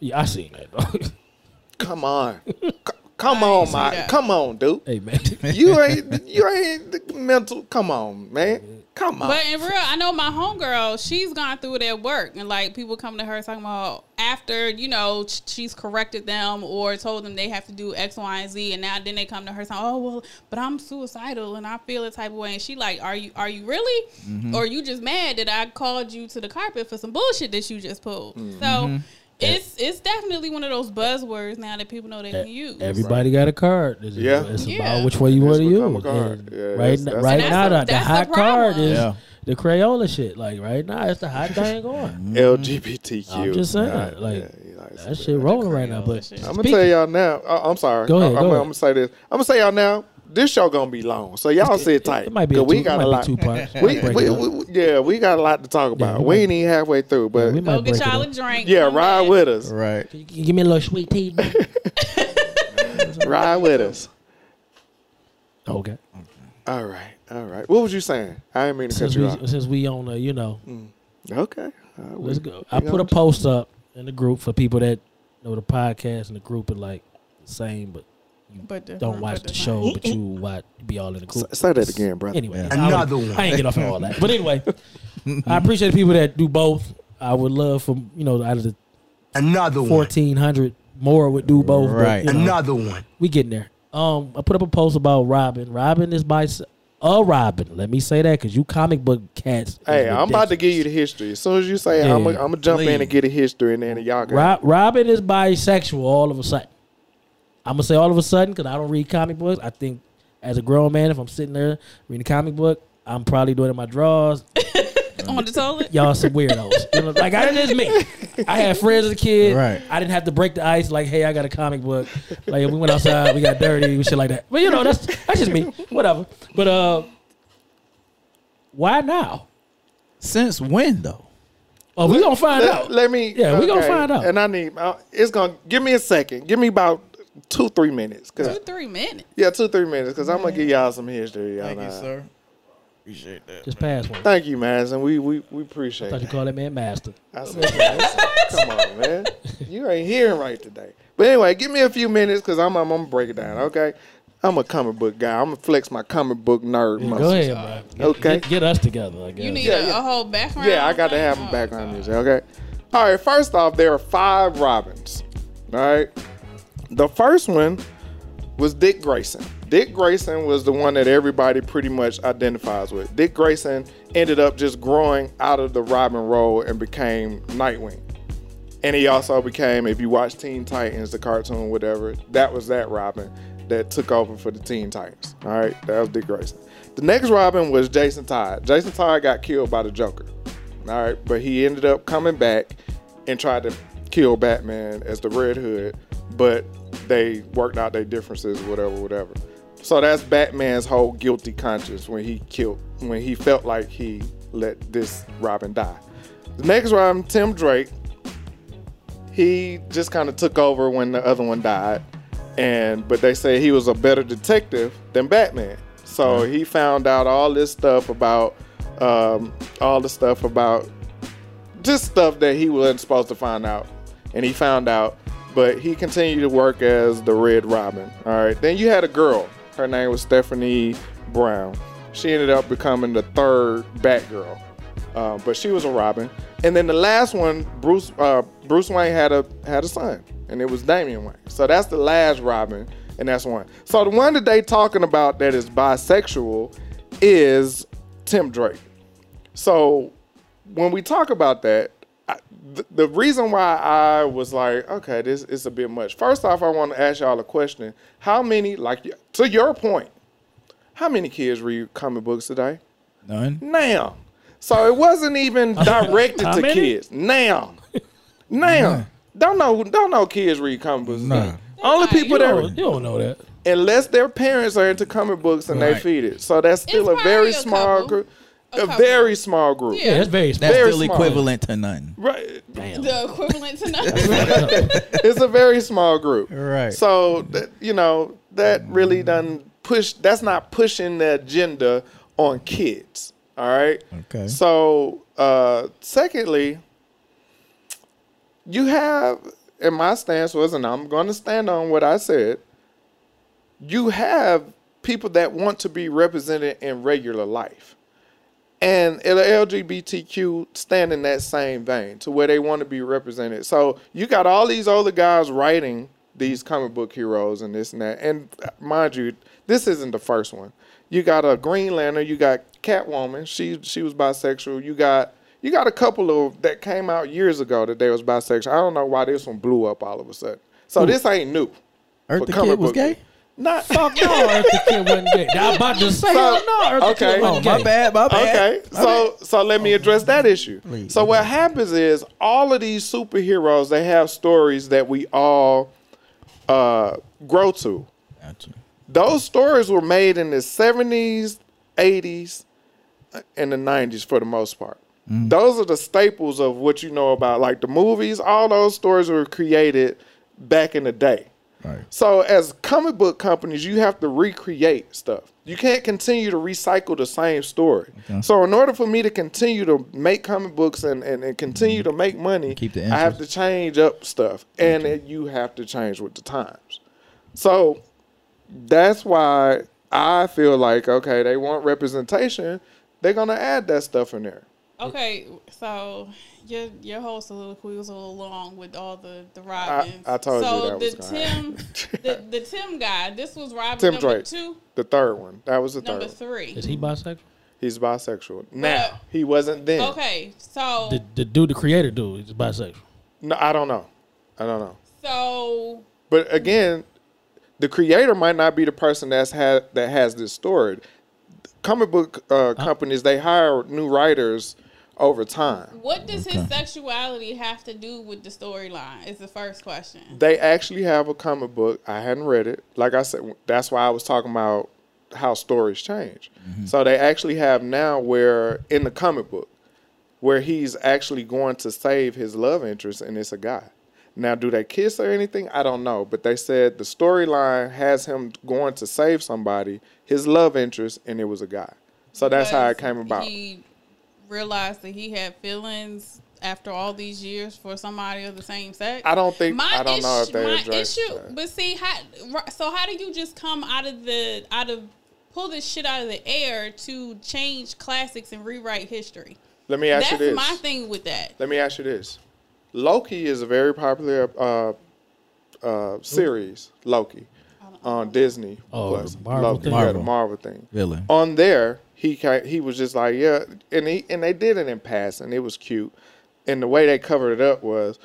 Speaker 4: Yeah, I seen that. Though.
Speaker 2: Come on, C- come on,
Speaker 3: see
Speaker 2: my
Speaker 3: that.
Speaker 2: come on, dude.
Speaker 4: hey man,
Speaker 2: You ain't you ain't mental. Come on, man. Come on.
Speaker 3: but in real, I know my homegirl, she's gone through it at work. And like people come to her talking about after, you know, sh- she's corrected them or told them they have to do X, Y, and Z. And now then they come to her saying, oh, well, but I'm suicidal and I feel a type of way. And she like, are you, are you really?
Speaker 2: Mm-hmm. Mm-hmm.
Speaker 4: Mm-hmm.
Speaker 3: Or you just mad that I called you to the carpet for some bullshit that you just pulled?
Speaker 2: Eh.
Speaker 3: So It's it's definitely one of those buzzwords now that people know they can use.
Speaker 4: Eh, Everybody got a card. It's,
Speaker 2: Yeah.
Speaker 4: it's
Speaker 3: Yeah.
Speaker 4: about which way you
Speaker 2: It's
Speaker 4: want to
Speaker 2: become a
Speaker 4: use.
Speaker 2: card.
Speaker 4: And
Speaker 2: Yeah,
Speaker 4: right
Speaker 2: that's-
Speaker 4: n-
Speaker 2: that's-
Speaker 4: right
Speaker 3: And
Speaker 4: now,
Speaker 3: that's the-
Speaker 4: the, the
Speaker 3: that's the
Speaker 4: hot card
Speaker 3: problem.
Speaker 4: is
Speaker 1: Yeah.
Speaker 4: the Crayola shit. Like right now, it's the hot thing
Speaker 2: Mm-hmm.
Speaker 4: going.
Speaker 2: LGBTQ.
Speaker 4: I'm just saying,
Speaker 2: Nah,
Speaker 4: like,
Speaker 2: you know, it's a
Speaker 4: that
Speaker 2: bit-
Speaker 4: shit rolling right now. But
Speaker 3: shit.
Speaker 2: I'm
Speaker 4: speaking,
Speaker 2: gonna tell y'all now. I, I'm sorry.
Speaker 4: Go ahead,
Speaker 2: I,
Speaker 4: go
Speaker 2: am
Speaker 4: ahead.
Speaker 2: gonna say this. I'm gonna say y'all now. This show gonna be long, so y'all sit tight.
Speaker 4: it might be a
Speaker 2: 'cause
Speaker 4: two,
Speaker 2: we got
Speaker 4: it
Speaker 2: a
Speaker 4: might
Speaker 2: lot.
Speaker 4: be two parts.
Speaker 2: We,
Speaker 4: Break it
Speaker 2: we,
Speaker 4: up.
Speaker 2: we, we- yeah, we got a lot to talk about. we
Speaker 4: we might-
Speaker 2: ain't even halfway through, but
Speaker 4: we
Speaker 2: yeah,
Speaker 4: might
Speaker 3: Go get
Speaker 4: break it
Speaker 3: y'all
Speaker 4: up.
Speaker 3: a drink. come
Speaker 2: ride
Speaker 3: back.
Speaker 2: with us.
Speaker 1: Right.
Speaker 4: You give me a little sweet tea. baby?
Speaker 2: Ride with us.
Speaker 4: okay.
Speaker 2: All right, all right. What was you saying? I didn't mean to cut
Speaker 4: Since
Speaker 2: you
Speaker 4: we
Speaker 2: off.
Speaker 4: since we on a you know
Speaker 2: Okay. All right, we-
Speaker 4: Let's go. I
Speaker 2: we
Speaker 4: put
Speaker 2: gonna-
Speaker 4: a post up in the group for people that know the podcast and the group are like the same, but
Speaker 3: But different,
Speaker 4: don't
Speaker 3: but
Speaker 4: watch the
Speaker 3: different.
Speaker 4: show, but you watch, be all in the group.
Speaker 2: S- Say that again, brother.
Speaker 4: Anyway,
Speaker 1: Yeah.
Speaker 4: I
Speaker 6: Another
Speaker 4: would-
Speaker 6: one.
Speaker 4: I ain't get off on all that. But anyway, I appreciate the people that do both. I would love for you know out of the
Speaker 6: Another one.
Speaker 4: fourteen hundred more would do both.
Speaker 1: Right.
Speaker 4: But, you know,
Speaker 6: Another one.
Speaker 4: we getting there. Um, I put up a post about Robin. Robin is by a Robin. Let me say that because you comic book cats. is
Speaker 2: Hey, I'm about to
Speaker 4: ridiculous.
Speaker 2: give you the history. As soon as you say, I'm
Speaker 4: Yeah.
Speaker 2: gonna jump in and
Speaker 1: Please.
Speaker 2: get a history, and then y'all got.
Speaker 4: Rob, Robin is bisexual all of a sudden. I'm gonna say all of a sudden because I don't read comic books. I think as a grown man, if I'm sitting there reading a comic book, I'm probably doing it in my drawers.
Speaker 3: on the toilet.
Speaker 4: Y'all some weirdos. You know, like I didn't me. I had friends as a kid.
Speaker 1: Right.
Speaker 4: I didn't have to break the ice. Like, hey, I got a comic book. Like we went outside, we got dirty, and shit like that. But you know, that's that's just me. Whatever. But uh, why now?
Speaker 1: Since when though?
Speaker 4: Oh, we gonna find
Speaker 2: Let,
Speaker 4: out.
Speaker 2: let me.
Speaker 4: Yeah, we gonna find out.
Speaker 2: And I need. I- it's gonna give me a second. Give me about two, three minutes. 'cause-
Speaker 3: Two, three minutes.
Speaker 2: yeah, two, three minutes. Because I'm gonna give y'all some history. Y'all know.
Speaker 1: Appreciate that.
Speaker 4: Just pass one.
Speaker 2: Thank you, Madison. We we we appreciate
Speaker 4: thought you
Speaker 2: it.
Speaker 4: called that man master.
Speaker 2: I said, Madison, come on, man. You ain't hearing right today. But anyway, give me a few minutes because I'm, I'm I'm gonna break it down. Okay. I'm a comic book guy. I'm gonna flex my comic book nerd muscles.
Speaker 4: Go ahead, bro. Get-
Speaker 2: Okay.
Speaker 4: Get, get us together. I guess.
Speaker 3: You need
Speaker 2: Yeah,
Speaker 3: a,
Speaker 2: yeah.
Speaker 3: a whole background.
Speaker 2: Yeah, I got to have
Speaker 3: thing?
Speaker 2: them
Speaker 3: Oh,
Speaker 2: background
Speaker 3: God.
Speaker 2: music. Okay. All right. First off, there are five Robins. All right. The first one was Dick Grayson. Dick Grayson was the one that everybody pretty much identifies with. Dick Grayson ended up just growing out of the Robin role and became Nightwing. And he also became, if you watch Teen Titans, the cartoon, whatever, that was that Robin that took over for the Teen Titans. All right, that was Dick Grayson. The next Robin was Jason Todd. Jason Todd got killed by the Joker. All right, but he ended up coming back and tried to kill Batman as the Red Hood, but they worked out their differences, whatever, whatever. So that's Batman's whole guilty conscience when he killed, when he felt like he let this Robin die. The next Robin, Tim Drake, he just kind of took over when the other one died and but they say he was a better detective than batman so he found out all this stuff about um, all the stuff about just stuff that he wasn't supposed to find out and he found out but he continued to work as the red robin all right then you had a girl her name was stephanie brown she ended up becoming the third batgirl uh, but she was a Robin. And then the last one, Bruce uh, Bruce Wayne had a had a son, and it was Damian Wayne. So that's the last Robin, and that's one. So the one that they talking about that is bisexual is Tim Drake. So when we talk about that, I, the, the reason why I was like, okay, this is a bit much. First off, I want to ask y'all a question: How many, like, to your point, how many kids read comic books today?
Speaker 1: None.
Speaker 2: Now. So it wasn't even directed
Speaker 4: How
Speaker 2: to
Speaker 4: many?
Speaker 2: kids. Now. Now. Don't know don't know kids read comic books.
Speaker 1: Nah.
Speaker 2: Only
Speaker 3: They might.
Speaker 2: people
Speaker 4: You
Speaker 2: that
Speaker 4: don't, you don't know that.
Speaker 2: unless their parents are into comic books and they
Speaker 1: Right.
Speaker 2: feed it. So that's still a
Speaker 3: probably
Speaker 2: very
Speaker 3: a
Speaker 2: small
Speaker 3: couple.
Speaker 2: group.
Speaker 3: A
Speaker 2: A,
Speaker 3: couple.
Speaker 2: very small group.
Speaker 4: Yeah,
Speaker 3: Oh, Yeah.
Speaker 4: that's very
Speaker 1: That's
Speaker 4: small.
Speaker 2: Very
Speaker 1: still
Speaker 2: small.
Speaker 1: equivalent to none.
Speaker 2: Right.
Speaker 4: Damn.
Speaker 3: The equivalent to nothing.
Speaker 2: it's a very small group.
Speaker 1: Right.
Speaker 2: So that, you know that really done push. That's not pushing the agenda on kids. All right.
Speaker 1: Okay.
Speaker 2: So uh, secondly, you have, and my stance was, and I'm going to stand on what I said. You have people that want to be represented in regular life. And the LGBTQ stand in that same vein to where they want to be represented. So you got all these older guys writing these comic book heroes and this and that. And uh, mind you, this isn't the first one. You got a Green Lantern. You got Catwoman. She she was bisexual. You got You got a couple of that came out years ago that they was bisexual. I don't know why this one blew up all of a sudden. So this ain't new.
Speaker 1: Earth
Speaker 2: for
Speaker 1: the
Speaker 2: comic
Speaker 1: Kid was
Speaker 2: book-
Speaker 1: gay?
Speaker 2: Not
Speaker 4: Fuck no, Earth the Kid wasn't gay. I'm about to say, hell no, Earth the
Speaker 2: okay.
Speaker 4: Kid
Speaker 1: Oh,
Speaker 4: wasn't
Speaker 1: my
Speaker 4: gay.
Speaker 1: bad, my bad.
Speaker 2: Okay, so so let me address that issue.
Speaker 1: Please.
Speaker 2: So what happens is all of these superheroes they have stories that we all uh, grow to.
Speaker 1: Gotcha.
Speaker 2: Those stories were made in the seventies, eighties, uh, and the nineties for the most part. Those are the staples of what you know about, like the movies. All those stories were created back in the day.
Speaker 1: Right.
Speaker 2: So as comic book companies, you have to recreate stuff. You can't continue to recycle the same story. So in order for me to continue to make comic books and, and, and continue to make money,
Speaker 1: Mm-hmm. Keep the
Speaker 2: I have to
Speaker 1: interest.
Speaker 2: change up stuff. And it, you have to change with the times. So that's why I feel like, okay, they want representation. They're gonna add that stuff in there.
Speaker 3: Okay, so your your whole soliloquy was a little long with all the the
Speaker 2: I,
Speaker 3: Robins.
Speaker 2: I told
Speaker 3: so
Speaker 2: you that was
Speaker 3: the
Speaker 2: gonna happen.
Speaker 3: Tim, the, the Tim guy. This was Robin
Speaker 2: Tim
Speaker 3: number
Speaker 2: Drake.
Speaker 3: two,
Speaker 2: The third one. That was the
Speaker 3: number
Speaker 2: third one.
Speaker 3: three.
Speaker 4: Is he bisexual?
Speaker 2: He's bisexual. Now he wasn't then.
Speaker 3: Okay, so
Speaker 4: The, the dude, the creator dude, is bisexual.
Speaker 2: No, I don't know. I don't know.
Speaker 3: so
Speaker 2: But again, the creator might not be the person that's had that has this story. Comic book uh, companies they hire new writers over time.
Speaker 3: what does his sexuality have to do with the storyline? Is the first question.
Speaker 2: They actually have a comic book. I hadn't read it. Like I said, that's why I was talking about how stories change. So they actually have now where in the comic book where he's actually going to save his love interest and it's a guy. Now, do they kiss or anything? I don't know. But they said the storyline has him going to save somebody, his love interest, and it was a guy. So that's how it
Speaker 3: Because
Speaker 2: came about.
Speaker 3: He realized that he had feelings after all these years for somebody of the same sex.
Speaker 2: I don't think-
Speaker 3: my
Speaker 2: I don't know if
Speaker 3: issue-
Speaker 2: they
Speaker 3: my
Speaker 2: addressed
Speaker 3: issue.
Speaker 2: that.
Speaker 3: But see, how, ri- so how do you just come out of the out of pull this shit out of the air to change classics and rewrite history?
Speaker 2: Let me ask
Speaker 3: That's
Speaker 2: you this.
Speaker 3: my thing with that.
Speaker 2: Let me ask you this. Loki is a very popular uh, uh, series, Loki, on Disney.
Speaker 4: Oh,
Speaker 2: Plus.
Speaker 4: the Marvel
Speaker 2: Loki,
Speaker 4: thing?
Speaker 2: yeah, the
Speaker 1: Marvel.
Speaker 2: Marvel thing.
Speaker 1: Villain.
Speaker 2: on there, he ca- he was just like, yeah, and he and they did it in passing. It was cute, and the way they covered it up was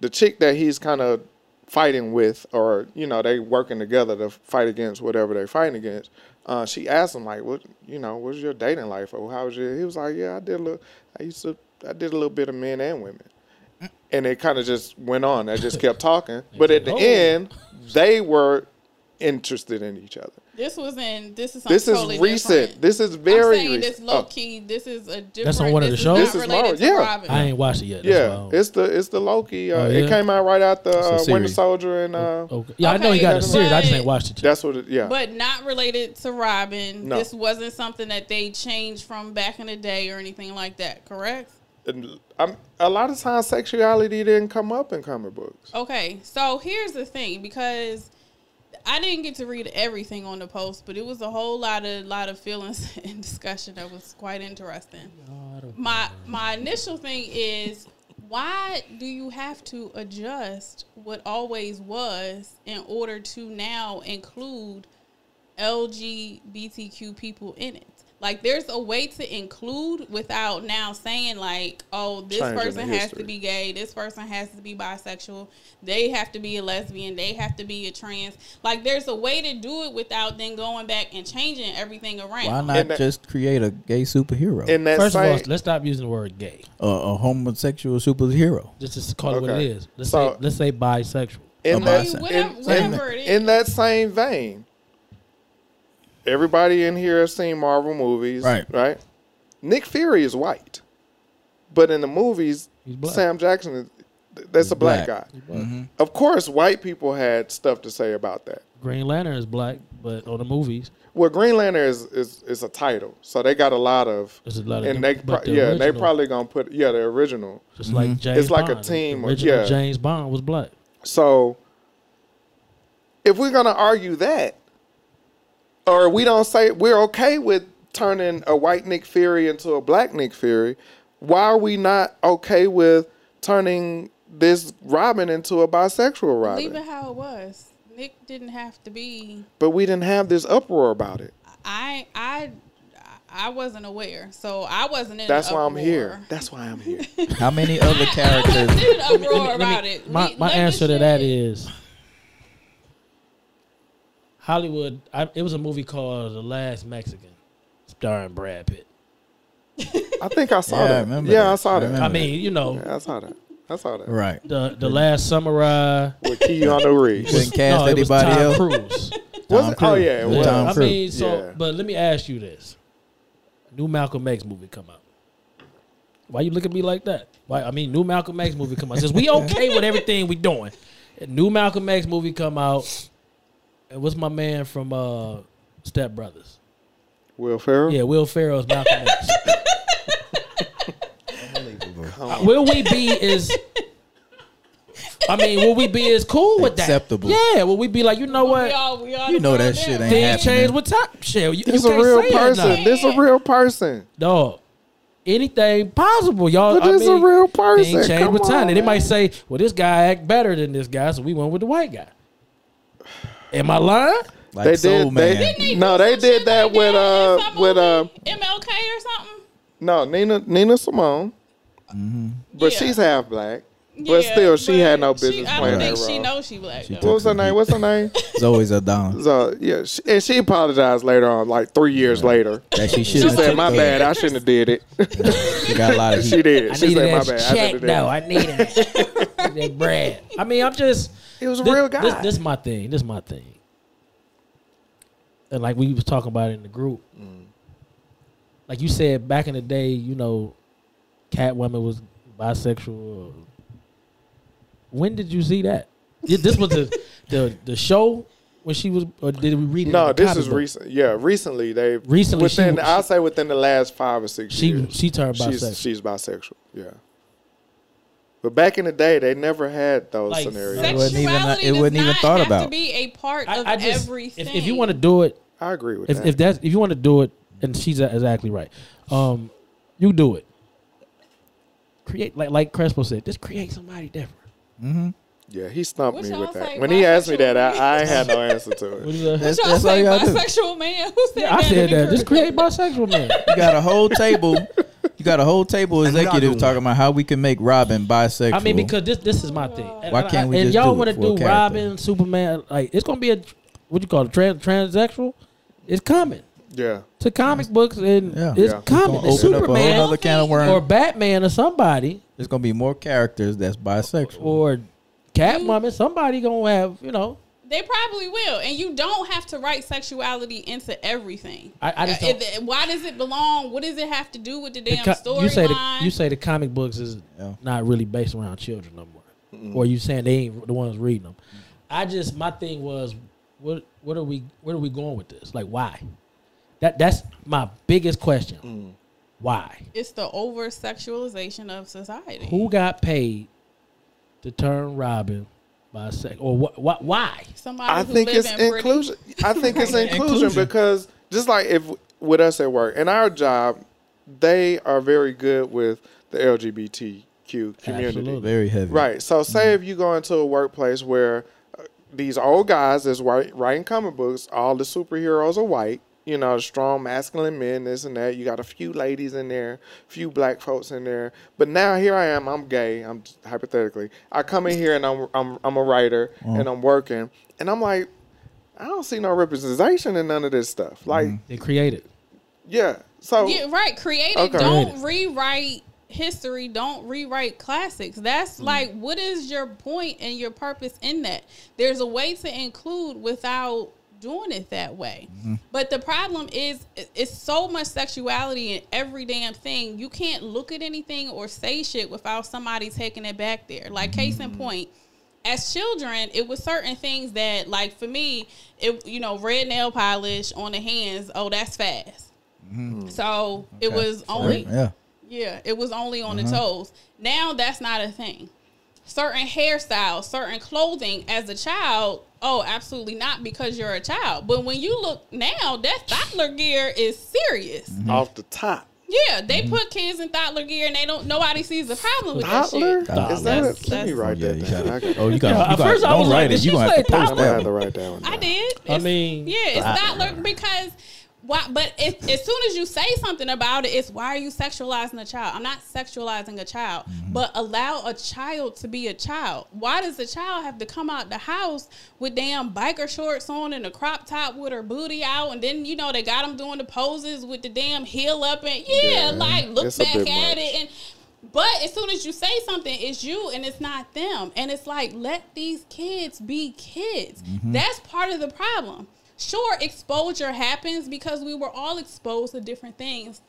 Speaker 2: the chick that he's kind of fighting with, or you know, they working together to fight against whatever they're fighting against. Uh, she asked him like, what you know, what's your dating life, or how was your? He was like, yeah, I did a little. I used to, I did a little bit of men and women. And it kind of just went on. They just kept talking. But at the
Speaker 4: Oh.
Speaker 2: end, they were interested in each other
Speaker 3: This was in this is something
Speaker 2: this is
Speaker 3: totally
Speaker 2: recent.
Speaker 3: different.
Speaker 2: This is
Speaker 3: I'm
Speaker 2: very
Speaker 3: saying
Speaker 2: recent.
Speaker 3: this low
Speaker 2: Oh,
Speaker 3: key. This is a different.
Speaker 4: on one of
Speaker 3: this
Speaker 4: the shows?
Speaker 3: Is
Speaker 2: This is
Speaker 3: not related
Speaker 2: Marvel,
Speaker 3: to
Speaker 2: yeah.
Speaker 3: Robin.
Speaker 4: I ain't watched it yet. that's why I
Speaker 2: yeah,
Speaker 4: don't-
Speaker 2: it's the it's the Loki. Uh,
Speaker 4: Oh,
Speaker 2: It
Speaker 4: yeah?
Speaker 2: came out right after uh,
Speaker 1: It's a
Speaker 2: Winter
Speaker 1: series.
Speaker 2: Soldier,
Speaker 4: Oh,
Speaker 2: and uh,
Speaker 4: okay. Yeah, I know
Speaker 3: Okay,
Speaker 4: he got a series. I just
Speaker 3: but-
Speaker 4: ain't watched it yet.
Speaker 2: that's what. It, yeah,
Speaker 3: but not related to Robin.
Speaker 2: No.
Speaker 3: This wasn't something that they changed from back in the day or anything like that, correct?
Speaker 2: and I'm, a lot of times sexuality didn't come up in comic books.
Speaker 3: Okay, so here's the thing because I didn't get to read everything on the post, but it was a whole lot of lot of feelings and discussion that was quite interesting. My my initial thing is why do you have to adjust what always was in order to now include LGBTQ people in it? Like there's a way to include without now saying like, oh, this
Speaker 2: Changing the
Speaker 3: person has
Speaker 2: history.
Speaker 3: to be gay, this person has to be bisexual, they have to be a lesbian, they have to be a trans. Like there's a way to do it without then going back and changing everything around.
Speaker 1: Why
Speaker 2: And
Speaker 1: not
Speaker 2: that-
Speaker 1: just create a gay superhero?
Speaker 2: In that
Speaker 4: First of all,
Speaker 2: same-
Speaker 4: let's stop using the word gay.
Speaker 1: a, a homosexual superhero.
Speaker 4: Just just call it what
Speaker 2: Okay.
Speaker 4: it is. Let's
Speaker 2: So-
Speaker 4: say let's say bisexual.
Speaker 2: in
Speaker 1: a
Speaker 2: that,
Speaker 1: bisexual.
Speaker 3: Whatever-
Speaker 2: in-
Speaker 3: whatever
Speaker 2: in-
Speaker 3: it is.
Speaker 2: in that same vein, everybody in here has seen Marvel movies,
Speaker 1: Right.
Speaker 2: Right. Nick Fury is white, but in the movies,
Speaker 4: He's black. Mm-hmm.
Speaker 2: Sam Jackson is. That's a black,
Speaker 1: black.
Speaker 2: guy. Of course, white people had stuff to say about that.
Speaker 4: Green Lantern is black, but on the movies,
Speaker 2: Well, Green Lantern is, is, is a title, so they got a lot of,
Speaker 4: There's a lot of
Speaker 2: and
Speaker 4: them,
Speaker 2: they pro-
Speaker 4: but the
Speaker 2: yeah they
Speaker 4: original-
Speaker 2: probably gonna put yeah the original.
Speaker 4: just like James
Speaker 2: Mm-hmm. It's like a
Speaker 4: Bond.
Speaker 2: team
Speaker 4: The
Speaker 2: of-
Speaker 4: original
Speaker 2: yeah.
Speaker 4: James Bond was black.
Speaker 2: So if we're gonna argue that, or we don't say we're okay with turning a white Nick Fury into a black Nick Fury, why are we not okay with turning this Robin into a bisexual
Speaker 3: Leave
Speaker 2: Robin?
Speaker 3: it how it was. Nick didn't have to be.
Speaker 2: But we didn't have this uproar about it.
Speaker 3: I I I wasn't aware, so I wasn't in.
Speaker 2: That's
Speaker 3: an
Speaker 2: why I'm
Speaker 3: uproar.
Speaker 2: here. That's why I'm here.
Speaker 1: How many other
Speaker 3: I
Speaker 1: characters?
Speaker 3: wasn't in an uproar
Speaker 4: Let me-
Speaker 3: about it.
Speaker 4: My,
Speaker 3: We-
Speaker 4: my
Speaker 3: let the
Speaker 4: answer to that
Speaker 3: shit-
Speaker 4: is Hollywood. I, it was a movie called The Last Mexican, starring Brad Pitt.
Speaker 2: I think I saw
Speaker 1: Yeah, I
Speaker 2: that.
Speaker 1: remember
Speaker 2: yeah,
Speaker 1: that.
Speaker 2: I saw
Speaker 1: I
Speaker 2: that.
Speaker 1: remember
Speaker 4: I mean, you know,
Speaker 2: Yeah, I saw that. I saw that.
Speaker 1: Right.
Speaker 4: the the Last Samurai.
Speaker 2: With Keanu Reeves.
Speaker 1: Couldn't cast
Speaker 4: no, it was
Speaker 1: anybody
Speaker 4: Tom
Speaker 1: else.
Speaker 4: Cruise.
Speaker 2: Was
Speaker 1: Tom
Speaker 2: it? Oh
Speaker 1: Cruise.
Speaker 2: yeah, it
Speaker 1: Yeah.
Speaker 2: was.
Speaker 1: Tom
Speaker 4: I
Speaker 1: Cruise.
Speaker 4: mean, so
Speaker 2: Yeah.
Speaker 4: but let me ask you this: New Malcolm X movie come out. Why you look at me like that? Why I mean, new Malcolm X movie come out. Since we okay with everything we doing, new Malcolm X movie come out. And what's my man from uh, Step Brothers?
Speaker 2: Will Ferrell.
Speaker 4: Yeah, Will Ferrell's Malcolm X. Uh, Will we be is? I mean, will we be is cool with that?
Speaker 1: Acceptable.
Speaker 4: Yeah, will we be like you know
Speaker 3: We
Speaker 4: what?
Speaker 3: all, we all
Speaker 1: You know
Speaker 3: the
Speaker 1: that
Speaker 3: world
Speaker 1: shit
Speaker 3: now.
Speaker 1: ain't
Speaker 4: Things
Speaker 1: happening.
Speaker 4: change with time. Shit, you,
Speaker 2: This
Speaker 4: you
Speaker 2: a
Speaker 4: can't
Speaker 2: real
Speaker 4: say that now.
Speaker 2: person. This a real person.
Speaker 4: dog. Anything possible, y'all.
Speaker 2: But
Speaker 4: I
Speaker 2: this
Speaker 4: mean,
Speaker 2: a real
Speaker 4: thing
Speaker 2: person.
Speaker 4: change
Speaker 2: Come
Speaker 4: with time,
Speaker 2: on,
Speaker 4: and they might
Speaker 2: man.
Speaker 4: say, "Well, this guy act better than this guy, so we went with the white guy." Am I lying?
Speaker 1: Like
Speaker 2: They
Speaker 1: Soul
Speaker 2: did.
Speaker 1: Man.
Speaker 2: They, no, they did that with uh with uh
Speaker 3: MLK or something.
Speaker 2: no Nina Nina Simone,
Speaker 4: Mm-hmm.
Speaker 2: but
Speaker 3: Yeah.
Speaker 2: she's half black. But still, she
Speaker 3: but
Speaker 2: had no
Speaker 3: she-
Speaker 2: business
Speaker 3: I
Speaker 2: playing
Speaker 3: don't
Speaker 2: that
Speaker 3: think she
Speaker 2: role.
Speaker 3: knows she black.
Speaker 1: She
Speaker 3: though.
Speaker 2: What was her name? What's her name?
Speaker 1: Zoe's a don
Speaker 2: So yeah, she, and she apologized later on, like three years later.
Speaker 1: that she should
Speaker 2: She
Speaker 1: have
Speaker 2: said,
Speaker 1: took
Speaker 2: "My
Speaker 1: though.
Speaker 2: bad, I shouldn't have did it."
Speaker 1: She got a lot of
Speaker 2: she
Speaker 1: heat.
Speaker 2: did.
Speaker 4: I
Speaker 2: She
Speaker 4: need
Speaker 2: said, "My
Speaker 4: that
Speaker 2: bad, I
Speaker 4: check
Speaker 2: shouldn't
Speaker 4: though.
Speaker 2: have
Speaker 4: I need it. that bread. I mean, I'm just.
Speaker 2: He was a
Speaker 4: this,
Speaker 2: real
Speaker 4: this-
Speaker 2: guy.
Speaker 4: This, is my thing. This is my thing. And like we was talking about it in the group,
Speaker 2: Mm.
Speaker 4: like you said back in the day, you know, Catwoman was bisexual. When did you see that? Th- This was the the the show when she was, or did we read
Speaker 2: did
Speaker 4: it?
Speaker 2: it."
Speaker 4: in
Speaker 2: No,
Speaker 4: the
Speaker 2: this
Speaker 4: comic
Speaker 2: is
Speaker 4: book?
Speaker 2: recent. Yeah, recently they
Speaker 4: Recently she-
Speaker 2: Within,
Speaker 4: she-
Speaker 2: I'll say within the last five or six
Speaker 4: She
Speaker 2: years,
Speaker 4: she turned bisexual.
Speaker 2: she's, she's bisexual. Yeah, but back in the day, they never had those
Speaker 4: Like,
Speaker 2: scenarios.
Speaker 1: It wasn't
Speaker 3: Sexuality
Speaker 1: even- it
Speaker 3: does
Speaker 1: wasn't even
Speaker 3: not
Speaker 1: thought
Speaker 3: have
Speaker 1: about.
Speaker 3: To be a part of
Speaker 4: I, I just if,
Speaker 3: everything.
Speaker 4: if you want to do it,
Speaker 2: I agree with
Speaker 4: if,
Speaker 2: that.
Speaker 4: if that's if you want to do it, and she's exactly right, um, you do it. Create like like Crespo said, just create somebody different.
Speaker 2: yeah, he stumped
Speaker 3: What
Speaker 2: me
Speaker 3: y'all
Speaker 2: with that.
Speaker 3: say,
Speaker 2: When he asked me
Speaker 3: bisexual
Speaker 2: that,
Speaker 3: means?
Speaker 2: I, I had no answer to
Speaker 4: What
Speaker 2: it.
Speaker 4: is that?
Speaker 1: That's,
Speaker 3: Y'all
Speaker 1: that's all
Speaker 3: say
Speaker 1: you gotta do.
Speaker 3: bisexual man. Who said
Speaker 4: I
Speaker 3: that?
Speaker 4: said
Speaker 3: in the
Speaker 4: that. Just
Speaker 3: group?
Speaker 4: create bisexual man.
Speaker 1: You got a whole table. You got a whole table
Speaker 6: Another
Speaker 1: executive talking about how we can make Robin bisexual.
Speaker 4: I mean, because this this is my thing. And
Speaker 1: Why
Speaker 4: I-
Speaker 1: can't we
Speaker 4: I, and
Speaker 1: just
Speaker 4: y'all
Speaker 1: do it
Speaker 4: wanna
Speaker 1: for a character?
Speaker 4: Robin, Superman? Like it's gonna be a what you call it, trans transsexual. It's coming
Speaker 2: Yeah,
Speaker 4: to comics books and
Speaker 1: Yeah.
Speaker 2: Yeah. It's
Speaker 4: it's
Speaker 1: It's gonna
Speaker 4: coming. It's
Speaker 1: open up a whole
Speaker 4: Superman
Speaker 1: other can of worms.
Speaker 4: or Batman or somebody
Speaker 1: There's gonna be more characters that's bisexual.
Speaker 4: or Catwoman. Somebody gonna have you know.
Speaker 3: They probably will, and you don't have to write sexuality into everything.
Speaker 4: I- I just
Speaker 3: Uh,
Speaker 4: don't-
Speaker 3: it- why does it belong? What does it have to do with the
Speaker 4: the
Speaker 3: damn
Speaker 4: co- you say the,
Speaker 3: storyline?
Speaker 4: you say the comic books is
Speaker 1: Yeah.
Speaker 4: not really based around children no more, or you saying they ain't the ones reading them. I just my thing was what what are we where are we going with this? Like why? That that's my biggest question. Why?
Speaker 3: it's the over sexualization of society.
Speaker 4: Who got paid to turn Robin by sex or what? Wh- why?
Speaker 3: Somebody
Speaker 2: I
Speaker 3: who
Speaker 2: think
Speaker 3: live
Speaker 2: it's
Speaker 3: in pretty-
Speaker 2: inclusion. I think it's inclusion
Speaker 1: Inclusion.
Speaker 2: because just like if with us at work in our job, they are very good with the LGBTQ community.
Speaker 4: Absolutely.
Speaker 1: Very heavy.
Speaker 2: Right. So say
Speaker 1: Mm-hmm.
Speaker 2: if you go into a workplace where uh, these old guys that's wri- writing comic books, all the superheroes are white. You know, strong masculine men, this and that. You got a few ladies in there, few black folks in there. But now here I am. I'm gay. I'm hypothetically. I come in here and I'm I'm I'm a writer
Speaker 1: Mm.
Speaker 2: and I'm working and I'm like, I don't see no representation in none of this
Speaker 1: Mm-hmm.
Speaker 2: stuff. Like,
Speaker 4: They created.
Speaker 2: yeah. So
Speaker 3: Yeah, right. Create it.
Speaker 2: Okay.
Speaker 3: Don't rewrite history. Don't rewrite classics. That's like, what is your point and your purpose in that? There's a way to include without doing it that way. But the problem is, i- it's so much sexuality in every damn thing. You can't look at anything or say shit without somebody taking it back there. Like, case in point, as children, it was certain things that, like for me, it you know, red nail polish on the hands. Oh, that's fast. So it
Speaker 1: Okay.
Speaker 3: was only
Speaker 1: Yeah.
Speaker 3: yeah, it was only on the toes. Now that's not a thing. Certain hairstyles, certain clothing as a child, oh, absolutely not because you're a child. But when you look now, that toddler gear is serious.
Speaker 1: Mm-hmm.
Speaker 2: off the top,
Speaker 3: Yeah, they put kids in toddler gear and they don't nobody sees the problem with that
Speaker 2: toddler.
Speaker 3: shit.
Speaker 2: Is
Speaker 1: Toddler.
Speaker 2: that?
Speaker 3: That's-
Speaker 2: A, let me
Speaker 3: that's-
Speaker 2: write
Speaker 1: Yeah,
Speaker 2: that
Speaker 1: you
Speaker 2: down. I
Speaker 1: got
Speaker 2: got-
Speaker 1: it. Oh, you got
Speaker 4: Yeah,
Speaker 1: you
Speaker 4: at first
Speaker 1: got
Speaker 4: I was
Speaker 1: Don't
Speaker 4: like,
Speaker 1: write
Speaker 4: did
Speaker 1: it.
Speaker 4: she
Speaker 1: You gonna have to
Speaker 4: say
Speaker 1: post
Speaker 2: I'm gonna have
Speaker 1: that.
Speaker 2: to
Speaker 1: one.
Speaker 2: write that one.
Speaker 3: I
Speaker 2: down.
Speaker 3: did.
Speaker 4: I mean-
Speaker 3: yeah, it's toddler because why, but if, as soon as you say something about it, it's why are you sexualizing a child? I'm not sexualizing a child, but allow a child to be a child. Why does a child have to come out the house with damn biker shorts on and a crop top with her booty out? And then, you know, they got them doing the poses with the damn heel up and, yeah,
Speaker 2: Yeah,
Speaker 3: like look
Speaker 2: it's a
Speaker 3: back at
Speaker 2: bit much.
Speaker 3: it. And, but as soon as you say something, it's you and it's not them. And it's like, let these kids be kids.
Speaker 2: Mm-hmm.
Speaker 3: That's part of the problem. Sure, exposure happens because we were all exposed to different things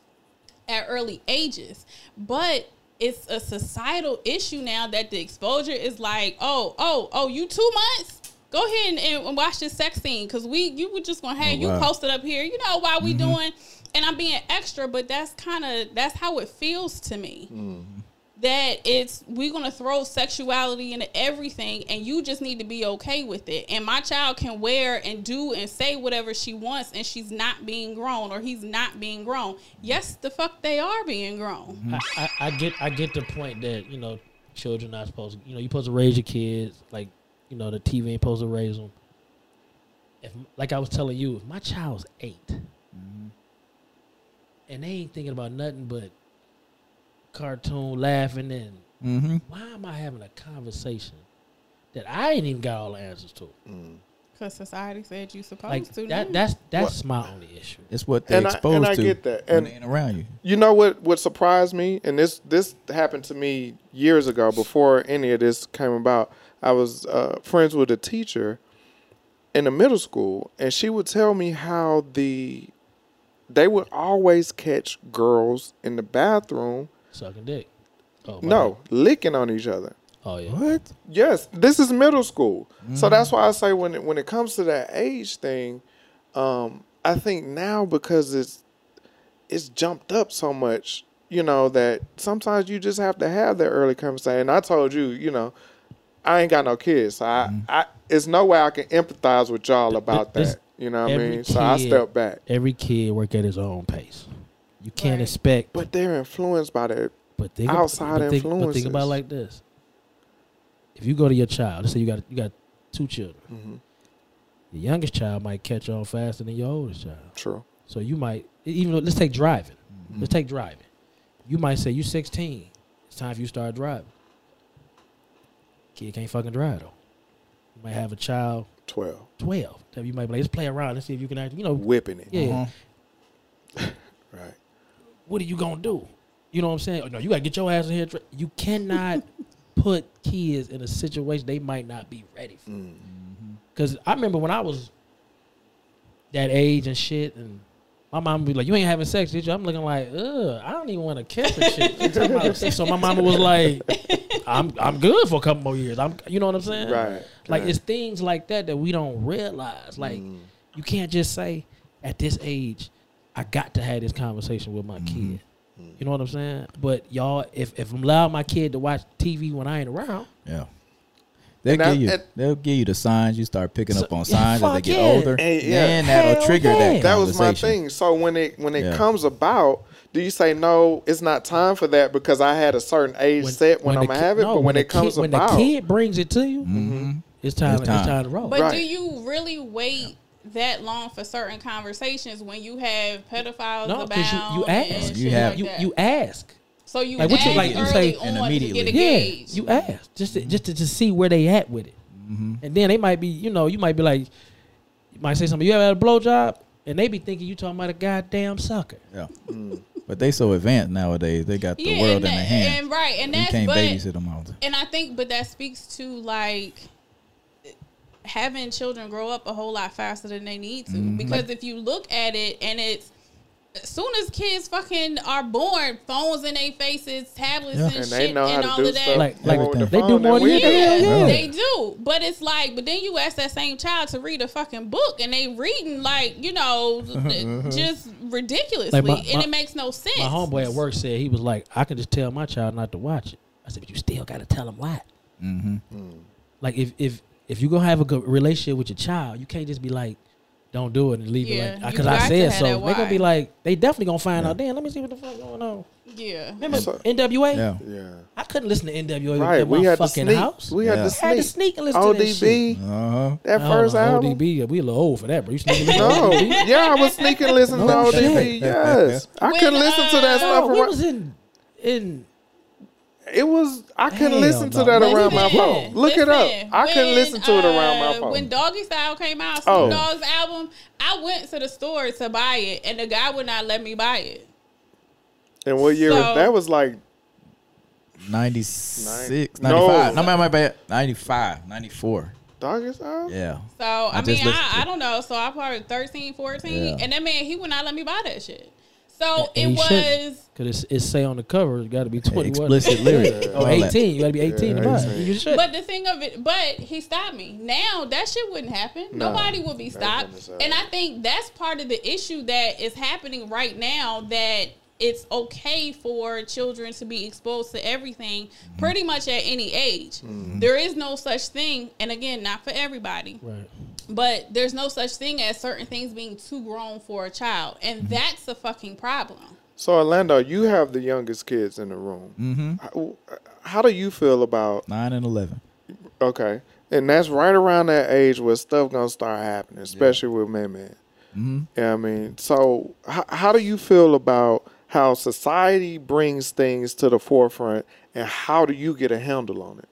Speaker 3: at early ages. But it's a societal issue now that the exposure is like, oh, oh, oh, you two months? Go ahead and, and, and watch this sex scene because we you were just gonna have
Speaker 1: Oh,
Speaker 3: you
Speaker 1: wow. Mm-hmm.
Speaker 3: posted up here, you know, while we doing and I'm being extra, but that's kind of that's how it feels to me. That it's we're gonna throw sexuality into everything, and you just need to be okay with it. And my child can wear and do and say whatever she wants, and she's not being grown or he's not being grown. Yes, the fuck they are being grown.
Speaker 1: Mm.
Speaker 4: I, I, I get I get the point that you know children not supposed to, you know you're supposed to raise your kids like you know the TV ain't supposed to raise them. If like I was telling you, if my child's 8
Speaker 1: Mm-hmm.
Speaker 4: and they ain't thinking about nothing but cartoon laughing and
Speaker 1: Mm-hmm.
Speaker 4: why am I having a conversation that I ain't even got all the answers to?
Speaker 3: Because society said you supposed
Speaker 4: Like
Speaker 3: to.
Speaker 4: that
Speaker 3: now.
Speaker 4: that's that's my only issue.
Speaker 1: It's what they're
Speaker 2: And I- and
Speaker 1: exposed
Speaker 2: I
Speaker 1: to.
Speaker 2: get that.
Speaker 1: when
Speaker 2: And-
Speaker 1: they ain't around you.
Speaker 2: You know what? What surprised me, and this this happened to me years ago before any of this came about. I was uh, friends with a teacher in the middle school, and she would tell me how the they would always catch girls in the bathroom,
Speaker 4: Sucking dick. Oh my
Speaker 2: no, licking on each other.
Speaker 4: God. Oh yeah.
Speaker 1: What?
Speaker 2: Yes, this is middle school.
Speaker 4: Mm.
Speaker 2: So that's why I say when it, when it comes to that age thing, um, I think now because it's it's jumped up so much, you know, that sometimes you just have to have that early conversation. And I told you, you know, I ain't got no kids, so I, I it's no way I can empathize with y'all about
Speaker 4: Mm. this-
Speaker 2: that. You know what I
Speaker 4: every
Speaker 2: mean? So I
Speaker 4: kid-
Speaker 2: stepped back.
Speaker 4: Every kid work at his own pace. You can't
Speaker 3: Right.
Speaker 4: expect
Speaker 2: But they're influenced by that.
Speaker 4: But think
Speaker 2: Outside
Speaker 4: but think, But think about
Speaker 2: influences.
Speaker 4: it like this: if you go to your child, let's say you got you got two children,
Speaker 2: Mhm.
Speaker 4: the youngest child might catch on faster than your oldest child.
Speaker 2: True.
Speaker 4: So you might e, even though- let's take driving. Let's take driving. You might say you're 16. It's time for you to start driving. Kid can't fucking drive though. You might have a child
Speaker 2: Twelve
Speaker 4: 12. that You might be like, let's play around. Let's see if you can act. You know,
Speaker 2: whipping it.
Speaker 4: yeah.
Speaker 1: Uh-huh.
Speaker 2: Right.
Speaker 4: what are you gonna do? You know what I'm saying? Oh, no, you gotta get your ass in here. Dre. You cannot put kids in a situation they might not be ready for. Because I remember when I was that age and shit, and my mom would be like, "You ain't having sex, did you?" I'm looking like, "Ugh, I don't even want to catch and shit." She talking about sex. so my mama was like, "I'm I'm good for a couple more years." I'm, you know what I'm saying?
Speaker 2: Right,
Speaker 4: Like
Speaker 2: right. Mm.
Speaker 4: it's things like that that we don't realize. Like you can't just say at this age, I got to have this conversation with my
Speaker 2: Mm-hmm.
Speaker 4: kid.
Speaker 2: Mm.
Speaker 4: You know what I'm saying? But y'all, if if I'm allowing my kid to watch TV when I ain't around,
Speaker 1: Yeah. They'll
Speaker 2: And
Speaker 1: give
Speaker 2: I-
Speaker 1: you.
Speaker 2: and-
Speaker 1: they'll give you the signs. You start picking up on signs as they
Speaker 4: fuck
Speaker 1: get
Speaker 4: yeah.
Speaker 1: older.
Speaker 2: Hey, yeah.
Speaker 1: Then that'll
Speaker 4: Hell
Speaker 1: trigger
Speaker 4: yeah.
Speaker 1: that.
Speaker 2: that was my
Speaker 1: conversation.
Speaker 2: thing. So when it when it
Speaker 1: Yeah.
Speaker 2: comes about, do you say no? It's not time for that because I had a certain age set when, I'm
Speaker 4: the
Speaker 2: gonna
Speaker 4: ki-
Speaker 2: have it.
Speaker 4: no,
Speaker 2: but when,
Speaker 4: the
Speaker 2: it comes
Speaker 4: kid, when
Speaker 2: about,
Speaker 4: the kid brings it to you, it's time. It's
Speaker 1: Mm-hmm. It's
Speaker 4: time,
Speaker 1: time.
Speaker 4: to roll.
Speaker 3: But
Speaker 2: Right.
Speaker 3: do you really wait that long for certain conversations when you have pedophiles
Speaker 4: no,
Speaker 3: about?
Speaker 4: because you, you ask,
Speaker 1: You have-
Speaker 4: you, you ask.
Speaker 3: so you like,
Speaker 4: like, what
Speaker 3: ask
Speaker 4: you- like, you
Speaker 3: early
Speaker 4: say-
Speaker 3: on
Speaker 1: And
Speaker 3: to
Speaker 1: immediately.
Speaker 3: get engaged.
Speaker 4: Yeah, you ask just to, just to just see where they at with it, and then they might be, you know, you might be like, you might say something. You ever had a blowjob, and they be thinking you talking about a goddamn sucker.
Speaker 1: Yeah.
Speaker 2: Mm-hmm.
Speaker 1: But they so advanced nowadays. They got the
Speaker 3: yeah,
Speaker 1: world in
Speaker 3: and,
Speaker 1: their
Speaker 3: that-
Speaker 1: hand.
Speaker 3: and right, and
Speaker 1: you
Speaker 3: that's
Speaker 1: can't
Speaker 3: but
Speaker 1: babysit them all.
Speaker 3: and I think, but that speaks to like having children grow up a whole lot faster than they need to.
Speaker 4: Mm-hmm.
Speaker 3: Because if you look at it, and it's as soon as kids fucking are born, phones in their faces, tablets
Speaker 1: Yeah.
Speaker 3: and,
Speaker 2: and
Speaker 3: shit,
Speaker 2: they know how
Speaker 3: and
Speaker 2: to
Speaker 3: all
Speaker 2: do
Speaker 3: of that.
Speaker 2: stuff.
Speaker 4: Like-
Speaker 2: more
Speaker 1: like
Speaker 2: with the
Speaker 4: they do
Speaker 2: phone than
Speaker 4: more than
Speaker 2: we
Speaker 4: you do.
Speaker 2: do.
Speaker 4: Yeah.
Speaker 1: Yeah.
Speaker 3: They do, but it's like, but then you ask that same child to read a fucking book, and they reading like you know, just ridiculously,
Speaker 4: Mm-hmm. Like my-
Speaker 3: and
Speaker 4: my-
Speaker 3: it makes no sense.
Speaker 4: My homeboy at work said he was like, I can just tell my child not to watch it. I said, but you still gotta tell him why.
Speaker 2: Mm-hmm.
Speaker 3: Hmm.
Speaker 4: Like if if if you gonna have a good relationship with your child, you can't just be like, don't do it and leave it
Speaker 3: Yeah,
Speaker 4: like
Speaker 3: you
Speaker 4: because I
Speaker 3: got to
Speaker 4: said
Speaker 3: have
Speaker 4: so.
Speaker 3: that
Speaker 4: They gonna be
Speaker 3: why.
Speaker 4: like, they definitely gonna find out. Damn, let me see what the fuck going on.
Speaker 3: yeah,
Speaker 4: Remember
Speaker 2: So-
Speaker 4: NWA?
Speaker 1: Yeah.
Speaker 2: Yeah.
Speaker 4: I couldn't listen to NWA
Speaker 2: Right,
Speaker 4: in
Speaker 2: we
Speaker 4: my
Speaker 2: had to
Speaker 4: fucking
Speaker 2: sneak.
Speaker 4: house.
Speaker 2: We had
Speaker 1: Yeah.
Speaker 2: to
Speaker 4: I had to
Speaker 2: sneak.
Speaker 4: sneak and listen to that shit.
Speaker 2: ODB,
Speaker 1: Uh-huh.
Speaker 2: that
Speaker 4: I don't
Speaker 2: first
Speaker 4: know,
Speaker 2: album.
Speaker 4: ODB, yeah, we a little old for that, bro. You sneaking in
Speaker 2: No,
Speaker 4: ODB?
Speaker 2: yeah, I was sneaking listen to
Speaker 1: No
Speaker 2: ODB.
Speaker 1: shit.
Speaker 2: Yes, I
Speaker 3: When,
Speaker 2: couldn't listen to that
Speaker 3: uh,
Speaker 2: stuff.
Speaker 4: No, we
Speaker 2: around-
Speaker 4: was in in
Speaker 2: it was I couldn't
Speaker 4: Hell
Speaker 2: listen to
Speaker 4: no.
Speaker 2: that
Speaker 4: Listen,
Speaker 2: around my phone. Look it up.
Speaker 3: listen,
Speaker 2: I couldn't
Speaker 3: when,
Speaker 2: listen to it around my
Speaker 3: uh,
Speaker 2: phone.
Speaker 3: When Doggy Style came out, Snoop
Speaker 2: Oh.
Speaker 3: Dogg's album, I went to the store to buy it, and the guy would not let me buy it.
Speaker 2: And what year?
Speaker 3: So-
Speaker 2: that was like
Speaker 1: 96,
Speaker 2: No.
Speaker 1: 95. No, my, my bad. 95, 94.
Speaker 2: Doggy Style.
Speaker 1: Yeah.
Speaker 3: So I,
Speaker 1: I
Speaker 3: mean,
Speaker 1: just listened
Speaker 3: I,
Speaker 1: to-
Speaker 3: I don't know. So I probably 13, 14,
Speaker 1: Yeah.
Speaker 3: and that man he would not let me buy that shit. So it
Speaker 4: and you shouldn't,
Speaker 3: was.
Speaker 4: cause it's, it's say on the cover it got to be twenty one.
Speaker 1: Explicit lyric.
Speaker 4: Oh, 18. You got to be 18 to
Speaker 2: Yeah,
Speaker 4: buy.
Speaker 2: 18.
Speaker 4: You should.
Speaker 3: But the thing of it, but he stopped me. Now that shit wouldn't happen.
Speaker 2: No,
Speaker 3: Nobody would be stopped.
Speaker 2: wouldn't happen.
Speaker 3: And I think that's part of the issue that is happening right now that it's okay for children to be exposed to everything pretty much at any age. There is no such thing, and again, not for everybody.
Speaker 4: right.
Speaker 3: But there's no such thing as certain things being too grown for a child, and that's a fucking problem.
Speaker 2: So Orlando, you have the youngest kids in the room. Mm-hmm. How, how do you feel about
Speaker 1: 9 and 11.
Speaker 2: okay? And that's right around that age where stuff gonna start happening, especially with men, man. Mm-hmm. Yeah, I mean, so how, how do you feel about how society brings things to the forefront, and how do you get a handle on it?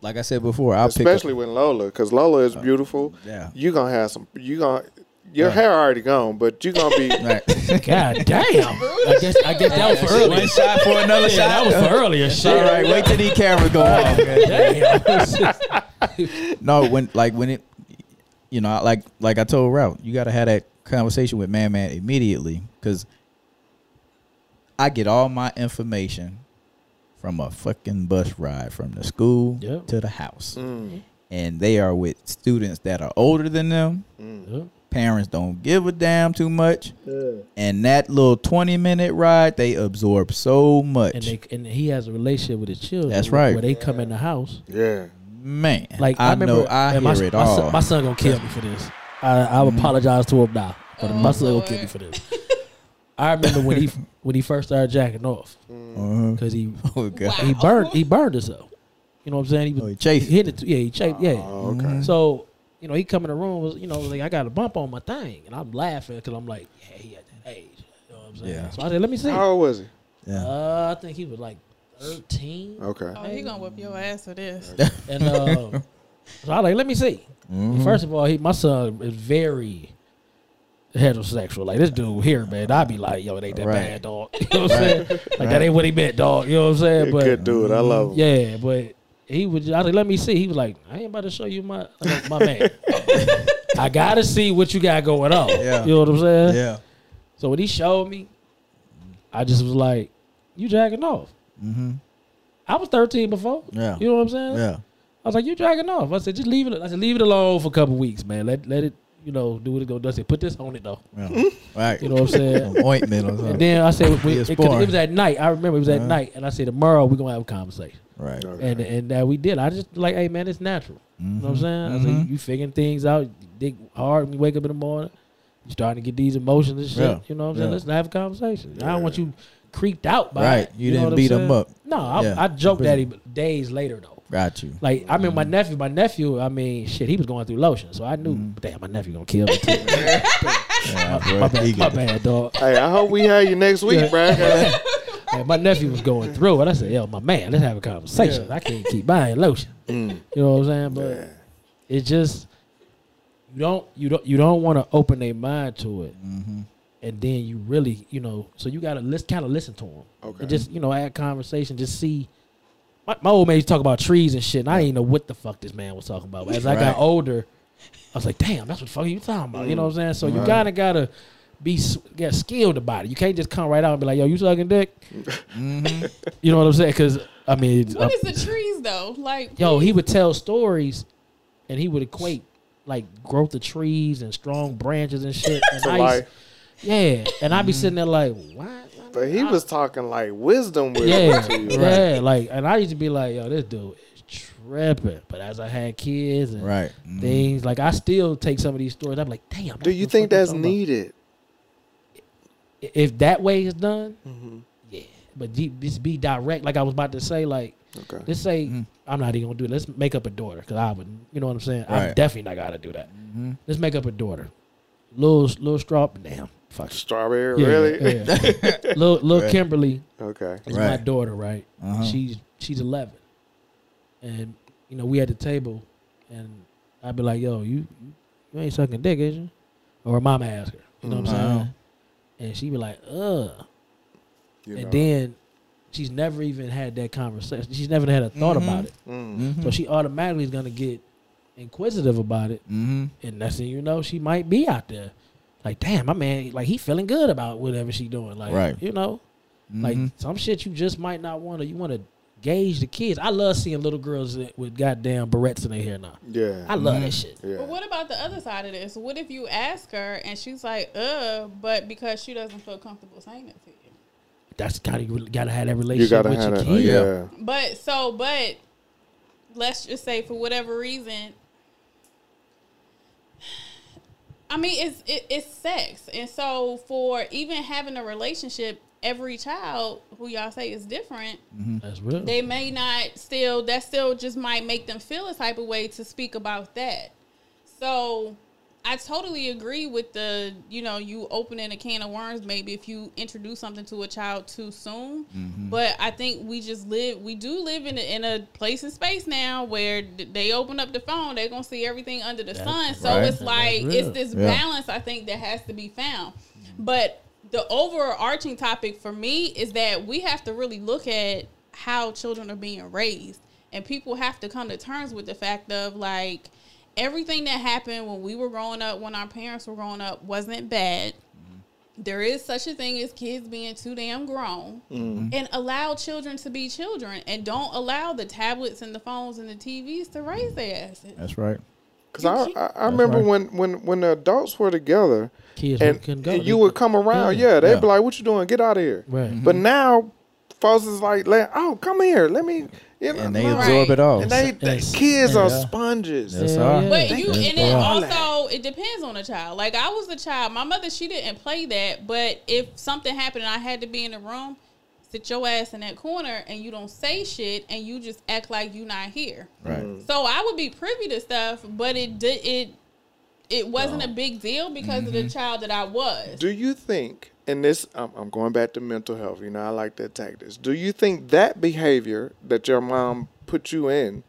Speaker 1: Like I said before, I'll
Speaker 2: especially
Speaker 1: pick
Speaker 2: with Lola, because Lola is beautiful.
Speaker 1: yeah.
Speaker 2: you gonna have some. You gonna your hair already gone, but you gonna be.
Speaker 1: up. Right.
Speaker 4: God damn. I guess I guess that was for earlier.
Speaker 1: One shot for another
Speaker 4: Yeah, that
Speaker 1: shot.
Speaker 4: was for earlier. Shit.
Speaker 1: All right, wait till these cameras go off.
Speaker 4: Damn.
Speaker 1: no, when like when it, you know, like like I told Ralph, you got to have that conversation with Man Man immediately because I get all my information from a fucking bus ride from the school
Speaker 4: Yep.
Speaker 1: to the house,
Speaker 2: mm,
Speaker 1: and they are with students that are older than them. Parents don't give a damn too much, and that little twenty minute ride they absorb so much.
Speaker 4: and they and he has a relationship with his children.
Speaker 1: That's
Speaker 4: where-
Speaker 1: right.
Speaker 4: Where they come in the house.
Speaker 2: yeah,
Speaker 1: Man,
Speaker 4: Like I, remember,
Speaker 1: know I hear
Speaker 4: man, my,
Speaker 1: it
Speaker 4: my
Speaker 1: all. Mm-hmm.
Speaker 4: Son, my son gonna kill me for this. I, I apologize to him now, but my son gonna kill me
Speaker 3: Lord.
Speaker 4: for this. I remember when he when he first started jacking off
Speaker 1: Uh-huh.
Speaker 4: because he
Speaker 1: Oh, God.
Speaker 3: Wow.
Speaker 4: he burned he burned himself. You know what I'm saying? was-
Speaker 1: Oh, he chafed.
Speaker 4: hit it. Yeah, he chafed. Yeah. Mm-hmm.
Speaker 2: Oh, okay.
Speaker 4: So you know he come in the room was you know like I got a bump on my thing and I'm laughing because I'm like yeah he at that age. You know what I'm saying?
Speaker 1: Yeah.
Speaker 4: So I said let me see.
Speaker 2: How old was he?
Speaker 1: Yeah.
Speaker 4: Uh, I think he was like 13.
Speaker 2: Okay.
Speaker 3: Oh, he gonna whip your ass for this.
Speaker 4: And uh, so I like, let me see.
Speaker 1: Mm-hmm.
Speaker 4: First of all, he my son is very heterosexual. Like this dude here, man, I'd be like, yo, it ain't that
Speaker 1: Right.
Speaker 4: bad, dog. You know what I'm saying? Like that ain't what he meant, dog. You know what I'm saying?
Speaker 2: He
Speaker 4: but
Speaker 2: good dude. I love
Speaker 1: Oh.
Speaker 2: him.
Speaker 4: yeah, but he was. I was like, let me see. He was like, I ain't about to show you my like, my man. I gotta see what you got going on.
Speaker 1: Yeah.
Speaker 4: You know what I'm saying?
Speaker 1: Yeah.
Speaker 4: So when he showed me, I just was like, "You jacking off." I was 13 before.
Speaker 1: Mm-hmm. Yeah.
Speaker 4: You know what I'm saying?
Speaker 1: Yeah.
Speaker 4: I was like, "You jacking off?" I said, "Just leave it." I said, "Leave it alone for a couple weeks, man. Let let it, you know, do what it go." do." I said, "Put this on it though."
Speaker 1: yeah. Right.
Speaker 4: You know what I'm saying?
Speaker 1: Some ointment or something.
Speaker 4: and then I said, we,
Speaker 1: Be a
Speaker 4: it, 'cause
Speaker 1: spar.
Speaker 4: it was at night. I remember it was at night, and I said, "Tomorrow we're gonna have a conversation."
Speaker 1: right. Mm-hmm.
Speaker 2: Okay.
Speaker 4: And and that we did. I just like, hey man, it's natural. You know what I'm saying? I said, you figuring things out, you dig hard when you wake up in the morning. You starting to get these emotions and shit.
Speaker 1: Yeah.
Speaker 4: You know what I'm saying?
Speaker 1: Yeah.
Speaker 4: Let's have a conversation. I don't want you creeped out by
Speaker 1: Right.
Speaker 4: it.
Speaker 1: You
Speaker 4: know
Speaker 1: didn't
Speaker 4: what I'm
Speaker 1: beat 'em
Speaker 4: saying?
Speaker 1: up.
Speaker 4: No, I,
Speaker 1: Yeah.
Speaker 4: I joked at him days later though.
Speaker 1: Got you.
Speaker 4: Like I mean,
Speaker 1: Mm-hmm.
Speaker 4: my nephew, my nephew. I mean, shit, he was going through lotion, so I knew.
Speaker 1: Mm-hmm.
Speaker 4: Damn, my nephew gonna kill me. Too.
Speaker 1: Yeah, bro.
Speaker 4: my, bad, my bad, dog.
Speaker 2: Hey, I hope we have you next week, Brad.
Speaker 4: Man, my nephew was going through it. I said, "Yo, my man, let's have a conversation. I can't keep buying lotion."
Speaker 2: Mm,
Speaker 4: You know what I'm saying? But it's just you don't you don't you don't want to open their mind to it,
Speaker 1: Mm-hmm.
Speaker 4: and then you really you know. So you gotta list kind of listen to them.
Speaker 2: Okay.
Speaker 4: And just you know, add conversation. Just see. My, my old man used to talk about trees and shit, and I didn't know what the fuck this man was talking about. But as I
Speaker 1: Right.
Speaker 4: got older, I was like, "Damn, that's what the fuck you talking about." You know what I'm saying? So you kind of gotta be s- get skilled about it. You can't just come right out and be like, "Yo, you sucking dick." You know what I'm saying? Because I mean,
Speaker 3: What
Speaker 4: uh,
Speaker 3: is the trees though? Like
Speaker 4: yo, he would tell stories, and he would equate like growth of trees and strong branches and shit. And I used-
Speaker 2: Like,
Speaker 4: yeah, and I'd be sitting there like, "What?"
Speaker 2: but he was talking like wisdom with it
Speaker 4: Yeah,
Speaker 2: to you.
Speaker 4: yeah, like, and I used to be like, "Yo, this dude is tripping." But as I had kids and
Speaker 1: Right. Mm.
Speaker 4: things, like I still take some of these stories. I'm like, "Damn."
Speaker 2: Do you think that's needed? Mm-hmm.
Speaker 4: If that way is done, yeah, but de- just be direct. Like I was about to say, like
Speaker 2: Okay.
Speaker 4: let's say
Speaker 1: Mm.
Speaker 4: I'm not even gonna do it. Let's make up a daughter because I would, you know what I'm saying. I'm
Speaker 1: Right.
Speaker 4: definitely not gotta do that.
Speaker 1: Mm-hmm.
Speaker 4: Let's make up a daughter. Little little straw, damn, fuck. it.
Speaker 2: Strawberry,
Speaker 4: Yeah,
Speaker 2: really?
Speaker 4: Yeah, little little
Speaker 1: Right.
Speaker 4: Kimberly
Speaker 2: Okay.
Speaker 4: is my
Speaker 1: Right.
Speaker 4: daughter, right?
Speaker 1: Uh-huh.
Speaker 4: She's she's 11, and you know we at the table, and I'd be like, "Yo, you you ain't sucking dick, is you?" Or mom ask her, you know what I'm
Speaker 1: Uh-huh.
Speaker 4: saying? And she be like, "Ugh,"
Speaker 2: You
Speaker 4: and
Speaker 2: know.
Speaker 4: then she's never even had that conversation. She's never had a thought about it.
Speaker 2: Mm.
Speaker 1: Mm-hmm.
Speaker 4: So she automatically is gonna get inquisitive about it,
Speaker 1: mm-hmm.
Speaker 4: and next thing you know, she might be out there, like, damn, my man, like he feeling good about whatever she doing, like,
Speaker 1: Right.
Speaker 4: you know,
Speaker 1: Mm-hmm.
Speaker 4: like
Speaker 2: Mm-hmm.
Speaker 4: some shit you just might not want to. You want to gauge the kids. I love seeing little girls that- with goddamn barrettes in their hair now.
Speaker 2: Yeah.
Speaker 4: I love that shit.
Speaker 2: yeah.
Speaker 3: But what about the other side of this? What if you ask her and she's like, uh, but because she doesn't feel comfortable saying it to you?
Speaker 4: That's kind of you really gotta have that
Speaker 2: you
Speaker 4: relationship
Speaker 2: gotta
Speaker 4: with
Speaker 2: have
Speaker 4: your
Speaker 2: it.
Speaker 4: kid.
Speaker 2: Yeah.
Speaker 3: But so, but let's just say for whatever reason, I mean, it's it, it's sex, and so for even having a relationship, every child who y'all say is different,
Speaker 4: That's real.
Speaker 3: they may not still. That still just might make them feel a type of way to speak about that. So. I totally agree with the, you know, you opening a can of worms maybe if you introduce something to a child too soon. But I think we just live, we do live in a, in a place and space now where th- they open up the phone, they're going to see everything under the sun. So
Speaker 1: right.
Speaker 3: it's like,
Speaker 4: That's
Speaker 3: it's
Speaker 4: real.
Speaker 3: this
Speaker 1: Yeah.
Speaker 3: balance I think that has to be found. But the overarching topic for me is that we have to really look at how children are being raised. And people have to come to terms with the fact of like, everything that happened when we were growing up, when our parents were growing up, wasn't bad. There is such a thing as kids being too damn grown and allow children to be children and don't allow the tablets and the phones and the TVs to raise their asses.
Speaker 1: That's right.
Speaker 2: Cause I, I, I remember
Speaker 1: right.
Speaker 2: when when when the adults were together,
Speaker 4: Kids
Speaker 2: and,
Speaker 4: couldn't go.
Speaker 2: and
Speaker 4: They
Speaker 2: you would
Speaker 4: could-
Speaker 2: come around, yeah, they'd be like, "What you doing? Get out of here!"
Speaker 4: Right.
Speaker 2: But now, folks is like, like, "Oh, come here, let me," you know,
Speaker 1: And they
Speaker 3: Right.
Speaker 1: absorb it all.
Speaker 2: and they, they
Speaker 4: Yes.
Speaker 2: kids are
Speaker 4: Yeah.
Speaker 2: sponges.
Speaker 1: That's
Speaker 4: Yeah,
Speaker 1: all.
Speaker 4: yeah.
Speaker 3: But
Speaker 4: Thank
Speaker 3: you
Speaker 1: you.
Speaker 3: and it
Speaker 1: Yeah.
Speaker 3: also it depends on the child. Like I was a child. My mother she didn't play that, but if something happened and I had to be in the room, sit your ass in that corner and you don't say shit and you just act like you not here.
Speaker 1: Right.
Speaker 3: So I would be privy to stuff, but it did it it wasn't a big deal because of the child that I was.
Speaker 2: Do you think, and this, I'm, I'm going back to mental health, you know, I like to attack this. Do you think that behavior that your mom put you in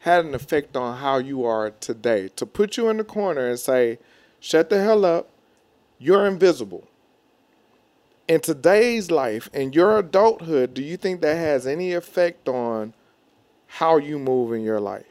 Speaker 2: had an effect on how you are today? To put you in the corner and say, shut the hell up, you're invisible. In today's life, in your adulthood, do you think that has any effect on how you move in your life?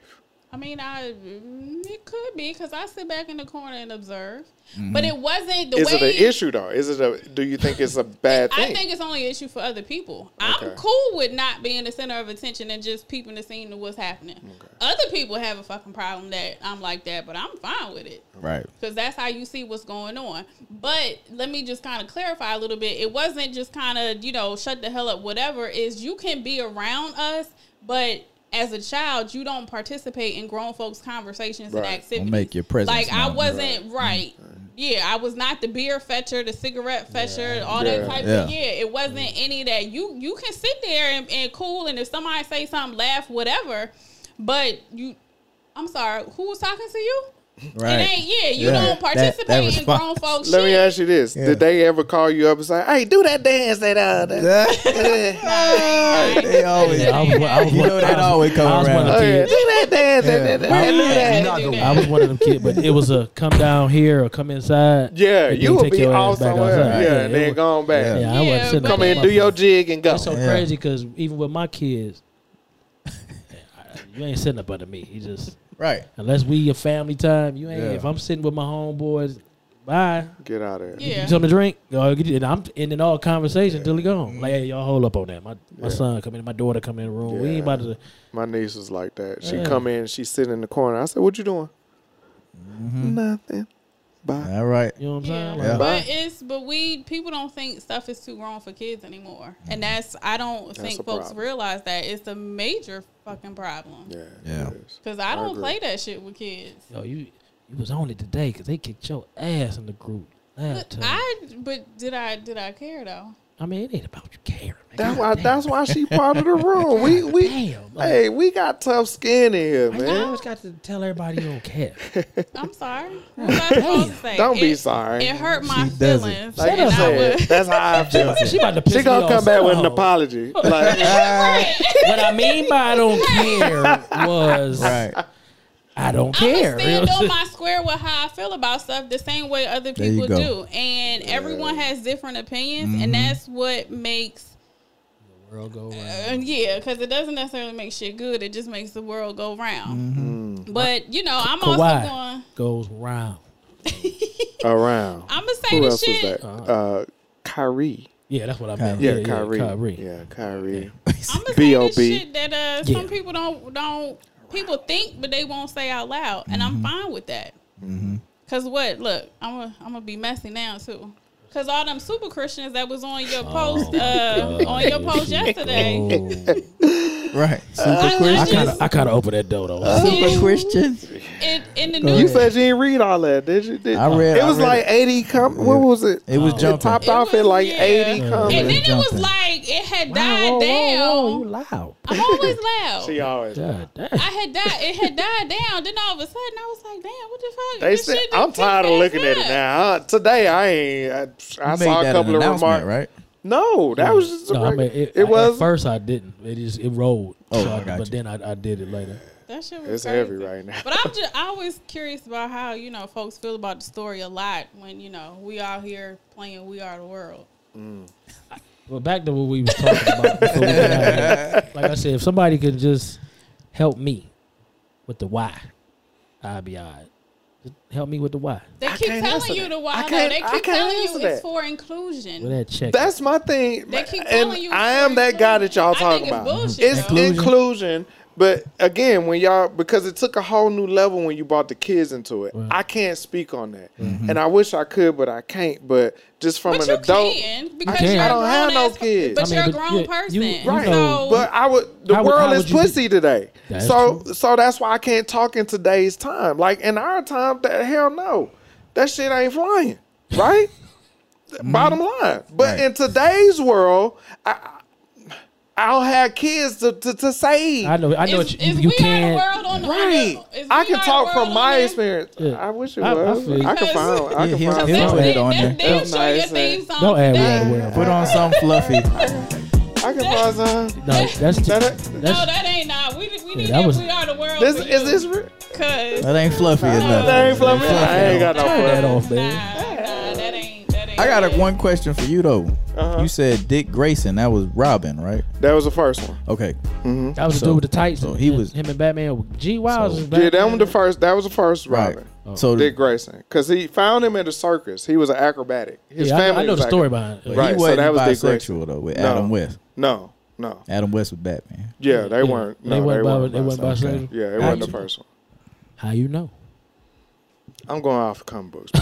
Speaker 3: I mean, I mm, it could be because I sit back in the corner and observe, but it wasn't the
Speaker 2: Is
Speaker 3: way.
Speaker 2: it an issue though? Is it a? Do you think it's a bad thing?
Speaker 3: I think it's only an issue for other people.
Speaker 2: Okay.
Speaker 3: I'm cool with not being the center of attention and just peeping the scene of what's happening. Other people have a fucking problem that I'm like that, but I'm fine with it
Speaker 1: Right.
Speaker 3: because that's how you see what's going on. But let me just kind of clarify a little bit. It wasn't just kind of you know shut the hell up, whatever. Is you can be around us, but as a child, you don't participate in grown folks' conversations and
Speaker 2: Right.
Speaker 3: activities.
Speaker 1: Make your presence
Speaker 3: like I
Speaker 1: known.
Speaker 3: wasn't right. Yeah, I was not the beer fetcher, the cigarette fetcher, all
Speaker 2: Yeah. Mm.
Speaker 3: that type of
Speaker 1: Yeah.
Speaker 3: yeah. It wasn't any of that you you can sit there and, and cool, and if somebody say something, laugh, whatever. But you, I'm sorry, who was talking to you?
Speaker 1: Right.
Speaker 3: It ain't, yeah, you
Speaker 1: Yeah.
Speaker 3: don't
Speaker 1: That- that
Speaker 3: participate in
Speaker 1: response.
Speaker 3: grown folks
Speaker 2: Let
Speaker 3: shit.
Speaker 2: me ask you this:
Speaker 1: Yeah.
Speaker 2: Did they ever call you up and say, "Hey, do that dance that uh"? That,
Speaker 1: they always,
Speaker 4: I was, I was
Speaker 1: you
Speaker 4: one-
Speaker 1: know, that
Speaker 4: I was-
Speaker 1: always
Speaker 4: I
Speaker 1: come
Speaker 4: was one
Speaker 1: around.
Speaker 4: of
Speaker 2: oh,
Speaker 4: the
Speaker 2: yeah,
Speaker 4: kids.
Speaker 2: do that dance that, that, that, do that."
Speaker 3: do that.
Speaker 4: I was one of them kids, but it was a come down here or come inside.
Speaker 2: Yeah,
Speaker 4: and
Speaker 2: you
Speaker 4: then
Speaker 2: would
Speaker 4: take
Speaker 2: be
Speaker 4: your
Speaker 2: all
Speaker 4: ass back
Speaker 2: somewhere.
Speaker 4: outside.
Speaker 2: Yeah, and
Speaker 4: it
Speaker 2: then
Speaker 4: was-
Speaker 2: gone back.
Speaker 4: Yeah,
Speaker 3: Yeah,
Speaker 4: I wasn't
Speaker 3: but
Speaker 4: sitting there
Speaker 2: Come
Speaker 4: with
Speaker 2: in,
Speaker 4: my
Speaker 2: do
Speaker 4: mother.
Speaker 2: your jig and go.
Speaker 4: It's so
Speaker 1: Yeah.
Speaker 4: crazy because even with my kids, you ain't sitting up under me. You just
Speaker 1: Right.
Speaker 4: unless we a family time, you ain't.
Speaker 1: Yeah.
Speaker 4: If I'm sitting with my homeboys, bye.
Speaker 2: Get out of there.
Speaker 3: Yeah.
Speaker 4: You something to drink? Go get it. And I'm ending all conversation till he
Speaker 2: Mm-hmm.
Speaker 4: gone. Like, hey, y'all hold up on that. My my son come in, my daughter come in the room. We ain't about to.
Speaker 2: My niece was like that. She
Speaker 4: Yeah.
Speaker 2: come in, she sit in the corner. I said, "What you doing?"
Speaker 4: Mm-hmm.
Speaker 2: Nothing. Bye.
Speaker 1: All right.
Speaker 4: You know what I'm
Speaker 3: Yeah,
Speaker 4: saying?
Speaker 1: Yeah.
Speaker 4: Like,
Speaker 3: but it's but we people don't think stuff is too grown for kids anymore, and
Speaker 1: Mm.
Speaker 3: that's I don't
Speaker 2: a
Speaker 3: think folks
Speaker 2: problem.
Speaker 3: realize that it's a major fucking problem.
Speaker 2: Yeah.
Speaker 1: Yeah.
Speaker 2: it is.
Speaker 3: Cause I don't
Speaker 2: agree.
Speaker 3: play that shit with kids.
Speaker 4: Yo, you you was on it today because they kicked your ass in the group. That
Speaker 3: I but did I did I care though?
Speaker 4: I mean, it ain't about you caring. Man.
Speaker 2: That's
Speaker 4: God
Speaker 2: why.
Speaker 4: damn.
Speaker 2: That's why she part of the room. We we.
Speaker 4: Damn, like-
Speaker 2: hey, we got tough skin in here,
Speaker 4: Why you
Speaker 2: man.
Speaker 4: always got to tell everybody you don't care.
Speaker 3: I'm sorry. What was I supposed to say?
Speaker 2: Don't be
Speaker 3: It-
Speaker 2: sorry.
Speaker 3: It hurt my
Speaker 1: She does it.
Speaker 3: feelings.
Speaker 2: Like
Speaker 4: Shut
Speaker 2: you
Speaker 4: up.
Speaker 3: I
Speaker 2: said,
Speaker 3: would-
Speaker 2: that's how I feel.
Speaker 4: she about to piss
Speaker 2: She
Speaker 4: me
Speaker 2: gonna
Speaker 4: off
Speaker 2: come back with an
Speaker 4: somehow.
Speaker 2: apology. Like,
Speaker 4: What I mean by I don't care was
Speaker 1: Right.
Speaker 4: I don't
Speaker 3: I'm
Speaker 4: care.
Speaker 3: gonna stand on my square with how I feel about stuff the same way other
Speaker 1: There you
Speaker 3: people
Speaker 1: go.
Speaker 3: do. And everyone has different opinions, and that's what makes
Speaker 4: Mm-hmm. World go round.
Speaker 3: Uh, yeah, because it doesn't necessarily make shit good. It just makes the world go round.
Speaker 2: Mm-hmm.
Speaker 3: But you know, I'm
Speaker 4: Mm-hmm. Kawhi
Speaker 3: also going.
Speaker 4: goes round.
Speaker 2: around.
Speaker 3: I'm gonna say
Speaker 2: Who
Speaker 3: the
Speaker 2: else was
Speaker 3: shit.
Speaker 2: that?
Speaker 4: Uh-huh.
Speaker 2: Uh, Kyrie.
Speaker 4: Yeah, that's what I meant.
Speaker 2: Yeah, Kyrie.
Speaker 4: Yeah, Kyrie.
Speaker 2: Yeah, Kyrie.
Speaker 3: I'm gonna
Speaker 2: B.O.B..
Speaker 3: say the shit that uh, some
Speaker 4: Yeah.
Speaker 3: people don't don't people think, but they won't say out loud, and
Speaker 4: Mm-hmm.
Speaker 3: I'm fine with that. Cause what? Look, I'm gonna I'm gonna be messy now too. Cause all them super Christians that was on your post uh, on your post yesterday.
Speaker 4: Oh.
Speaker 1: Right.
Speaker 3: I
Speaker 1: Super
Speaker 3: was
Speaker 4: I
Speaker 1: Christian.
Speaker 4: kind
Speaker 3: just-
Speaker 4: of I kind of opened that door though.
Speaker 1: Super Christians.
Speaker 3: in, in the
Speaker 4: ahead.
Speaker 2: You
Speaker 3: news,
Speaker 2: said you didn't read all that, did you? Did-
Speaker 1: I read-
Speaker 2: It
Speaker 1: I
Speaker 2: was
Speaker 1: read
Speaker 2: like
Speaker 1: it.
Speaker 2: eighty. Com- what was it?
Speaker 1: It was
Speaker 2: It
Speaker 1: jumping.
Speaker 2: topped
Speaker 3: It
Speaker 2: off
Speaker 3: was-
Speaker 2: at like
Speaker 3: yeah.
Speaker 2: eighty
Speaker 4: And
Speaker 3: and
Speaker 2: comments.
Speaker 3: then it was
Speaker 1: Jumping.
Speaker 3: like it had died
Speaker 4: Whoa, whoa,
Speaker 3: down.
Speaker 4: whoa, whoa, you loud.
Speaker 3: I'm always loud.
Speaker 2: She always.
Speaker 4: God damn.
Speaker 3: I had died. It had died down. Then all of a sudden, I was like, "Damn, what the fuck?"
Speaker 2: They
Speaker 3: This
Speaker 2: said,
Speaker 3: shit just
Speaker 2: I'm tired of
Speaker 3: picked
Speaker 2: looking at
Speaker 3: back
Speaker 2: it
Speaker 3: up.
Speaker 2: now. Uh, today I ain't. I, I
Speaker 1: You made
Speaker 2: saw a
Speaker 1: that an
Speaker 2: couple of
Speaker 1: announcement,
Speaker 2: remarks.
Speaker 1: right?
Speaker 2: No, that was just. A
Speaker 4: No, I mean,
Speaker 2: reg-
Speaker 4: it,
Speaker 2: it,
Speaker 4: I-
Speaker 2: was.
Speaker 4: At first, I didn't. It just it rolled.
Speaker 1: Oh,
Speaker 4: So I-
Speaker 1: I got
Speaker 4: but
Speaker 1: you.
Speaker 4: then I, I did it later.
Speaker 3: That shit was
Speaker 2: It's
Speaker 3: crazy.
Speaker 2: heavy right now.
Speaker 3: But I'm just I was curious about how you know folks feel about the story a lot when you know we out here playing "We Are the World."
Speaker 4: Well, back to what we was talking about. before we got here. like I said, if somebody could just help me with the why, I'd be all right. Just help me with the why.
Speaker 3: They
Speaker 2: I
Speaker 3: keep
Speaker 2: can't
Speaker 3: telling
Speaker 2: answer
Speaker 3: you
Speaker 2: that.
Speaker 3: the
Speaker 2: I
Speaker 3: why. though.
Speaker 2: can't-
Speaker 3: They
Speaker 2: I
Speaker 3: keep
Speaker 2: can't
Speaker 3: telling you
Speaker 2: answer
Speaker 3: it's
Speaker 2: that.
Speaker 3: for inclusion.
Speaker 4: With that check.
Speaker 2: That's my thing.
Speaker 3: They keep
Speaker 2: and
Speaker 3: telling you
Speaker 2: I
Speaker 3: it's
Speaker 2: am that guy that y'all
Speaker 3: I think
Speaker 2: talking
Speaker 3: it's
Speaker 2: about.
Speaker 3: bullshit,
Speaker 2: It's
Speaker 3: though.
Speaker 2: inclusion. but again, when y'all because it took a whole new level when you brought the kids into it. I can't speak on that, and I wish I could, but I can't. But just from
Speaker 3: but
Speaker 2: an
Speaker 3: you
Speaker 2: adult,
Speaker 3: can because
Speaker 4: can't.
Speaker 3: you're
Speaker 4: I
Speaker 2: don't have no kids.
Speaker 3: kids. But
Speaker 4: I mean,
Speaker 3: you're a
Speaker 4: but
Speaker 3: grown
Speaker 4: you-
Speaker 3: person,
Speaker 4: you- you
Speaker 2: Right.
Speaker 4: know-
Speaker 3: So
Speaker 2: But I would the
Speaker 4: How would-
Speaker 2: world
Speaker 4: how would
Speaker 2: is
Speaker 4: you be-
Speaker 2: pussy today.
Speaker 4: That's
Speaker 2: So
Speaker 4: true.
Speaker 2: so that's why I can't talk in today's time. Like in our time, that hell no. That shit ain't flying. Right?
Speaker 4: Mm-hmm.
Speaker 2: Bottom line. But
Speaker 1: Right.
Speaker 2: in today's world, I I I don't have kids to, to, to save.
Speaker 4: I know. I know.
Speaker 3: it's,
Speaker 4: what you
Speaker 3: it's
Speaker 4: you
Speaker 3: we
Speaker 4: can't.
Speaker 3: are the world on the
Speaker 2: right.
Speaker 3: is
Speaker 2: I
Speaker 3: We
Speaker 2: can
Speaker 3: Are the
Speaker 2: talk
Speaker 3: World
Speaker 2: from
Speaker 3: on
Speaker 2: my
Speaker 3: there?
Speaker 2: experience.
Speaker 4: Yeah.
Speaker 2: I wish it
Speaker 4: I- I
Speaker 2: was.
Speaker 4: feel you.
Speaker 2: I, can find I
Speaker 1: Yeah,
Speaker 2: can
Speaker 1: he'll-
Speaker 2: find
Speaker 1: he'll
Speaker 3: That's
Speaker 1: Put
Speaker 2: something.
Speaker 1: it
Speaker 3: it.
Speaker 1: on
Speaker 3: That's,
Speaker 1: there.
Speaker 3: that's
Speaker 2: Don't
Speaker 3: your
Speaker 2: nice
Speaker 3: theme song.
Speaker 4: Don't add
Speaker 3: That-
Speaker 4: we are the
Speaker 1: Put
Speaker 4: world.
Speaker 1: on something fluffy.
Speaker 2: I can find something.
Speaker 4: No, that's
Speaker 2: That-
Speaker 4: that's,
Speaker 3: No, that ain't not. We, we need
Speaker 4: that
Speaker 3: that.
Speaker 4: was-
Speaker 3: we are the world.
Speaker 2: This
Speaker 3: for
Speaker 2: is
Speaker 3: you.
Speaker 2: this real?
Speaker 3: Cause
Speaker 1: That ain't fluffy enough.
Speaker 2: That ain't fluffy. I ain't got no
Speaker 4: turn that
Speaker 2: fluff.
Speaker 4: off,
Speaker 3: nah,
Speaker 4: man.
Speaker 3: nah, that ain't. That ain't.
Speaker 1: I got
Speaker 3: it.
Speaker 1: a, one question for you though.
Speaker 2: Uh-huh.
Speaker 1: You said Dick Grayson. That was Robin, right?
Speaker 2: That was the first one.
Speaker 1: Okay.
Speaker 4: That was the
Speaker 1: So-
Speaker 4: dude with the tights.
Speaker 1: so
Speaker 4: and-
Speaker 1: he
Speaker 4: and
Speaker 1: was-
Speaker 4: him and Batman. G Wiles
Speaker 1: So-
Speaker 4: was
Speaker 2: Yeah,
Speaker 4: Batman.
Speaker 2: that was the first. That was the first
Speaker 1: Right.
Speaker 2: Robin. Oh.
Speaker 1: So
Speaker 2: Dick Grayson, because he found him at a circus. He was an acrobatic. His
Speaker 4: Yeah, I know-
Speaker 2: family.
Speaker 4: I know
Speaker 2: was
Speaker 4: the story
Speaker 2: acro-
Speaker 4: behind it.
Speaker 1: he
Speaker 2: Right, so
Speaker 1: wasn't
Speaker 2: that was Dick Grayson.
Speaker 1: bisexual though with
Speaker 2: No.
Speaker 1: Adam West.
Speaker 2: No, no.
Speaker 1: Adam West was Batman.
Speaker 2: Yeah, they
Speaker 4: Yeah.
Speaker 2: weren't. No, they,
Speaker 4: wasn't
Speaker 2: weren't.
Speaker 4: bi- they wasn't
Speaker 2: bisexual.
Speaker 4: bisexual.
Speaker 2: Yeah, it
Speaker 4: How
Speaker 2: wasn't
Speaker 4: you-
Speaker 2: the first one.
Speaker 4: How you know?
Speaker 2: I'm going off comic books. bro.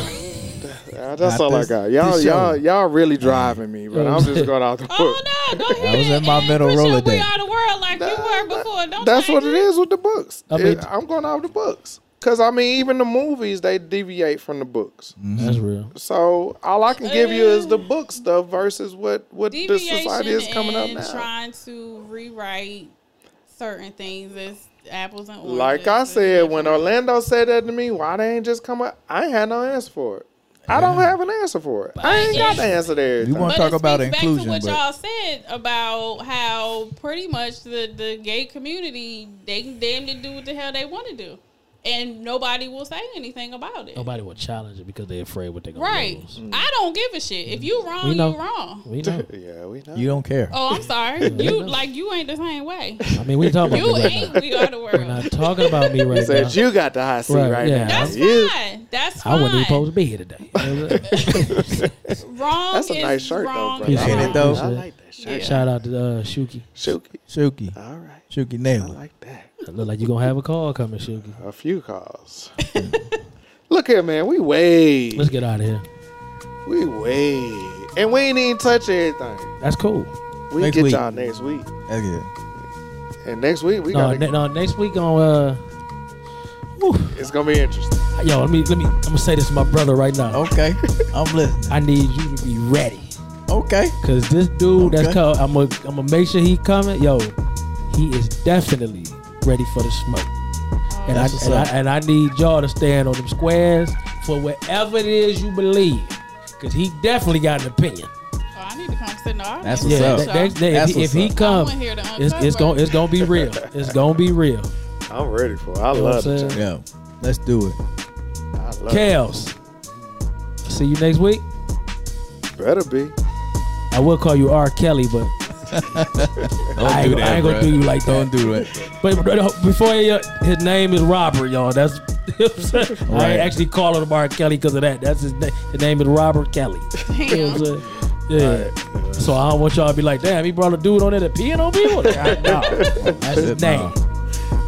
Speaker 2: That- That's
Speaker 1: Not
Speaker 2: all
Speaker 1: this-
Speaker 2: I got. Y'all,
Speaker 1: this show.
Speaker 2: y'all, y'all really driving me, but I'm just going off the book.
Speaker 3: Oh no! Don't hit
Speaker 1: I was in my
Speaker 3: it.
Speaker 1: middle
Speaker 3: Put your
Speaker 1: roller
Speaker 3: We
Speaker 1: day.
Speaker 3: are the world like you were before. Don't.
Speaker 2: That's what
Speaker 3: change
Speaker 2: it is with the books.
Speaker 4: I mean-
Speaker 2: It- I'm going off the books because I mean, even the movies they deviate from the books.
Speaker 4: That's real.
Speaker 2: So all I can give you is the book stuff versus what what the
Speaker 3: Deviation
Speaker 2: society is coming up
Speaker 3: and
Speaker 2: now.
Speaker 3: Trying to rewrite certain things is apples and oranges.
Speaker 2: Like I
Speaker 3: It's
Speaker 2: said, when
Speaker 3: different.
Speaker 2: Orlando said that to me, why they ain't just come up? I ain't had no answer for it. I don't have an answer for it. I ain't got the answer to
Speaker 1: You
Speaker 2: everything.
Speaker 1: want-
Speaker 3: But
Speaker 1: talk
Speaker 3: it
Speaker 1: about
Speaker 3: speaks
Speaker 1: inclusion,
Speaker 3: Back to
Speaker 1: but-
Speaker 3: what y'all said about how pretty much the, the gay community they can damn to do what the hell they want to do, and nobody will say anything about it.
Speaker 4: Nobody will challenge it because they're afraid what they're gonna
Speaker 3: Right?
Speaker 4: lose.
Speaker 3: I don't give a shit. If you wrong,
Speaker 4: We
Speaker 3: you
Speaker 4: know.
Speaker 3: wrong.
Speaker 4: We know.
Speaker 2: Yeah, we know.
Speaker 1: You don't care.
Speaker 3: Oh, I'm sorry. You like you ain't the same way.
Speaker 4: I mean, we talking about
Speaker 3: You
Speaker 4: me right now.
Speaker 3: ain't. We are the
Speaker 4: We're
Speaker 3: world.
Speaker 4: not talking about me right now.
Speaker 2: said you got the hot seat
Speaker 4: Right,
Speaker 2: right,
Speaker 4: yeah.
Speaker 2: now.
Speaker 3: That's
Speaker 2: You-
Speaker 3: fine. That's
Speaker 4: I
Speaker 3: fine.
Speaker 4: wasn't even supposed to be here today.
Speaker 3: Wrong.
Speaker 2: That's a
Speaker 3: is
Speaker 2: nice shirt
Speaker 3: wrong.
Speaker 2: though, bro.
Speaker 1: Appreciate
Speaker 2: I
Speaker 1: it,
Speaker 2: like-
Speaker 1: though.
Speaker 2: I like that shirt.
Speaker 4: Shout out to uh, Shuki.
Speaker 2: Shooky.
Speaker 1: Shuki.
Speaker 2: All right.
Speaker 1: Shuki
Speaker 2: I
Speaker 1: Naylor.
Speaker 2: like that.
Speaker 4: It look like you gonna have a call coming, Shuki.
Speaker 2: A few calls. Look here, man. We way,
Speaker 4: Let's get out of here.
Speaker 2: we way, and we ain't even touch everything.
Speaker 4: That's cool.
Speaker 2: We
Speaker 1: Next
Speaker 2: get
Speaker 1: week.
Speaker 2: y'all next week,
Speaker 1: That's good.
Speaker 2: and next week we
Speaker 4: No,
Speaker 2: got
Speaker 4: ne-
Speaker 2: to
Speaker 4: no, next week on. Uh, whew.
Speaker 2: it's gonna be interesting.
Speaker 4: yo, let me let me. I'm gonna say this to my brother right now.
Speaker 1: Okay. I'm listening.
Speaker 4: I need you to be ready.
Speaker 1: Okay.
Speaker 4: Cause this dude
Speaker 1: Okay.
Speaker 4: that's called, I'm gonna I'm gonna make sure he coming. Yo, he is definitely ready for the smoke. And I,
Speaker 1: That's what's
Speaker 4: and, I,
Speaker 1: up.
Speaker 4: and I need y'all to stand on them squares for whatever it is you believe, cause he definitely got an opinion.
Speaker 3: Oh, I need to come sit in the audience.
Speaker 1: That's what's
Speaker 4: Yeah,
Speaker 1: up.
Speaker 4: that- that- that-
Speaker 1: That's
Speaker 4: if, he-
Speaker 1: what's
Speaker 4: if he
Speaker 1: up.
Speaker 4: come,
Speaker 3: I went here to
Speaker 4: it's, it's
Speaker 3: uncover.
Speaker 4: gonna it's gonna be real. It's gonna be real.
Speaker 2: I'm ready for it. I
Speaker 4: You know
Speaker 2: love
Speaker 4: what I'm
Speaker 2: it.
Speaker 4: saying?
Speaker 1: Yeah. Let's do it.
Speaker 2: I love
Speaker 4: Kels, see you next week.
Speaker 2: it. Better be.
Speaker 4: I will call you R. Kelly, but
Speaker 1: Don't
Speaker 4: I ain't- I ain't gonna
Speaker 1: bruh.
Speaker 4: do you like that.
Speaker 1: Don't do that.
Speaker 4: But but before he, uh, his name is Robert, y'all. That's I
Speaker 1: Right.
Speaker 4: ain't actually calling him R. Kelly because of that. That's his name. His name is Robert Kelly. You know what
Speaker 3: Damn.
Speaker 4: I'm saying? Yeah. So I don't want y'all to be like, damn, he brought a dude on there to pee on people. Like, I- no.
Speaker 1: That's it,
Speaker 4: Name.
Speaker 1: nah.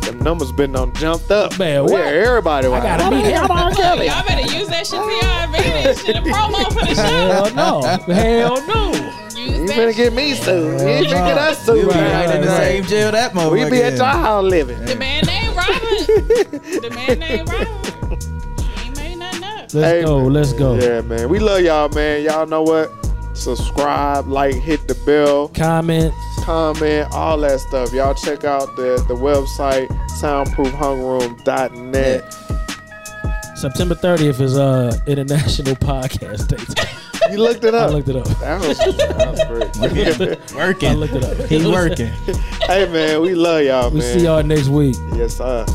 Speaker 2: The numbers been on jumped up.
Speaker 4: Man,
Speaker 2: yeah,
Speaker 4: what?
Speaker 2: everybody.
Speaker 4: I gotta be him, R. Kelly. Oh,
Speaker 3: Y'all better use that shit to your advantage. Shit, a promo for the show.
Speaker 4: Hell no. Hell no.
Speaker 3: Use
Speaker 2: You
Speaker 3: that
Speaker 2: better
Speaker 3: shit.
Speaker 2: get me soon. You ain't
Speaker 4: nah.
Speaker 2: get us
Speaker 1: We'll
Speaker 2: soon.
Speaker 1: be
Speaker 4: Right,
Speaker 1: right in the
Speaker 4: right,
Speaker 1: same jail that moment.
Speaker 2: We be at your house living.
Speaker 3: The man named Robert. the man named Robert. He ain't made nothing up.
Speaker 4: Let's
Speaker 2: Hey,
Speaker 4: go.
Speaker 2: man.
Speaker 4: Let's go.
Speaker 2: Yeah, man. We love y'all, man. Y'all know what? Subscribe, like, hit the bell,
Speaker 4: Comment.
Speaker 2: comment, all that stuff. Y'all check out the, the website, soundproofhungroom.net.
Speaker 4: September 30th is uh International Podcast Day.
Speaker 2: You looked it
Speaker 4: I
Speaker 2: up.
Speaker 4: looked it up.
Speaker 2: that was, that was great.
Speaker 4: I
Speaker 1: Working.
Speaker 4: looked it up.
Speaker 1: He working.
Speaker 2: hey, man, we love y'all,
Speaker 4: We'll
Speaker 2: man.
Speaker 4: see y'all next week.
Speaker 2: Yes, sir.